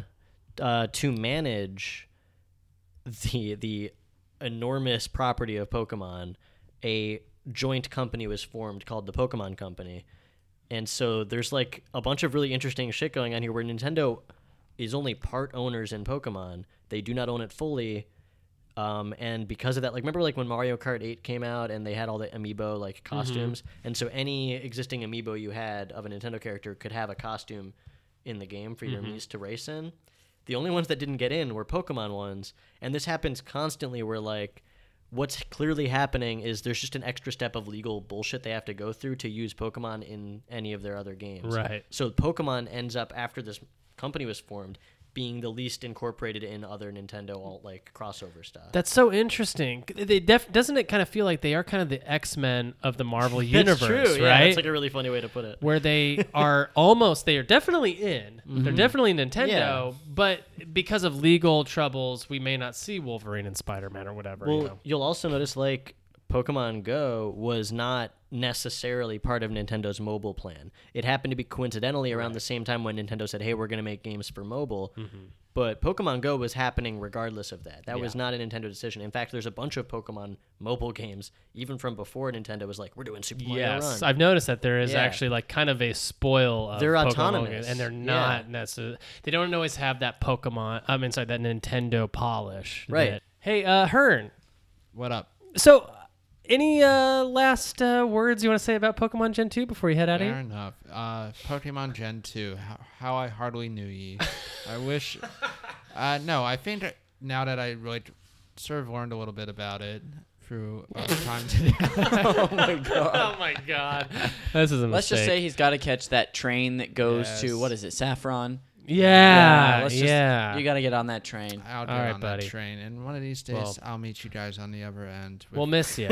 Uh, to manage the the enormous property of Pokemon, a joint company was formed called the Pokemon Company, and so there's like a bunch of really interesting shit going on here where Nintendo is only part owners in Pokemon. They do not own it fully. Um, and because of that, like remember like when Mario Kart 8 came out and they had all the amiibo like costumes, and so any existing amiibo you had of a Nintendo character could have a costume in the game for your Miis to race in. The only ones that didn't get in were Pokemon ones, and this happens constantly. Where like, what's clearly happening is there's just an extra step of legal bullshit they have to go through to use Pokemon in any of their other games.
Right.
So Pokemon ends up after this company was formed being the least incorporated in other Nintendo alt like crossover stuff.
That's so interesting. They def- doesn't it kind of feel like they are kind of the X Men of the Marvel universe, right?
Yeah, that's like a really funny way to put it.
where they are almost they are definitely in they're definitely nintendo
Mm-hmm. Yeah.
but because of legal troubles we may not see wolverine and spider-man or whatever you
Well,
know.
you'll also notice like Pokemon Go was not necessarily part of Nintendo's mobile plan. It happened to be coincidentally around the same time when Nintendo said, "Hey, we're going to make games for mobile."
Mm-hmm.
But Pokemon Go was happening regardless of that. That was not a Nintendo decision. In fact, there's a bunch of Pokemon mobile games even from before Nintendo was like, "We're doing Super Mario
yes
Run."
i've noticed that there is
Yeah.
actually like kind of a spoil of
They're
Pokemon
autonomous.
games, and they're
Yeah.
not necessarily they don't always have that pokemon i'm mean, sorry that nintendo polish
Right.
that- hey uh hearn
What up?
so uh, any uh last uh, words you want to say about pokemon gen 2 before you head out of
Fair
here
enough. Uh, Pokemon Gen 2, how, how I hardly knew ye. I wish. Uh, no, I think that now that I really t- sort of learned a little bit about it through our time together.
oh my god this is a mistake
Let's just say he's got to catch that train that goes
Yes.
to what is it, Saffron?
Ah, yeah yeah,
let's just- you got to get on that train.
I'll get
All right,
on
buddy.
that train. And one of these days,
Well-
I'll meet you guys on the other end. with-
We'll miss you.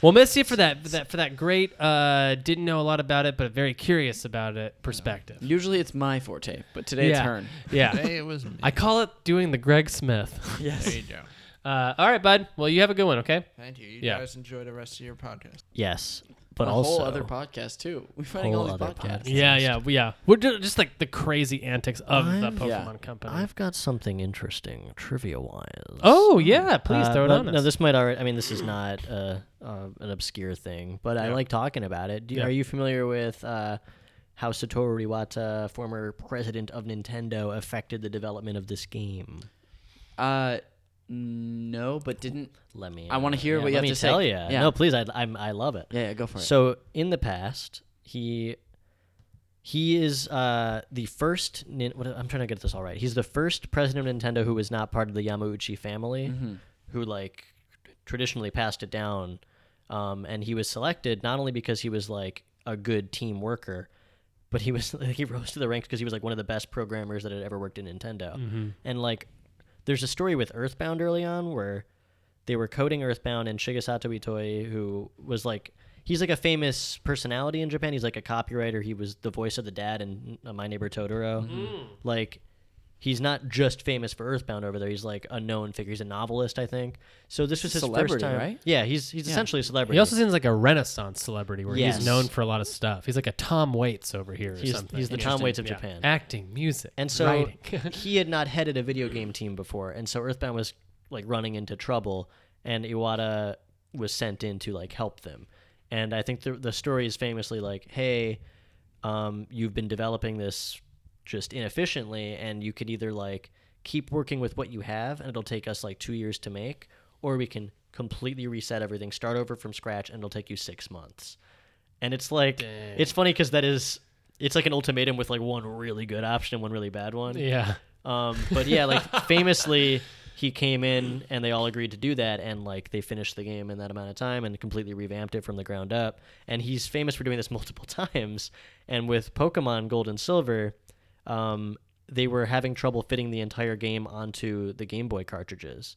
we'll miss you for that for that for that great uh didn't know a lot about it but very curious about it perspective.
Usually it's my forte, but today it's
yeah.
Hearn.
Yeah.
Hey, it was me.
I call it doing the Greg Smith.
There you go.
Uh, all right, bud. Well, you have a good one, okay?
Thank you. You
Yeah.
guys enjoy the rest of your podcast.
yes, but
a
also
whole other podcast too. We're finding all
Whole
these
other
podcasts.
podcast.
Yeah, yeah, yeah. We're ju- just like the crazy antics of the Pokemon
Yeah.
company.
I've got something interesting trivia wise.
oh, yeah. Please
Uh,
throw it
but
on
No,
us.
this might already. I mean, this is not uh, uh, an obscure thing, but I like talking about it. Do,
Yeah.
Are you familiar with uh, how Satoru Iwata, former president of Nintendo, affected the development of this game?
Uh, no, but didn't.
Let me.
I wanna hear what you
let
have
me
to say.
tell you.
Yeah.
No, please. I I'm, I love it.
Yeah, yeah, go for it.
So in the past, he he is uh, the first. Nin- what, I'm trying to get this all right. He's the first president of Nintendo who was not part of the Yamauchi family,
Mm-hmm.
who like traditionally passed it down. Um, and he was selected not only because he was like a good team worker, but he was he rose to the ranks because he was like one of the best programmers that had ever worked in Nintendo.
Mm-hmm.
And like, there's a story with Earthbound early on where they were coding Earthbound and Shigesato Itoi, who was like he's like a famous personality in Japan. He's like a copywriter. He was the voice of the dad in uh, My Neighbor Totoro.
Mm.
Like he's not just famous for Earthbound over there. He's like a known figure. He's a novelist, I think. So this was his first
Celebrity,
time.
right?
Yeah, he's he's essentially a celebrity.
he also seems like a renaissance celebrity where
Yes.
he's known for a lot of stuff. He's like a Tom Waits over here or
he's,
something.
he's the Tom Waits of
Yeah.
Japan.
Acting, music,
And so
writing.
he had not headed a video game team before, and so Earthbound was like running into trouble, and Iwata was sent in to like help them. And I think the the story is famously like, "Hey, um, you've been developing this just inefficiently, and you could either like keep working with what you have, and it'll take us like two years to make, or we can completely reset everything, start over from scratch, and it'll take you six months. And it's like, it's funny because that is, it's like an ultimatum with like one really good option and one really bad one.
Yeah.
Um, but yeah, like famously, he came in and they all agreed to do that, and like they finished the game in that amount of time and completely revamped it from the ground up. And he's famous for doing this multiple times. And with Pokemon Gold and Silver, um, they were having trouble fitting the entire game onto the Game Boy cartridges,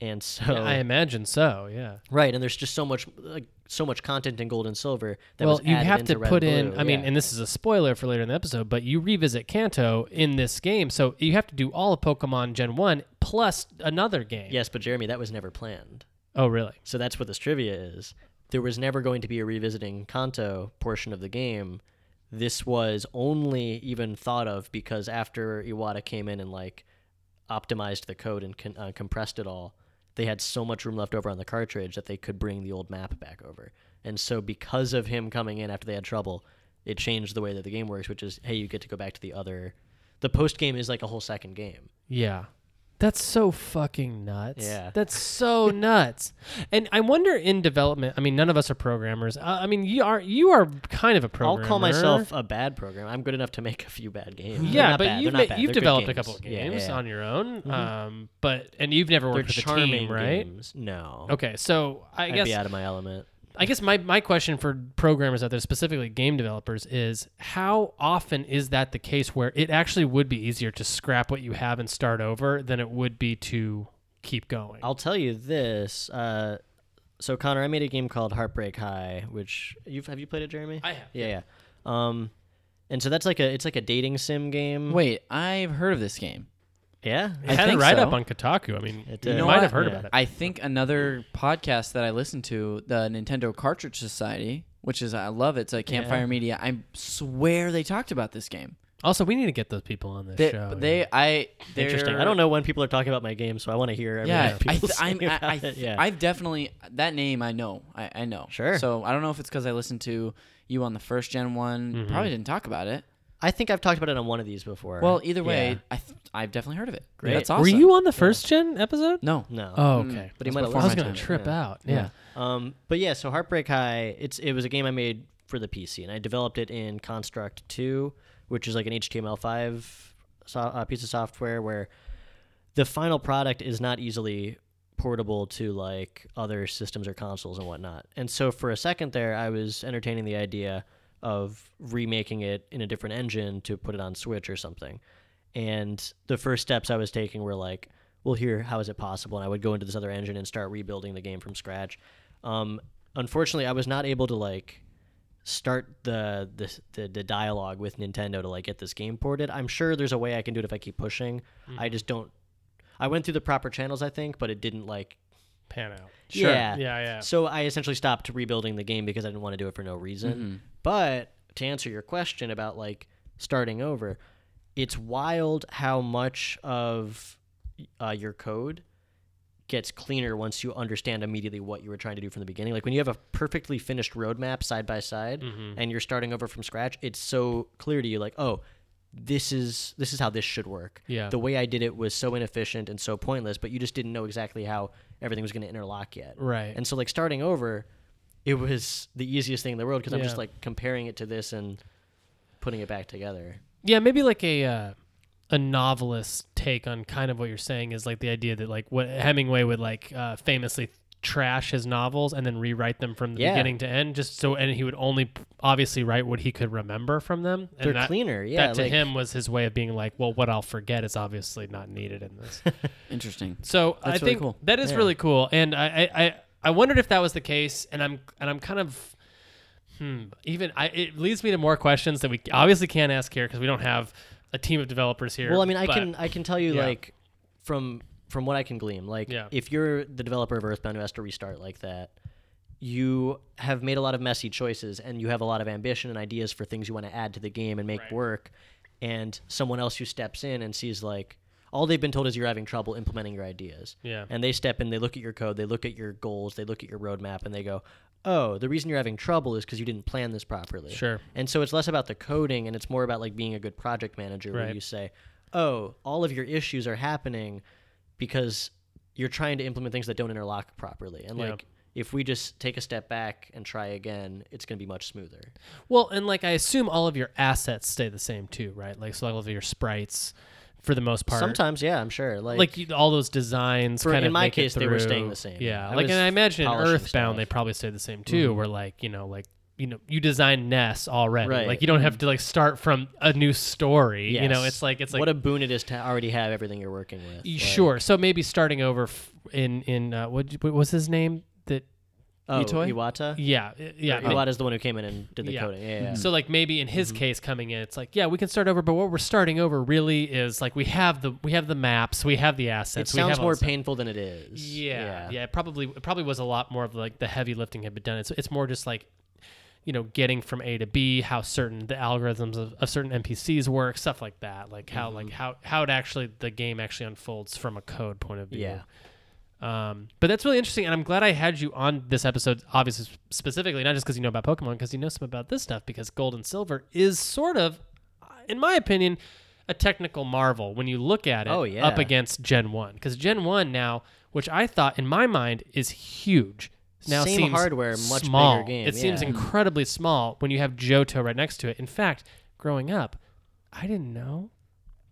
and so
I imagine so. Yeah.
right. And there's just so much like so much content in Gold and Silver that
well,
was
you
added
have
into
to
Red
put
and
in.
Blue.
I mean,
Yeah.
and this is a spoiler for later in the episode, but you revisit Kanto in this game, so you have to do all of Pokemon Gen One plus another game.
yes, but Jeremy, that was never planned.
Oh, really?
So that's what this trivia is. There was never going to be a revisiting Kanto portion of the game. This was only even thought of because after Iwata came in and like optimized the code and con- uh, compressed it all, they had so much room left over on the cartridge that they could bring the old map back over. And so because of him coming in after they had trouble, it changed the way that the game works, which is hey, you get to go back to the other. The post game is like a whole second game.
Yeah. That's so fucking nuts.
Yeah.
That's so nuts. And I wonder in development. I mean, none of us are programmers. Uh, I mean, you are. You are kind of a programmer.
I'll call myself a bad programmer. I'm good enough to make a few bad games. They're
Yeah,
not
but
bad.
you've
They're not
ma-
bad.
you've
They're good
developed a
games.
couple of
Yeah,
games
yeah. Mm-hmm.
on your own, um, but and you've never
They're
worked with a
charming
team, right?
games. No,
Okay, so I
I'd
guess
be out of my element.
I guess my, my question for programmers out there, specifically game developers, is how often is that the case where it actually would be easier to scrap what you have and start over than it would be to keep going?
I'll tell you this. Uh, so Connor, I made a game called Heartbreak High, which you've have you played it, Jeremy?
I have,
Yeah, yeah. Um, and so that's like a it's like a dating sim game.
Wait, I've heard of this game.
yeah.
I had
think
a write up
so.
on Kotaku. I mean,
It
you,
did.
know
might
what?
have heard
Yeah.
about it.
I think another podcast that I listen to, the Nintendo Cartridge Society, which is I love it. It's a Campfire Media. I swear they talked about this game.
also, we need to get those people on this
They,
show.
they, I, they're-
Interesting. I don't know when people are talking about my game, so I want to hear. everything
Yeah, I,
people
th-
say
I'm, I,
about
I,
it. yeah.
I've definitely that name I know. I, I know.
Sure.
So I don't know if it's because I listened to you on the first gen one.
Mm-hmm.
Probably didn't talk about it.
I think I've talked about it on one of these before.
Well, either way,
Yeah.
I th- I've definitely heard of it.
Great.
That's awesome.
Were you on the first gen episode?
No. Mm,
no.
Oh, okay.
but he
That's
might have
before
I was
my
going
time.
to trip out. Yeah.
Yeah.
Um, but yeah, so Heartbreak High, it's it was a game I made for the PC, and I developed it in Construct Two, which is like an HTML5 so, uh, piece of software where the final product is not easily portable to like other systems or consoles and whatnot. And so for a second there, I was entertaining the idea of remaking it in a different engine to put it on Switch or something. And the first steps I was taking were like, well, here, how is it possible? And I would go into this other engine and start rebuilding the game from scratch. Um, unfortunately, I was not able to like start the, the the the dialogue with Nintendo to like get this game ported. I'm sure there's a way I can do it if I keep pushing. I just don't. I went through the proper channels, I think, but it didn't like.
Pan out.
Yeah.
Yeah, yeah.
So I essentially stopped rebuilding the game because I didn't want to do it for no reason.
Mm-hmm.
But to answer your question about like starting over, it's wild how much of uh, your code gets cleaner once you understand immediately what you were trying to do from the beginning. Like when you have a perfectly finished roadmap side by side
Mm-hmm.
and you're starting over from scratch, it's so clear to you like, oh, this is this is how this should work.
Yeah.
The way I did it was so inefficient and so pointless, but you just didn't know exactly how everything was going to interlock yet.
Right.
And so like starting over, it was the easiest thing in the world because I'm
Yeah.
just like comparing it to this and putting it back together.
Yeah, maybe like a uh, a novelist take on kind of what you're saying is like the idea that like what Hemingway would like uh, famously trash his novels and then rewrite them from the
Yeah.
beginning to end just so and he would only p- obviously write what he could remember from them and
They're
that,
cleaner, yeah,
that to
like-
him was his way of being like well what i'll forget is obviously not needed in this
Interesting.
So I
That's really
think
cool.
that is really cool, and I, I, I, I wondered if that was the case, and I'm and I'm kind of, hmm, even I, it leads me to more questions that we obviously can't ask here because we don't have a team of developers here.
Well, I mean, I
but-
can I can tell you
yeah.
like from from what I can glean, like
Yeah.
if you're the developer of Earthbound who has to restart like that, you have made a lot of messy choices and you have a lot of ambition and ideas for things you want to add to the game and make work, and someone else who steps in and sees like all they've been told is you're having trouble implementing your ideas.
Yeah.
And they step in, they look at your code, they look at your goals, they look at your roadmap, and they go, "Oh, the reason you're having trouble is because you didn't plan this properly."
Sure.
And so it's less about the coding and it's more about like being a good project manager where
Right.
you say, oh, all of your issues are happening because you're trying to implement things that don't interlock properly. And
Yeah.
like, if we just take a step back and try again, it's going to be much smoother.
Well, and like I assume all of your assets stay the same too, right? Like so all of your sprites for the most part.
Sometimes, yeah, I'm sure. Like,
like you, all those designs
For-
kind
in
of
my
make it
case, they were
through.
staying the same.
Yeah,
I
like
was
and I imagine in
polishing
Earthbound they
stuff. Mm-hmm.
probably stay the same too. Where like you know like you know you design nests already.
Right. Mm-hmm.
Like you don't have to like start from a new story. You know
yes.
it's like it's like
what a boon it is to already have everything you're working with.
y-
Like,
sure. So maybe starting over f- in in uh, what, what was his name that
Oh,
Itoi?
Iwata.
yeah i- yeah. they-
Iwata's the one who came in and did the
Yeah.
coding. Yeah, yeah.
So like maybe in his
Mm-hmm.
case coming in, it's like yeah we can start over, but what we're starting over really is like we have the we have the maps, we have the
it
assets. we
sounds
have all
more
this stuff.
painful than it is.
Yeah, yeah, It probably it probably was a lot more of like the heavy lifting had been done. It's it's more just like you know getting from A to B, how certain the algorithms of, of certain NPCs work, stuff like that. Like how like how how it actually the game actually unfolds from a code point of view.
Yeah.
Um, but that's really interesting, and I'm glad I had you on this episode, obviously s- specifically, not just because you know about Pokemon, because you know some about this stuff. Because Gold and Silver is sort of, in my opinion, a technical marvel when you look at it
Oh, yeah.
up against Gen One, because Gen One now, which I thought in my mind is huge, now
Same
seems
hardware, much bigger
small.
game,
It seems
yeah.
incredibly small when you have Johto right next to it. In fact, growing up, I didn't know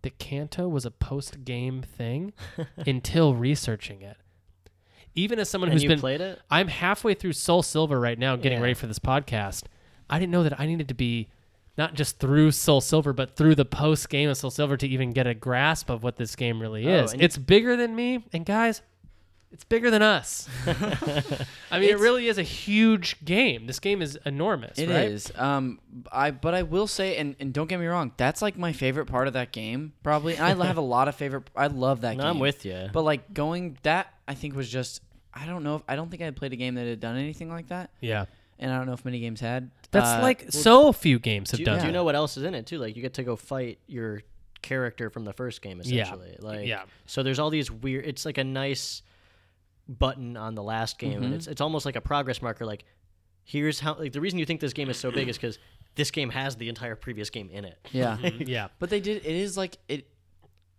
that Kanto was a post game thing until researching it. Even as someone
And
who's
you
been
played it?
I'm halfway through Soul Silver right now, getting
Yeah.
ready for this podcast. I didn't know that I needed to be not just through Soul Silver, but through the post game of Soul Silver to even get a grasp of what this game really
Oh,
is.
and-
It's bigger than me, and guys, it's bigger than us. I mean, it really is a huge game. This game is enormous.
It is.
right?
Um, I but I will say, and, and don't get me wrong, that's like my favorite part of that game, probably. And I have a lot of favorite. I love that.
No,
game.
I'm with ya.
But like going that, I think was just. I don't know if I don't think I had played a game that had done anything like that,
Yeah.
and I don't know if many games had.
That's
Uh,
like so few games have
Do you,
done.
do you
that.
know what else is in it too? Like you get to go fight your character from the first game essentially. Like
Yeah.
so there's all these weird it's like a nice button on the last game and it's it's almost like a progress marker like here's how like the reason you think this game is so big is cuz this game has the entire previous game in it.
yeah.
Yeah.
But they did. It is like it.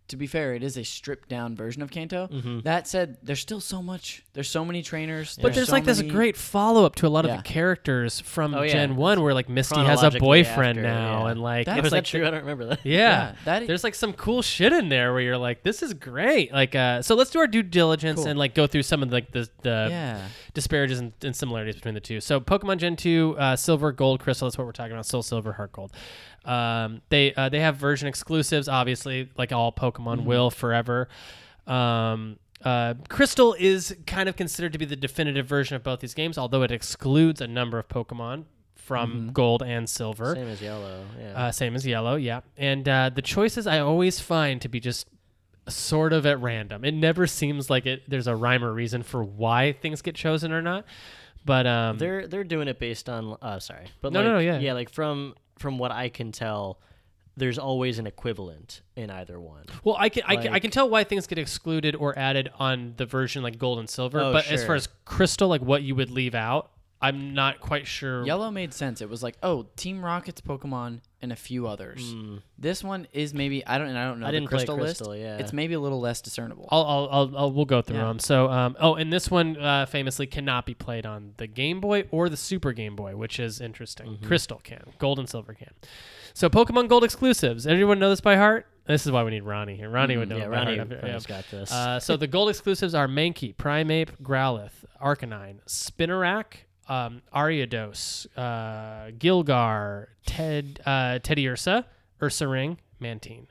To be fair, it is a stripped down version of Kanto.
Mm-hmm.
That said, there's still so much. There's so many trainers.
But there's
so
like this
many-
great follow up to a lot of
Yeah.
the characters from
Oh, yeah.
Gen One, where like Misty has a
Chronologically
boyfriend
after,
now,
yeah.
and like
That's
Is
it's
that
like
true? I don't remember that.
yeah,
Yeah, that i-
there's like some cool shit in there where you're like, this is great. Like, uh, so let's do our due diligence and like go through some of like the the
Yeah.
disparages and, and similarities between the two. So Pokemon Gen 2, uh, Silver, Gold, Crystal, that's what we're talking about, Soul Silver, Heart Gold. Um, they uh, they have version exclusives, obviously, like all
Mm-hmm.
Pokemon will forever. Um, uh, Crystal is kind of considered to be the definitive version of both these games, although it excludes a number of Pokemon from
Mm-hmm.
Gold and Silver.
Same as yellow. Yeah.
Uh, same as yellow, yeah. And uh, the choices I always find to be just sort of at random. It never seems like it. There's a rhyme or reason for why things get chosen or not. But um,
they're they're doing it based on uh sorry. But
No,
like,
no, no, yeah.
yeah, like from from what I can tell there's always an equivalent in either one.
well, I can, I can I can tell why things get excluded or added on the version like gold and silver.
Oh,
but as
sure.
far as crystal, like what you would leave out, I'm not quite sure.
Yellow made sense. It was like, oh, Team Rocket's Pokemon and a few others. This one is maybe I don't and I don't know
Mm. I
the
didn't play
crystal,
Crystal,
list.
yeah.
It's maybe a little less discernible.
I'll, I'll, I'll, I'll we'll go through
Yeah.
them. So, um, oh, and this one uh, famously cannot be played on the Game Boy or the Super Game Boy, which is interesting. Crystal can, gold and silver can. So, Pokemon Gold exclusives. Everyone know this by heart. This is why we need Ronnie here. Ronnie would know.
yeah,
it by
Ronnie
heart.
Ronnie's got this.
Uh, so the gold exclusives are Mankey, Primeape, Growlithe, Arcanine, Spinarak, um, Ariados, uh, Gilgar, Ted, uh, Teddy Ursa, Ursa Ring, Mantine.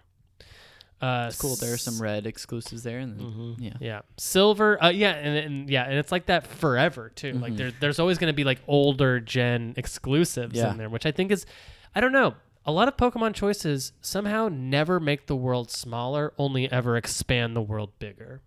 Uh,
it's cool. There are some red exclusives there, and then,
Mm-hmm.
yeah.
yeah, silver. Uh, yeah, and, and yeah, and it's like that forever too. Like
Mm-hmm.
there, there's always going to be like older gen exclusives
Yeah.
in there, which I think is, I don't know. A lot of Pokemon choices somehow never make the world smaller, only ever expand the world bigger.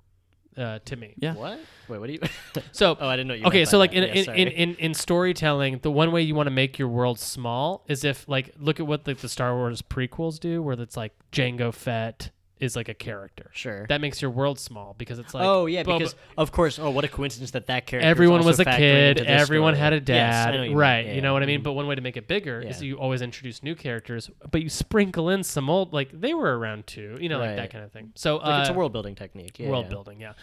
Uh, to me,
Yeah.
what? Wait, what do you
so
Oh, I didn't know you
Okay,
meant by
so like
that.
in,
Yeah,
in,
sorry.
in, in in storytelling, the one way you want to make your world small is if like look at what like the Star Wars prequels do, where it's like Django Fett is like a character.
Sure.
That makes your world small because it's like
oh yeah,
Boba-
because of course. Oh, what a coincidence that that character.
everyone
also
was a
factoring
kid,
into this
everyone
story.
had a
Yes, I
dad,
know what you mean.
right?
Yeah,
you
yeah.
know what I mean. But one way to make it bigger is
Yeah.
you always introduce new characters, but you sprinkle in some old, like they were around too, you know, like
Right.
that kind of thing. So
Like, it's a
uh,
world building technique. Yeah,
world
yeah.
building. Yeah.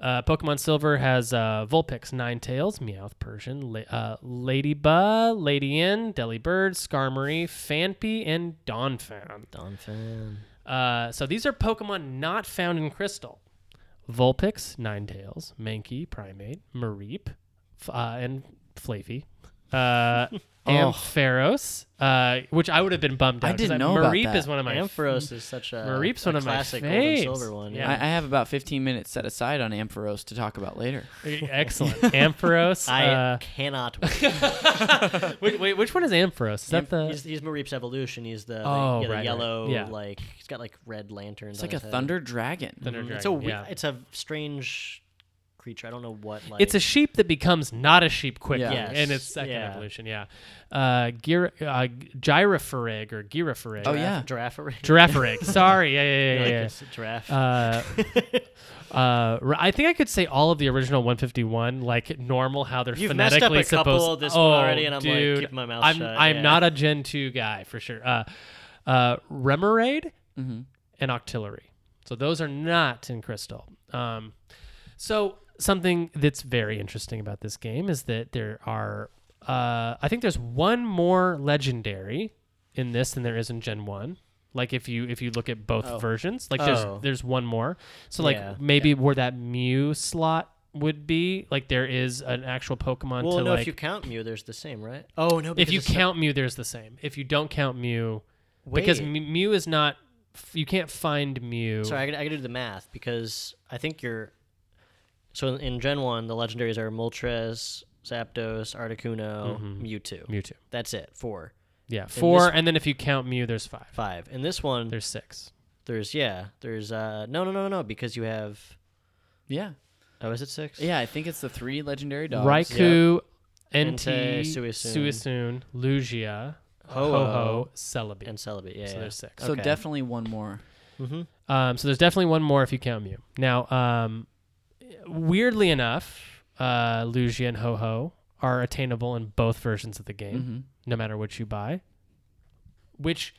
Uh, Pokemon Silver has uh, Vulpix, Ninetales, Meowth, Persian, La- uh, Ladybug, Ladyan, Delibird, Skarmory, Fanpy, and Donphan.
Don Fan.
Uh, so these are Pokemon not found in Crystal. Vulpix, Ninetales, Mankey, Primate, Mareep, f- uh, and Flavy. Uh, Ampharos, uh, which I would have been bummed out.
I
'cause
didn't know about
Mareep
that.
is one of my
Ampharos is such a,
Mareep's
a
one of my
classic
faves.
gold and silver one.
Yeah.
I, I have about 15 minutes set aside on Ampharos to talk about later.
excellent Ampharos.
I
uh,
cannot wait.
wait, wait, which one is Ampharos? Is that the
he's, he's Mareep's evolution. He's the, like,
Oh,
yeah, the
right, right.
yellow,
Yeah.
like he's got like red lanterns.
It's like
on
a
his head.
thunder dragon.
Thunder Dragon?
Mm, It's a we-
yeah.
it's a strange creature. I don't know what. Like,
It's a sheep that becomes not a sheep quickly
Yeah.
in its
Yes,
second
yeah.
evolution. Yeah, uh, gyr- uh, Gyrophoreg or Gyrophoreg.
Oh, yeah.
giraffe. Like
Girafferig. Sorry. Yeah, yeah, yeah, yeah. yeah.
it's a giraffe.
Uh, uh, r- I think I could say all of the original 151 like normal how they're
You've messed up
phonetically
a couple
supposed.
of this
oh,
one already, and I'm like,
dude,
keep my mouth
I'm,
shut,
I'm
yeah.
not a Gen 2 guy for sure. Uh, uh, Remoraid and Octillery. So those are not in Crystal. Um, so something that's very interesting about this game is that there are, uh, I think there's one more legendary in this than there is in Gen One. Like if you if you look at both versions, like
Oh.
there's there's one more. So like
Yeah.
maybe where that Mew slot would be, like there is an actual Pokemon
well,
to
no,
like.
if you count Mew, there's the same, right? Oh no,
if
because
you
it's a-
count Mew, there's the same. If you don't count Mew, because
Wait.
M- Mew is not, f- you can't find Mew.
Sorry, I gotta, I gotta do the math because I think you're. So in, in Gen One, the legendaries are Moltres, Zapdos, Articuno,
Mm-hmm.
Mewtwo.
Mewtwo.
That's it. Four,
Yeah, four,
this-
and then if you count Mew, there's five.
five. In this one, there's,
There's six.
yeah, there's uh no no no no no because you have
Yeah.
oh is it six?
Yeah, I think it's the three legendary dogs.
Raikou,
Entei,
Entei,
Suisun.
Suisun, Lugia,
Ho-Oh,
Ho-Ho, Celebi.
and Celebi. Yeah,
so
yeah.
there's six.
So
Okay.
definitely one more.
Um, so there's definitely one more if you count Mew. Now, um, weirdly enough, uh, Lugia and Ho Ho are attainable in both versions of the game,
Mm-hmm.
no matter which you buy, which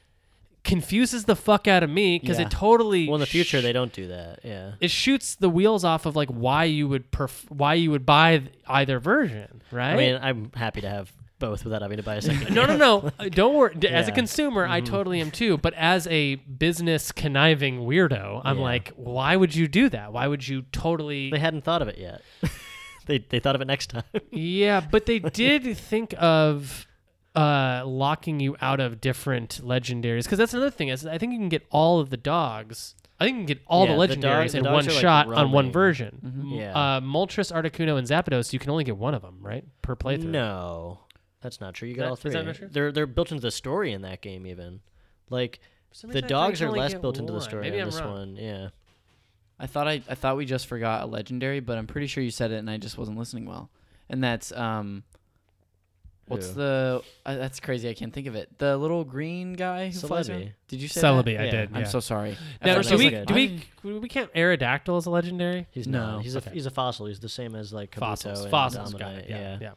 confuses the fuck out of me because
Yeah.
it totally
Well, in the future,
sh-
they don't do that. Yeah.
it shoots the wheels off of like why you would perf- why you would buy th- either version, right?
I mean, I'm happy to have both without having to buy a second.
no, no, no. Uh, Don't worry. D- As a
Yeah. Mm-hmm.
consumer, I totally am too. But as a business conniving weirdo, I'm
Yeah.
like, why would you do that? Why would you totally?
They hadn't thought of it yet. they they thought of it next time.
Yeah, but they did think of uh, locking you out of different legendaries because that's another thing. Is I think you can get all of the dogs. I think you can get all
Yeah,
the
the
legendaries
dog- the
in
dogs
one
are, like,
shot on one
roaming. Mm-hmm.
version. M-
Yeah.
Uh, Moltres, Articuno, and Zapdos. You can only get one of them, right, per playthrough.
No, that's not true. You got
That-
all
is
three.
that not true?
They're they're built into the story in that game even. Like
some
the
reason I thought you
dogs
could
are
only
less
get
built into the
one.
story
Maybe
on
I'm
this
wrong.
one. Yeah.
I thought I, I thought we just forgot a legendary, but I'm pretty sure you said it and I just wasn't listening well. And that's um what's
Who?
the uh, that's crazy, I can't think of it. The little green guy who flies around?
Celebi.
Did you say that?
Celebi, I
Yeah.
did.
I'm
yeah.
so sorry. At
Now,
first I
do
was
we,
like,
do
"Why?"
we we count Aerodactyl as a legendary?
He's
No.
not. He's
Okay.
a he's a fossil. He's the same as like Kabuto
fossils,
and
fossils, got
Dominite.
it. Yeah, yeah.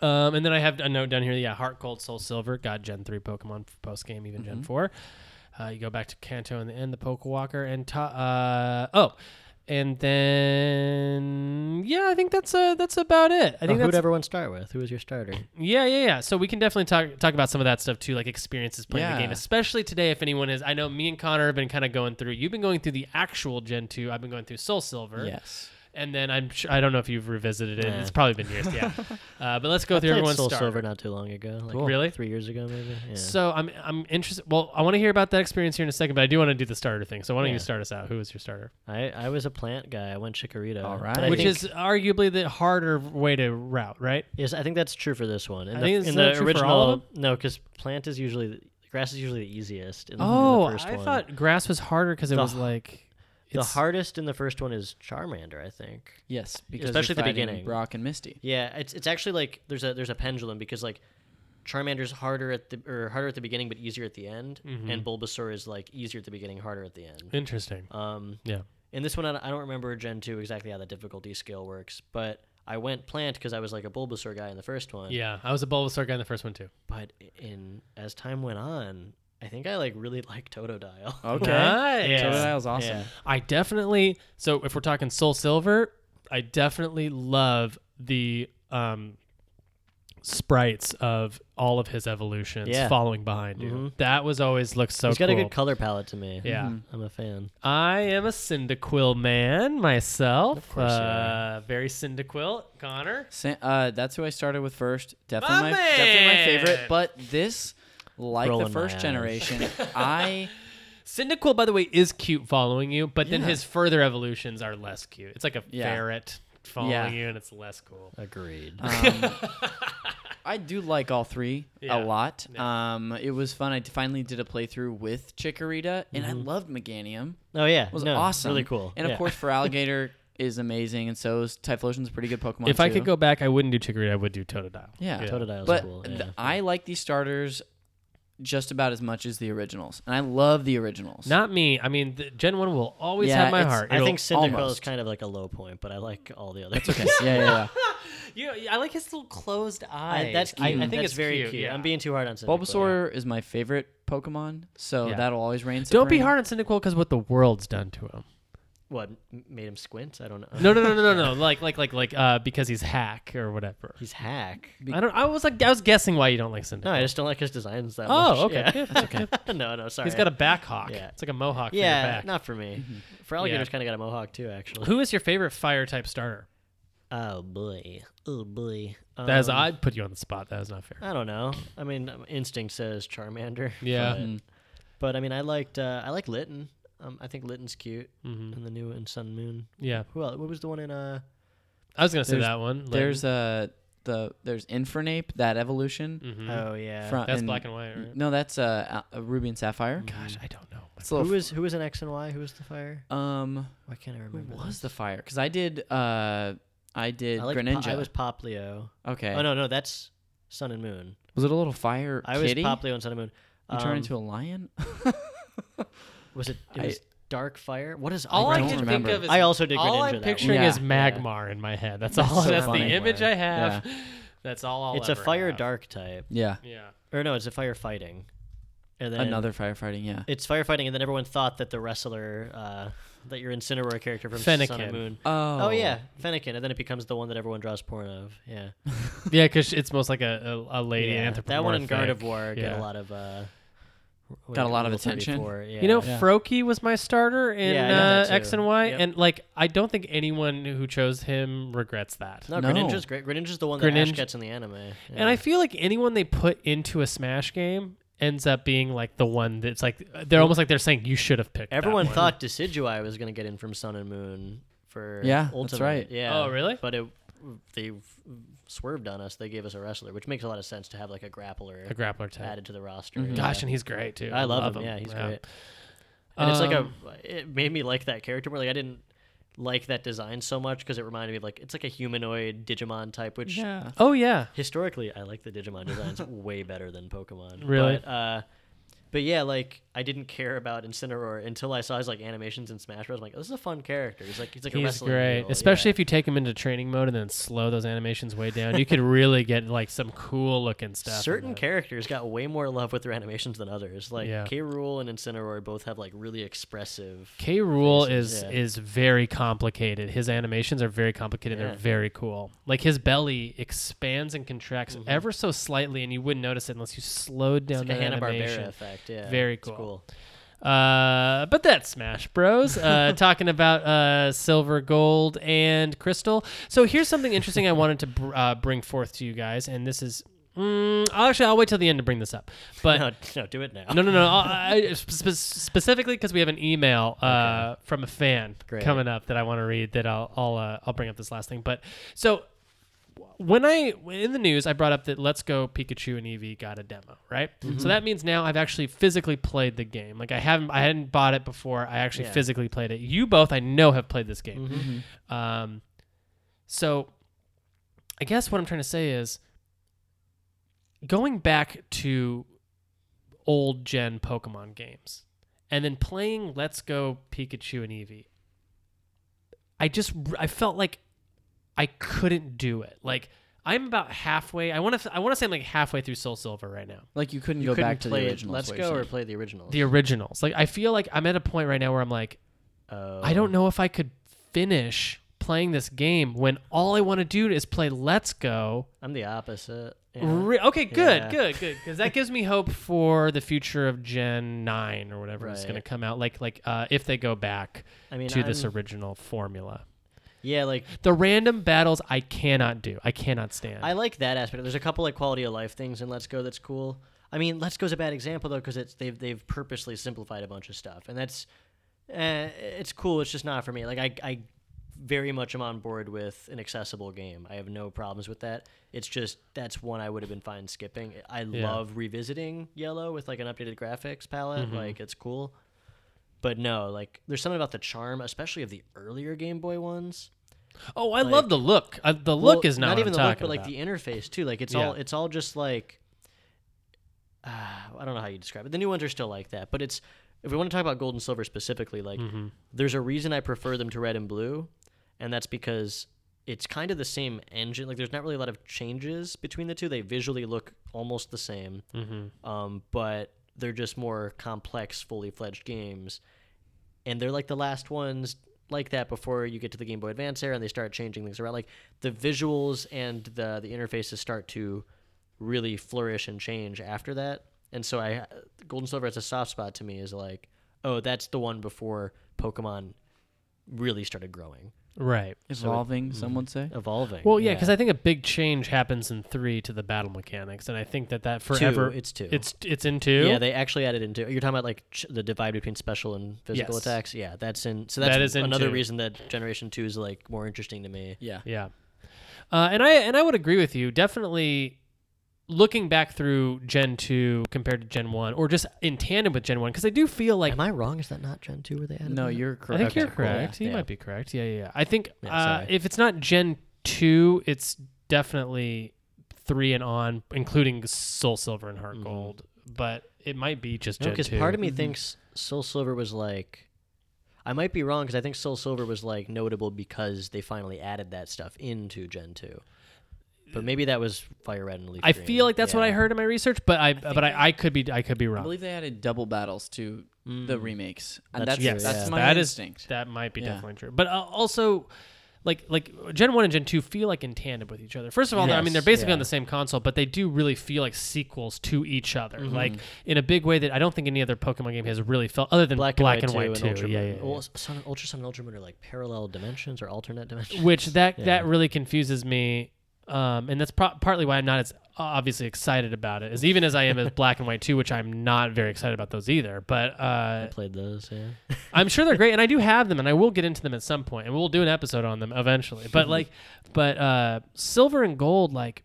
Um, and then I have a note down here. Yeah, Heart Gold, Soul Silver got Gen three Pokemon post game, even
Mm-hmm.
Gen four. Uh, you go back to Kanto in the end, the Pokewalker, and ta- uh, oh, and then yeah, I think that's uh, that's about it. I
Oh,
think
who'd
that's
everyone start with? Who was your starter?
yeah, yeah, yeah. So we can definitely talk talk about some of that stuff too, like experiences playing the
Yeah.
game, especially today. If anyone is, I know me and Connor have been kind of going through. You've been going through the actual Gen two. I've been going through Soul Silver.
Yes.
And then I'm sure, I don't know if you've revisited it.
Nah.
It's probably been years, yeah. uh, but let's go through
Played
everyone's
Soul
starter.
Silver not too long ago. Like
Cool. Really?
Three years ago, maybe. Yeah.
So I'm I'm interested. Well, I want to hear about that experience here in a second, but I do want to do the starter thing. So why don't
Yeah.
you start us out? Who was your starter?
I, I was a plant guy. I went Chikorita.
All right.
But I
Which
think-
is arguably the harder way to route, right?
yes, I think that's true for this one. In
I
the,
think it's
in
not
the
true for
original,
all of
no, because plant is usually the, grass is usually the easiest. In the, in the
Oh,
first
I
one.
thought grass was harder because it
The
was
h-
like
the
it's-
hardest in the first one is Charmander, I think.
Yes, because
Especially
you're
at the
fighting
beginning.
Brock and Misty.
Yeah, it's it's actually like there's a there's a pendulum because like Charmander's harder at the or harder at the beginning but easier at the end, and Bulbasaur is like easier at the beginning, harder at the end.
Interesting.
Um,
yeah.
and this one I I don't remember Gen two exactly how the difficulty scale works, but I went plant because I was like a Bulbasaur guy in the first one.
Yeah. I was a Bulbasaur guy in the first one too.
But in as time went on, I think I like really liked Totodile.
Okay.
Nice.
Totodile's awesome.
Yeah.
I definitely so if we're talking Soul Silver, I definitely love the um sprites of all of his evolutions
Yeah. Mm-hmm.
following behind you. That was always looks so
He's got
cool.
a good color palette to me.
Yeah.
Mm-hmm.
I'm a fan.
I am a Cyndaquil man myself. Of
course you
uh, very Cyndaquil, Connor.
Sa- uh, that's who I started with first. Definitely
My
my, definitely my favorite.
man!
But this, like
Rolling
the
my
first
eyes.
generation, I
Cyndaquil, by the way, is cute following you, but then
Yeah.
his further evolutions are less cute. It's like a
Yeah.
ferret following
Yeah.
you, and it's less cool.
Agreed.
um, I do like all three
Yeah.
a lot. Um, it was fun. I finally did a playthrough with Chikorita, and I
Mm-hmm.
loved Meganium.
oh yeah,
It was
no,
awesome.
Really cool.
And of
Yeah.
course, for Alligator is amazing, and so is Typhlosion's a pretty good Pokemon.
If I
too.
could go back, I wouldn't do Chikorita. I would do Totodile.
yeah,
Totodile's
But
cool.
th-
yeah.
I like these starters just about as much as the originals, and I love the originals.
Not me. I mean, the, Gen One will always
Yeah,
have my
it's-
heart.
I
It'll-
think Cyndaquil is
almost.
kind of like a low point, but I like all the others.
Okay. yeah, yeah, yeah.
you I like his little closed eyes.
I, that's cute.
I, I think
That's
it's very cute.
I'm being too hard on Cyndaquil. yeah.
Bulbasaur is my favorite Pokemon, so
Yeah.
that'll always reign.
Don't be
supreme.
hard on Cyndaquil because what the world's done to him.
What m- made him squint? I don't know.
No, no, no, no, no, no. Like, like, like, like, uh, because he's hack or whatever.
he's hack.
I don't. I was like, I was guessing why you don't like Cyndaquil.
No, I just don't like his designs that much.
oh, okay.
Yeah.
good, That's okay.
no, no, sorry.
He's got a back hawk.
Yeah.
It's like a mohawk. for your
yeah,
back. Mm-hmm.
not for me. For alligators,
Yeah.
kind of got a mohawk too, actually.
Who is your favorite fire type starter?
Oh boy. Oh boy. Um,
That is, I put you on the spot. That is not fair.
I don't know. I mean, um, instinct says Charmander.
Yeah.
But,
Mm-hmm.
Mhm.
but, I mean, I liked uh, I like Litten. Um, I think Litten's cute
Mm.
in the new in Sun Moon.
Mm-hmm. yeah,
Who else? What was the one in uh?
I was gonna say
There's-
that one. Like,
There's uh the there's Infernape that evolution.
Hmm?
Oh yeah.
From,
mm-hmm. That's black and white, right?
No, that's uh, a- a Ruby and Sapphire.
gosh, I don't know.
It's a
who
little
was who was in X and Y? Who was the fire?
um
Why can't I
who
remember? that?
was the fire? Because I did uh I did
I like
Greninja.
I was Pop Leo.
okay.
Oh no, no, that's Sun and Moon.
Was it a little fire
I
kitty?
was Pop Leo and Sun and Moon. Um,
you turned into a lion.
Was it? It
I-
was Dark Fire. What is
All I,
don't
can
Greninja?
think
remember.
of is
I also did
all
Greninja
I'm
that
picturing
one.
Yeah.
is Magmar in my head. That's, all.
so
that's
funny.
the image I have. That's all. I'll
It's a
ever
fire
have.
dark type,
yeah.
Yeah.
or no? It's a firefighting. And then
Another firefighting. Yeah.
It's firefighting, and then everyone thought that the wrestler, uh, that your Incineroar character from Sun
Fennekin.
and Moon.
Oh.
Oh yeah, Fennekin, and then it becomes the one that everyone draws porn of. Yeah,
Yeah, because it's most like a, a, a lady
yeah.
anthropomorphic.
that one in Gardevoir
yeah.
got a lot of. Uh, what
Got a
do you-
lot of
Rule
attention.
34, Yeah.
You know, Froakie was my starter in
Yeah, I know
uh,
that
X
too.
and Y,
Yep.
and like I don't think anyone who chose him regrets that.
no,
No.
Greninja's great. Greninja's the one that Ash
Greninja-
gets in the anime. Yeah.
And I feel like anyone they put into a Smash game ends up being like the one that's like they're almost like they're saying you should have picked. that
Everyone
one."
thought Decidueye was going to get in from Sun and Moon for
Yeah, that's
Ultimate.
right.
Yeah.
Oh, really?
But it they swerved on us. They gave us a wrestler, which makes a lot of sense to have like a grappler
a grappler type.
added to the roster.
Gosh,
Yeah.
and he's great too.
I love, him. Yeah, he's great. And it's like
Um,
a it made me like that character more. Like I didn't like that design so much because it reminded me of like it's like a humanoid Digimon type, which
Yeah.
Oh yeah.
historically I like the Digimon designs way better than Pokemon.
Really?
But, uh, but yeah, like I didn't care about Incineroar until I saw his like animations in Smash Bros. I'm like, "Oh, this is a fun character. He's like he's like a
He's
wrestling
great,
heel.
especially
Yeah.
if you take him into training mode and then slow those animations way down. You could really get like some cool looking stuff. in
certain
there.
characters got way more love with their animations than others. Like
Yeah.
K. Rule and Incineroar both have like really expressive.
K. Rule
faces,
is
yeah.
is very complicated. His animations are very complicated.
Yeah.
They're very cool. Like his belly expands and contracts ever so slightly, and you wouldn't notice it unless you slowed down
Mm-hmm. It's like a
the
Hanna
animation.
Barbera effect, yeah.
Very
It's
cool.
cool.
Uh, but that's Smash Bros. Uh, talking about uh, silver, gold, and crystal. So here's something interesting I wanted to br- uh, bring forth to you guys, and this is mm, actually I'll wait till the end to bring this up. But
No, no, do it now.
no, no, no. I, I- spe- specifically because we have an email uh, from a fan
Great.
coming up that I want to read. That I'll I'll uh, I'll bring up this last thing. But so when I in the news, I brought up that Let's Go Pikachu and Eevee got a demo, right? So that means now I've actually physically played the game. Like I haven't I hadn't bought it before. I actually
Yeah.
physically played it. You both I know have played this game. Um, so I guess what I'm trying to say is going back to old gen Pokemon games and then playing Let's Go Pikachu and Eevee, I just I felt like I couldn't do it. Like I'm about halfway. I want to I want to say I'm like halfway through Soul Silver right now.
Like you couldn't
You
go
couldn't
back to the
play
original.
Let's
is what
go
you're
or
saying.
play the original.
The originals. Like I feel like I'm at a point right now where I'm like
Oh.
I don't know if I could finish playing this game when all I want to do is play Let's Go
I'm the opposite. Yeah.
Re- okay, good,
Yeah.
good, good, because that gives me hope for the future of Gen Nine or whatever is going to
Right.
come out. Like, like uh, if they go back
I mean,
to this
I'm-
original formula,
Yeah, like
the random battles I cannot do. I cannot stand.
I like that aspect. There's a couple like quality of life things in Let's Go that's cool. I mean, Let's Go's a bad example though because it's they've they've purposely simplified a bunch of stuff, and that's eh, it's cool. It's just not for me. Like I I very much am on board with an accessible game. I have no problems with that. It's just that's one I would have been fine skipping. I love revisiting Yellow with like an updated graphics palette. Like it's cool. But no, like there's something about the charm, especially of the earlier Game Boy ones.
oh, I love the look. Uh, the look
Well,
is not, what I'm
even the look,
talking
but like
about.
the interface too. Like it's
Yeah.
all it's all just like uh, I don't know how you describe it. The new ones are still like that, but it's if we want to talk about gold and silver specifically, like
Hmm.
there's a reason I prefer them to red and blue, and that's because it's kind of the same engine. Like there's not really a lot of changes between the two. They visually look almost the same, um, but they're just more complex, fully fledged games and they're like the last ones like that before you get to the Game Boy Advance era and they start changing things around. Like the visuals and the the interfaces start to really flourish and change after that. And so I Gold and Silver has a soft spot to me is like, oh, that's the one before Pokemon really started growing,
right.
Evolving, some would say.
evolving.
Well, yeah, because I think a big change happens in three to the battle mechanics, and I think that that forever
it's two.
It's it's in two.
yeah, they actually added into. You're talking about like ch- the divide between special and physical
Yes.
attacks. Yeah, that's in. So that's
That is in
another
two.
reason that Generation Two is like more interesting to me.
Yeah.
Yeah. Uh, and I and I would agree with you. Definitely looking back through Gen 2 compared to Gen 1 or just in tandem with Gen 1 cuz I do feel like
Am I wrong? Is that not Gen Two where they added?
No,
that?
you're
I
correct.
think you're correct.
Yeah,
you
yeah.
might be correct. Yeah, yeah, yeah. I think
Yeah,
uh,
sorry.
if it's not Gen 2, it's definitely 3 and on including Soul Silver and Heart Gold, but it might be just
Mm-hmm. No,
Gen
because
2.
part of me thinks Soul Silver was like, I might be wrong because I think Soul Silver was like notable because they finally added that stuff into Gen two, but maybe that was Fire Red and Leaf.
I
Green.
feel like that's what I
Yeah.
heard in my research, but I, but I, I could be I could be
I
wrong.
believe they added double battles to the remakes, and
That's
that's
true,
that's,
yeah.
my
That is-
instinct.
That might be
Yeah.
definitely true. But uh, also, like like Gen One and Gen Two feel like in tandem with each other. First of all, I mean they're
Yes,
basically on
yeah.
the same console, but they do really feel like sequels to each other,
Mm-hmm.
like in a big way that I don't think any other Pokemon game has really felt other than Black, and White,
two,
Two.
Ultra
Yeah,
Moon.
yeah, yeah.
Well, Sun, Ultra Sun and Ultra Moon are like parallel dimensions or alternate dimensions.
Which that that really confuses me. Um, and that's pro- partly why I'm not as obviously excited about it as even as I am as Black and White 2, which I'm not very excited about those either. But uh,
I played those. Yeah.
I'm sure they're great, and I do have them, and I will get into them at some point, and we'll do an episode on them eventually. But like, but uh, silver and gold, like,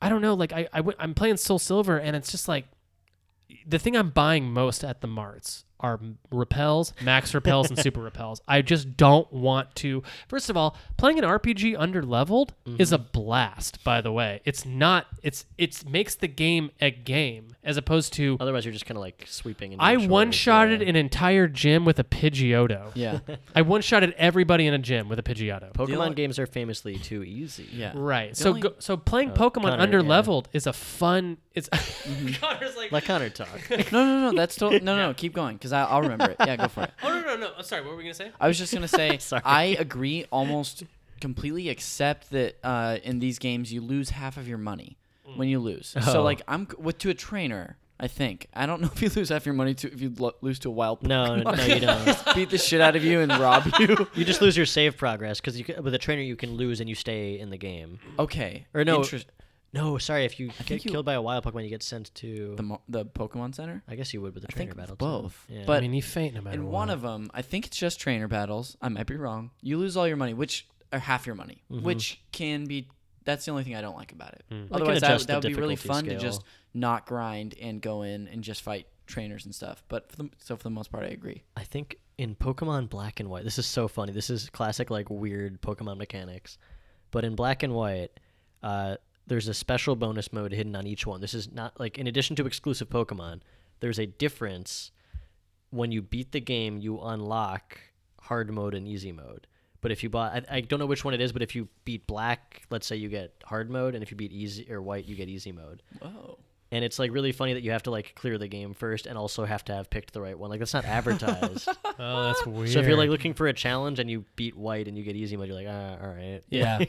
I don't know, like I, I w- I'm playing Soul Silver, and it's just like the thing I'm buying most at the marts are m- repels, max repels, and super repels. I just don't want to. First of all, playing an RPG under leveled is a blast. By the way, it's not. It's it's makes the game a game as opposed to.
Otherwise, you're just kind of like sweeping. into
I
the shores,
one shotted
yeah.
an entire gym with a Pidgeotto.
Yeah,
I one shotted everybody in a gym with a Pidgeotto.
Pokemon
only-
games are famously too easy.
yeah.
right. So
only-
go, so playing Pokemon
Connor,
under
yeah.
leveled is a fun. It's Connor's like.
Let Connor talk.
No, no, no. That's totally no, no. Keep going, because I'll remember it. Yeah, go for it.
oh no no no! I'm sorry. What were we gonna say?
I was just gonna say I agree almost completely, except that uh, in these games you lose half of your money
Mm.
when you lose. So
Oh.
like I'm c- with to a trainer. I think I don't know if you lose half your money to if you lo- lose to a wild.
No, no, no, you don't.
Pokemon. beat the shit out of you and rob you.
You just lose your save progress because with a trainer you can lose and you stay in the game.
Okay,
Or no,
Interest-
no, sorry. If you get
think you-
killed by a wild Pokemon, you get sent to.
the mo- the Pokemon Center.
I guess you would with
I
a
think
trainer battle.
of
too.
both,
Yeah.
I
but
mean, you faint no matter
in
what.
one of them, I think it's just trainer battles. I might be wrong. You lose all your money, which or half your money, which can be. That's the only thing I don't like about it. Otherwise, that,
adjust
that would
the
be really
difficulty
fun to
scale.
just not grind and go in and just fight trainers and stuff. But for the, so for the most part, I agree.
I think in Pokemon Black and White, this is so funny. This is classic, like weird Pokemon mechanics. But in Black and White, uh, there's a special bonus mode hidden on each one. This is not like in addition to exclusive Pokemon, there's a difference when you beat the game, you unlock hard mode and easy mode. But if you bought, I, I don't know which one it is, but if you beat black, let's say you get hard mode, and if you beat easy or white, you get easy mode.
Whoa.
And it's like really funny that you have to like clear the game first, and also have to have picked the right one. Like that's not advertised.
Oh, that's weird.
so if you're like looking for a challenge and you beat white and you get easy mode, you're like, ah, all right.
Yeah.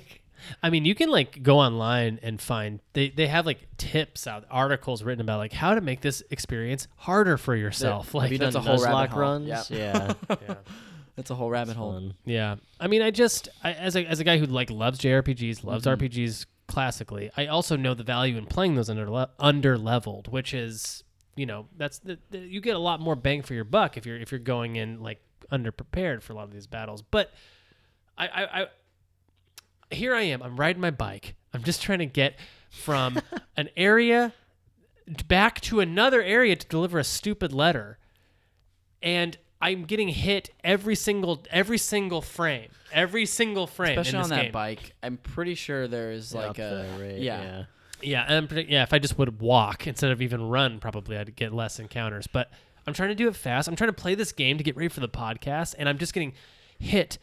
I mean, you can like go online and find they, they have like tips out articles written about like how to make this experience harder for yourself. like
you done
That's a
the whole
whole
rabbit
lock
hole.
runs.
Yep.
Yeah.
That's a whole rabbit hole.
Fun.
yeah. I mean, I just I, as a as a guy who like loves JRPGs, loves RPGs classically, I also know the value in playing those under le- under leveled, which is you know that's the, the, you get a lot more bang for your buck if you're if you're going in like underprepared for a lot of these battles, but. I, I, I here I am. I'm riding my bike. I'm just trying to get from an area back to another area to deliver a stupid letter, and I'm getting hit every single every single frame, every single frame.
Especially
in
on
this
that
game.
bike, I'm pretty sure there's like a
Up the rate,
yeah.
yeah.
uh, Yeah, and I'm predict- yeah. If I just would walk instead of even run, probably I'd get less encounters. But I'm trying to do it fast. I'm trying to play this game to get ready for the podcast, and I'm just getting hit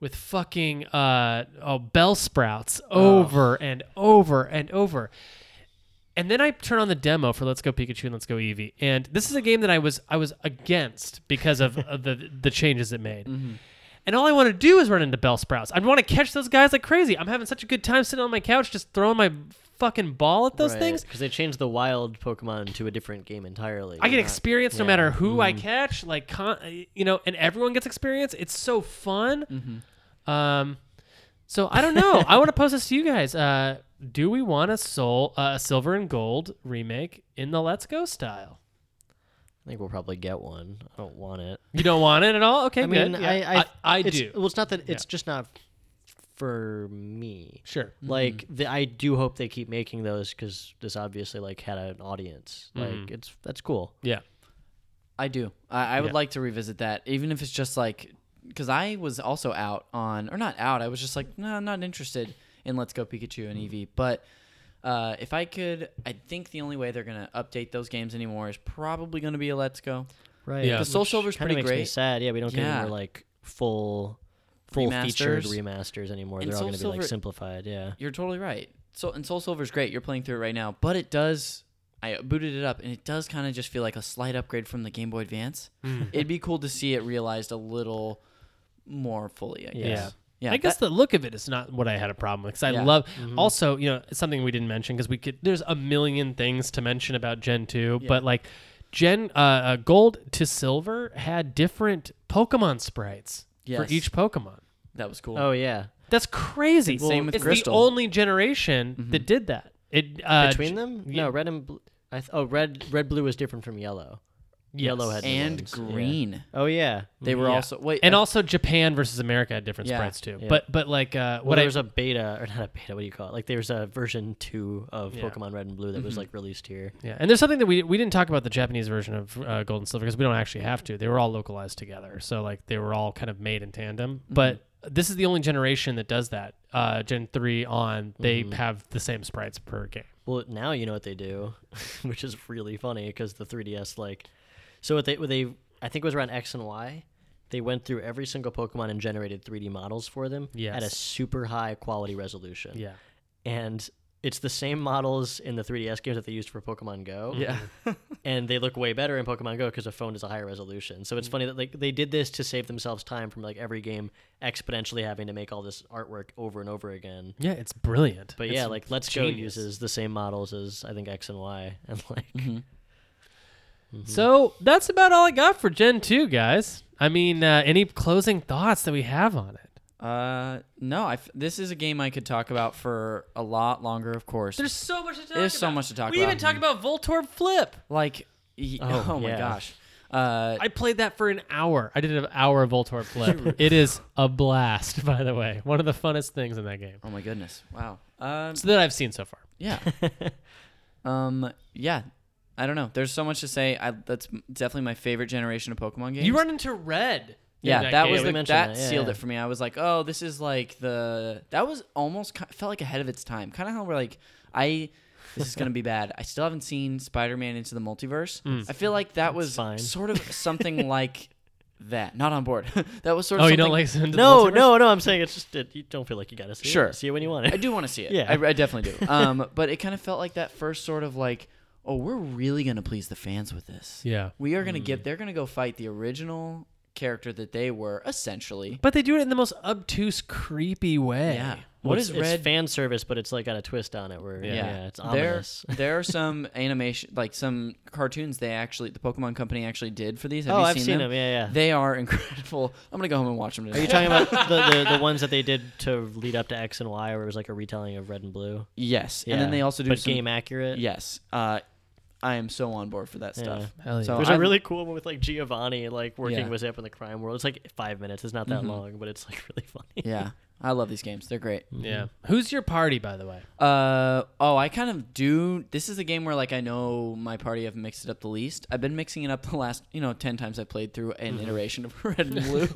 with fucking uh, oh, bell sprouts over and over and over. And then I turn on the demo for Let's Go Pikachu and Let's Go Eevee, and this is a game that I was I was against because of, of the the changes it made. And all I want to do is run into bell sprouts. I want to catch those guys like crazy. I'm having such a good time sitting on my couch just throwing my fucking ball at those things.
because they changed the wild Pokemon to a different game entirely.
I get
Not-
experience no
yeah. Mm-hmm.
matter who I catch, like con- you know, and everyone gets experience. It's so fun.
Mm-hmm.
Um, so I don't know. I want to post this to you guys. Uh, do we want a soul, uh, silver and gold remake in the Let's Go style?
I think we'll probably get one. I don't want it.
You don't want it at all? Okay,
I mean,
good. Yeah.
I, I,
I, I
it's-
do.
Well, it's not that it's just not for me.
Sure.
Like the, I do hope they keep making those because this obviously like had an audience. Like
Mm-hmm.
it's that's cool.
Yeah.
I do. I, I would
Yeah.
like to revisit that, even if it's just like, because I was also out on, or not out. I was just like, no, I'm not interested in Let's Go Pikachu and Eevee. But uh, if I could, I think the only way they're gonna update those games anymore is probably gonna be a Let's Go.
Right.
Yeah.
The Soul Silver's
Kind of
pretty
makes me
great.
sad. Yeah, we don't get any
Yeah.
more like full, full featured
Remasters.
remasters anymore.
And
They're all
Soul
going to be
Silver-
like simplified. Yeah.
You're totally right. So and Soul Silver's great. You're playing through it right now, but it does. I booted it up, and it does kind of just feel like a slight upgrade from the Game Boy Advance. It'd be cool to see it realized a little more fully. I guess.
Yeah.
Yeah,
I guess
that-
the look of it is not what I had a problem with because I
Yeah.
love.
Mm-hmm.
Also, you know, it's something we didn't mention because we could. There's a million things to mention about Gen two, but like Gen uh, uh, Gold to Silver had different Pokemon sprites for
Yes.
each Pokemon.
that was cool.
Oh yeah.
That's crazy.
Well, same with
it's
Crystal.
the only generation
Mm-hmm.
that did that. It uh,
Between
G-
them?
yeah.
No, red and blue. I th- oh, red, red, blue is different from yellow. Yellow
Yes.
had the
and
ones, yeah.
green.
Oh yeah.
They were
Yeah.
also wait, uh,
and
I-
also Japan versus America had different
Yeah.
sprites too.
Yeah.
But but like uh,
Well,
what
there
I
was a beta, or not a beta, what do you call it? Like, there's a version 2 of
Yeah.
Pokemon Red and Blue that was, like, released here.
Yeah, and there's something that we we didn't talk about the Japanese version of uh, Gold and Silver because we don't actually have to. They were all localized together, so like they were all kind of made in tandem.
Mm-hmm.
But this is the only generation that does that. Uh, Gen three on, they
Mm-hmm.
have the same sprites per game.
Well, now you know what they do, which is really funny because the 3DS, like, so what they, what they, I think it was around X and Y, they went through every single Pokemon and generated 3D models for them at a
Yes.
super high quality resolution.
Yeah,
And it's the same models in the 3DS games that they used for Pokemon Go.
yeah.
and they look way better in Pokemon Go because a phone is a higher resolution.
Mm.
So it's funny that like they did this to save themselves time from like every game exponentially having to make all this artwork over and over again.
yeah, it's brilliant.
But yeah, like Let's Go
genius.
uses the same models as I think X and Y, and like
Mm-hmm.
So that's about all I got for Gen two, guys. I mean, uh, any closing thoughts that we have on it?
Uh, no, I f- this is a game I could talk about for a lot longer. Of course,
There's so much to talk.
There's so
about.
much to talk
we even
about.
talked about Voltorb Flip.
like, y- oh, my
yeah.
gosh, uh,
I played that for an hour. I did an hour of Voltorb Flip. it is a blast, by the way. One of the funnest things in that game
oh my goodness, wow. Um,
that I've seen so far.
yeah, um, yeah. I don't know. There's so much to say. I that's m- definitely my favorite generation of Pokemon games.
You run into Red.
Yeah,
that
that
game.
was
Yeah,
we
the, that
mentioned that, yeah,
sealed
yeah.
it for me. I was like, oh, this is like the that was almost ki- felt like ahead of its time. Kind of how we're like, I this is gonna be bad. I still haven't seen Spider-Man into the Multiverse. I feel like that was
fine.
sort of something like that. Not on board. that was sort of
Oh, you
something,
don't like Into the
No,
Multiverse?
no, no. I'm saying it's just that you don't feel like you gotta see
Sure.
it. See it when you want
I
it.
do want to see it.
Yeah.
I, I definitely do. Um, but it kind of felt like that first sort of like, oh, we're really gonna please the fans with this.
Yeah.
we are gonna get. They're gonna go fight the original character that they were essentially.
But they do it in the most obtuse, creepy way.
Yeah.
Well,
What
it's,
is
it's
red
fan service, but it's like got a twist on it where yeah, yeah, it's ominous.
There, there are some animation, like some cartoons. They actually, the Pokemon Company actually did for these. Have
Oh,
you
I've
seen
seen
them?
them, yeah, yeah.
They are incredible. I'm gonna go home and watch them. Today.
Are you talking about the, the, the ones that they did to lead up to X and Y, where it was like a retelling of Red and Blue?
yes,
Yeah.
and then they also do
but
some,
game accurate.
Yes, uh, I am so on board for that stuff.
Hell yeah.
So
There's
I'm-
a really cool one with like Giovanni like working
Yeah. Mm-hmm.
with him in the crime world. It's like five minutes. It's not that long, but it's like really funny. Mm-hmm.
yeah. I love these games. They're great.
Yeah. Who's your party, by the way?
Uh oh, I kind of do. This is a game where like I know my party have mixed it up the least. I've been mixing it up the last you know ten times I played through an
Mm-hmm.
iteration of Red and Blue,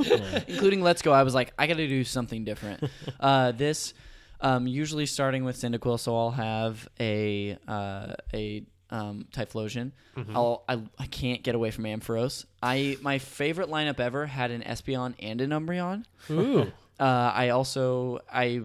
including Let's Go. I was like, I got to do something different. Uh, this um, usually starting with Cyndaquil, so I'll have a uh, a um, Typhlosion. I'll I, I can't get away from Ampharos. I my favorite lineup ever had an Espeon and an Umbreon.
Ooh.
Uh, I also I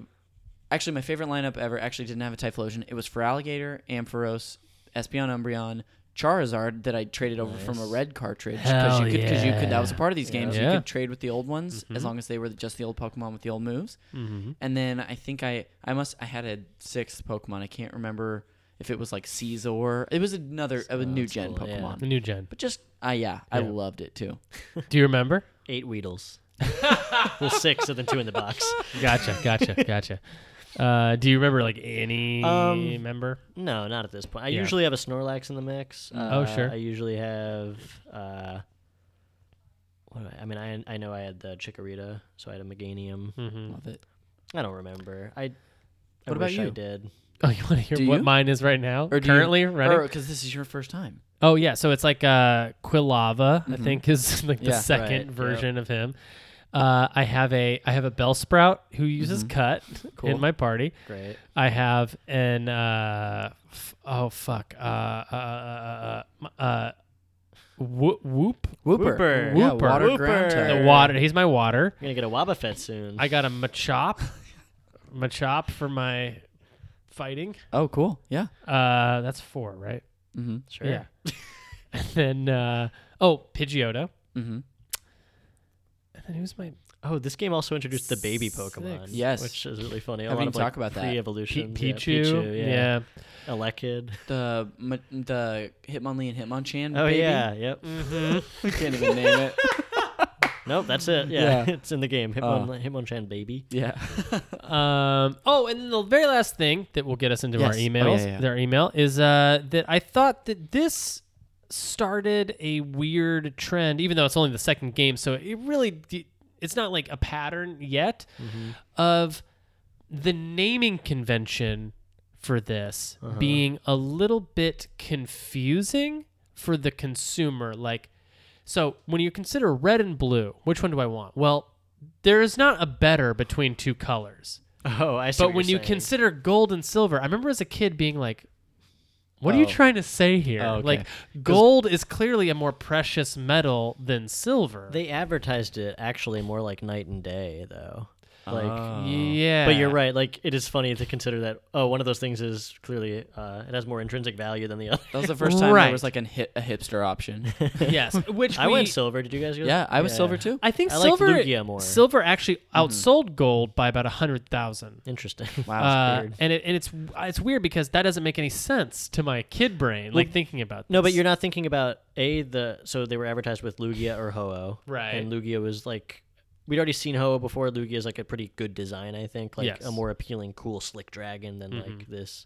actually my favorite lineup ever actually didn't have a Typhlosion. It was for Alligator, Ampharos, Espeon Umbreon, Charizard that I traded over from a red cartridge
Hell
you could you could
yeah.
that was a part of these games.
Yeah.
You could trade with the old ones as long as they were just the old Pokemon with the old moves. And then I think I I must I had a sixth Pokemon. I can't remember if it was like Caesar. It was another a new gen
cool, yeah.
Pokemon.
The new gen.
But just uh, yeah, I loved it too.
Do you remember?
Eight Weedles. well, six and then two in the box.
Gotcha, gotcha, gotcha. Uh, do you remember like any
Um,
member?
No, not at this point. I
Yeah.
usually have a Snorlax in the mix.
Oh,
Uh,
sure.
I usually have. Uh, what do I, I mean, I I know I had the Chikorita, so I had a Meganium.
Mm-hmm.
Love it.
I don't remember. I. I
What about
wish I
you?
did.
Oh, you want to
Do
hear what
you?
mine is right now? Or
do you-
currently running?
Or because this is your first time.
oh yeah, so it's like uh, Quilava, I think is like the
Yeah.
second
Right,
version of him. Uh, I have a I have a Bellsprout who uses cut in my party.
Great.
I have an uh, f- oh fuck uh uh uh, uh whoop whoop
Whooper.
Whooper.
Yeah,
Whooper.
water
Whooper.
ground type.
the water. He's my water.
I'm gonna get a Wobbuffet soon.
I got a Machop, Machop for my fighting.
Oh, cool. Yeah. Mm-hmm.
Uh, that's four, right?
sure.
Yeah. and then uh, oh Pidgeotto.
Mm-hmm.
And then who's my
Oh, this game also introduced the baby Pokemon.
Yes.
which is really funny. A
Haven't
lot
even
of like,
talked about that.
Pre
P-
evolution.
Pichu?
Yeah,
yeah.
yeah. Elekid.
The ma- the Hitmonlee and Hitmonchan.
Oh
baby?
yeah. Yep.
Mm-hmm. I can't even name it.
Nope. That's it. Yeah.
Yeah.
it's in the game. Hitmon, Hitmonchan baby.
Yeah.
Um, oh, and then the very last thing that will get us into our
Yes. Oh, yeah,
emails,
yeah.
their email, is uh, that I thought that this started a weird trend, even though it's only the second game. So it really, d- it's not like a pattern yet
Mm-hmm.
of the naming convention for this
Uh-huh.
being a little bit confusing for the consumer. Like, so when you consider red and blue, which one do I want? Well, there is not a better between two colors.
Oh, I see.
But
what
when
you're
you
saying.
consider gold and silver, I remember as a kid being like, what are you
Oh.
trying to say here?
Oh, okay.
Like, gold is clearly a more precious metal than silver.
They advertised it actually more like night and day, though. Like,
Oh. yeah.
but you're right. Like, it is funny to consider that. Oh, one of those things is clearly uh, it has more intrinsic value than the other.
That was the first time
Right.
there was like an hit a hipster option.
Yes. Which
I
we,
went silver. Did you guys go?
yeah, I was silver too.
I think
I like
silver.
Lugia more. Mm-hmm.
Silver actually outsold gold by about a hundred thousand.
Interesting.
wow.
Uh, and it, and it's it's weird because that doesn't make any sense to my kid brain. Like thinking about
No, but
this.
you're not thinking about a the so they were advertised with Lugia or Ho-Oh,
Right.
And Lugia was like we'd already seen Ho-Oh before. Lugia is like a pretty good design, I think, like
Yes. Mm-hmm.
a more appealing, cool, slick dragon than like this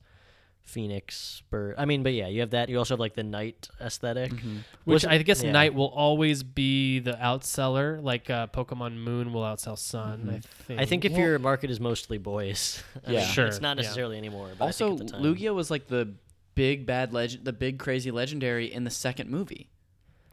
phoenix bird. I mean, but yeah, you have that. You also have like the knight esthetic
Mm-hmm. Which I guess
yeah.
Knight will always be the outseller. Like uh, Pokemon Moon will outsell Sun. I think.
Mm-hmm. I think if
Well,
your market is mostly boys, I
Yeah.
mean,
Sure,
it's not
yeah.
necessarily anymore. But I think
also,
at the time-
Lugia was like the big bad legend, the big crazy legendary in the second movie.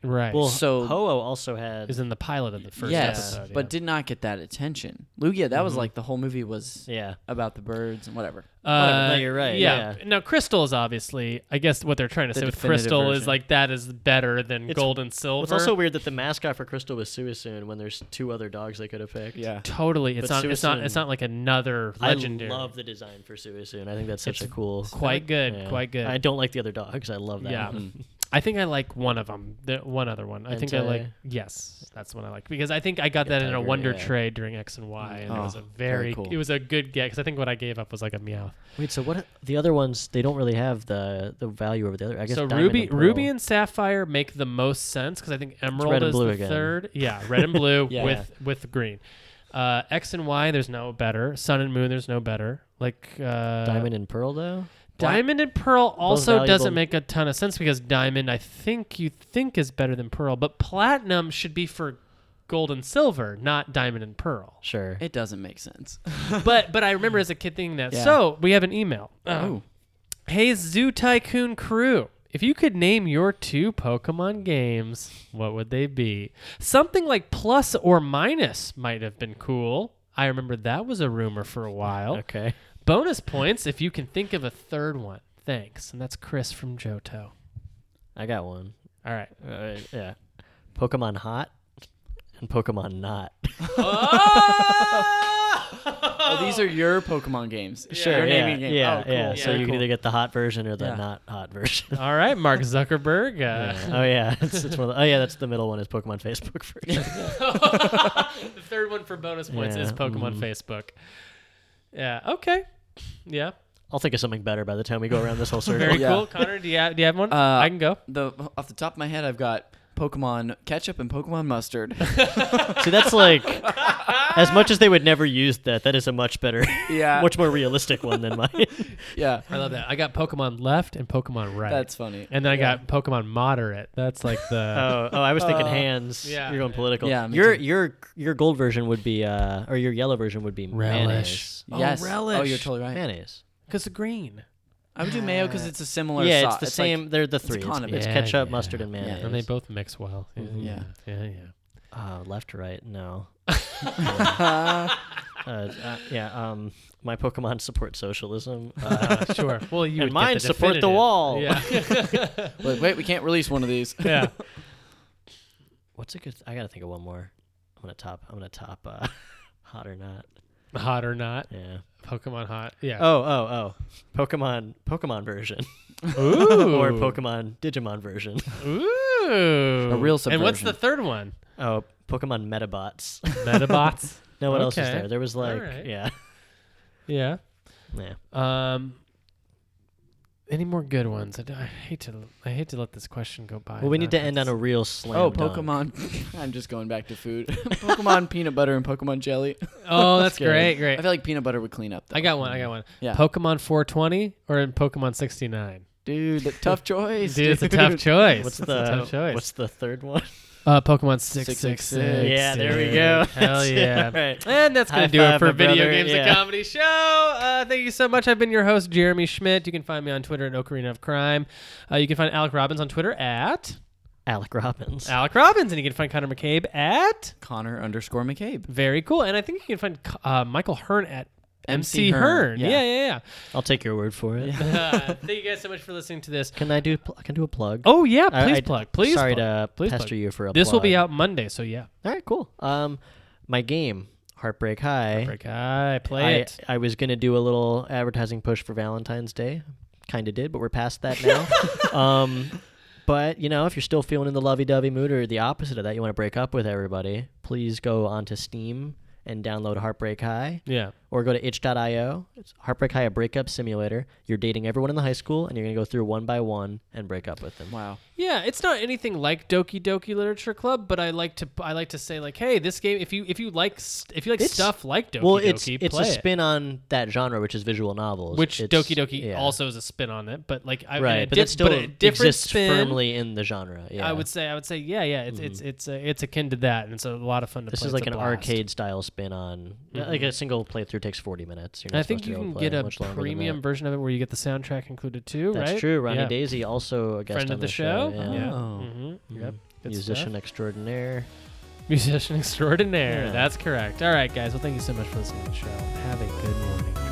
Right.
Well,
So-
Ho-Oh also had.
is in the pilot of the first
yes, Mm-hmm.
episode.
but
yeah.
did not get that attention. Lugia, that was like the whole movie was
yeah.
about the birds and whatever.
Uh,
no, you're right, yeah.
Now Crystal is obviously. I guess what they're trying to
The
say with
definitive
Crystal is
version.
like that is better than
It's-
gold and silver.
Well, it's also weird that the mascot for Crystal was Suisun when there's two other dogs they could have picked.
totally. It's
But
not. It's not.
Suisun-
It's not like another
I
legendary.
love the design for Suisun. I think that's such a cool.
quite good.
Yeah.
Quite good.
I don't like the other dogs. I love that.
Yeah.
one.
I think I like one of them. The, one other one. I think I like.
Entei.
Yes, that's the one I like because I think I got that in a
Tiger,
Wonder
yeah.
Tray during X and Y, and it was
Oh,
a very.
very cool.
It was a good get because I think what I gave up was like a meow.
Wait, so what? The other ones they don't really have the the value over the other. I guess
So
Diamond
Ruby,
and Pearl.
Ruby, and Sapphire make the most sense because I think Emerald
and
is
blue
the
again.
third. Yeah, red and blue
Yeah.
with with green. Uh, X and Y, there's no better. Sun and Moon, there's no better. Like uh,
Diamond and Pearl though.
Diamond and Pearl also
valuable.
doesn't make a ton of sense because Diamond, I think you think is better than Pearl, but Platinum should be for gold and silver, not Diamond and Pearl.
Sure.
It doesn't make sense.
but but I remember as a kid thinking that.
Yeah.
So we have an email. Uh,
Ooh.
Hey Zoo Tycoon crew. If you could name your two Pokemon games, what would they be? Something like plus or minus might have been cool. I remember that was a rumor for a while.
Okay.
Bonus points if you can think of a third one. Thanks. And that's Chris from Johto.
I got one.
All right.
All right. Yeah. Pokemon Hot and Pokemon Not.
Oh, these are your Pokemon games. Sure. Your
yeah,
naming game.
Yeah,
oh, cool.
yeah. So
Yeah,
you
cool. Uh,
can either get the hot version or the
Yeah.
not hot version.
All right, Mark Zuckerberg. Uh,
oh yeah, it's, it's one of the, oh yeah, that's the middle one is Pokemon Facebook version.
the third one for bonus points
Yeah,
is Pokemon Facebook. Yeah. Okay. Yeah.
I'll think of something better by the time we go around this whole circle.
Very
Yeah.
cool. Connor, do you have, do you have one?
Uh,
I can go.
The off the top of my head, I've got Pokemon ketchup and Pokemon mustard.
See, that's like as much as they would never use that. That is a much better,
Yeah.
much more realistic one than mine.
yeah,
I love that. I got Pokemon left and Pokemon right.
that's funny.
and then I got Pokemon moderate. That's like the.
oh, oh, I was thinking hands.
yeah,
You're going political.
Yeah, me
your
too.
your your gold version would be uh or your yellow version would be
Relish.
mayonnaise.
yes. Oh,
relish.
you're totally right.
Mayonnaise.
Because the green.
I would do mayo because it's a similar.
yeah,
sauce.
it's the
like-
same. they're the three. It's,
condiment.
it's
Yeah,
ketchup,
yeah.
mustard, and mayonnaise.
And they both mix well. Yeah.
Yeah.
Mm-hmm. Yeah. yeah.
Uh, left, right, no. uh, uh, yeah, um, my Pokemon support socialism. Uh,
Sure. Well, you
and
would
mine
get the
support the
definitive.
wall.
Yeah.
Wait, wait, we can't release one of these.
yeah.
What's a good? I gotta think of one more. I'm gonna top. I'm gonna top. Uh, hot or not?
Hot or not?
Yeah.
Pokemon hot. Yeah.
Oh, oh, oh. Pokemon, Pokemon version,
Oh. Ooh.
or Pokemon Digimon version.
Ooh.
A real
And what's the
subversion.
third one?
Oh, Pokemon Metabots.
Metabots.
no, what else is
Okay.
there? There was like,
right.
yeah,
yeah.
yeah.
Um. Any more good ones? I, d- I hate to. I hate to let this question go by.
Well, we need to
without-
end on a real slam.
Oh,
dunk.
Pokemon. I'm just going back to food. Pokemon peanut butter and Pokemon jelly.
Oh, that's
good.
great,
I
great.
feel like peanut butter would clean up. Though.
I got one. I got one.
Yeah.
Pokemon 420 or in Pokemon 69.
dude, that tough choice.
Dude, it's a tough choice.
What's
It's
the
a tough choice?
What's the third one?
uh, Pokemon 666.
Six, six, six.
Yeah, there we
dude. Hell
go. That's it.
yeah.
All right.
And that's going
High
to do it
five,
for
my
Video
brother.
Games
Yeah.
and Comedy Show. Uh, thank you so much. I've been your host, Jeremy Schmidt. You can find me on Twitter at Ocarina of Crime. Uh, you can find Alec Robbins on Twitter at
Alec Robbins.
Alec Robbins. And you can find Connor McCabe at
Connor underscore McCabe.
Very Cool. And I think you can find uh, Michael Hearn at MC,
MC
Hearn.
Hearn.
Yeah,
Yeah.
yeah, yeah.
I'll take your word for it.
uh, thank you guys so much for listening to this.
Can I do? Pl- I can do a plug.
Oh, yeah.
I-
Please
I-
plug. Please
Sorry
plug.
to
Please
pester
plug.
you for a.
This will be
plug.
out Monday, so yeah.
All right, cool. Um, my game, Heartbreak High.
Okay, play
I,
it.
I was gonna do a little advertising push for Valentine's Day. Kind of did, but we're past that now. um, but you know, if you're still feeling in the lovey-dovey mood or the opposite of that, you want to break up with everybody, please go onto Steam and download Heartbreak High,
Yeah.
or go to itch.io. It's Heartbreak High, a breakup simulator. You're dating everyone in the high school, and you're gonna go through one by one and break up with them.
Wow.
Yeah, it's not anything like Doki Doki Literature Club, but I like to I like to say like, hey, this game if you if you like st- if you like
It's-
stuff like Doki
well,
Doki,
it's it's
play
a
it.
spin on that genre, which is visual novels.
Which
It's-
Doki Doki
yeah.
also is a spin on it, but like I
right,
it
but
did-
it still
a different
exists
spin.
firmly in the genre. Yeah. Mm-hmm.
I would say I would say yeah yeah it's it's it's uh, it's akin to that and it's a lot of fun to
This
play.
is
It's
like
a
an
blast.
arcade style spin on. uh, Like a single playthrough takes 40 minutes. You're
And
not
I think
supposed to
you can
be able to play
get a
much longer than
premium
that.
version of it where you get the soundtrack included too, right?
That's true. Ronnie
Yeah.
Daisy also a guest
Friend
on
of
the
the show.
Yeah. Mm-hmm.
Yeah.
Oh.
Mhm. Yep.
Good
musician
stuff.
extraordinaire.
Musician extraordinaire.
Yeah.
That's correct. All right, guys. Well, thank you so much for listening to the show. Have a good morning.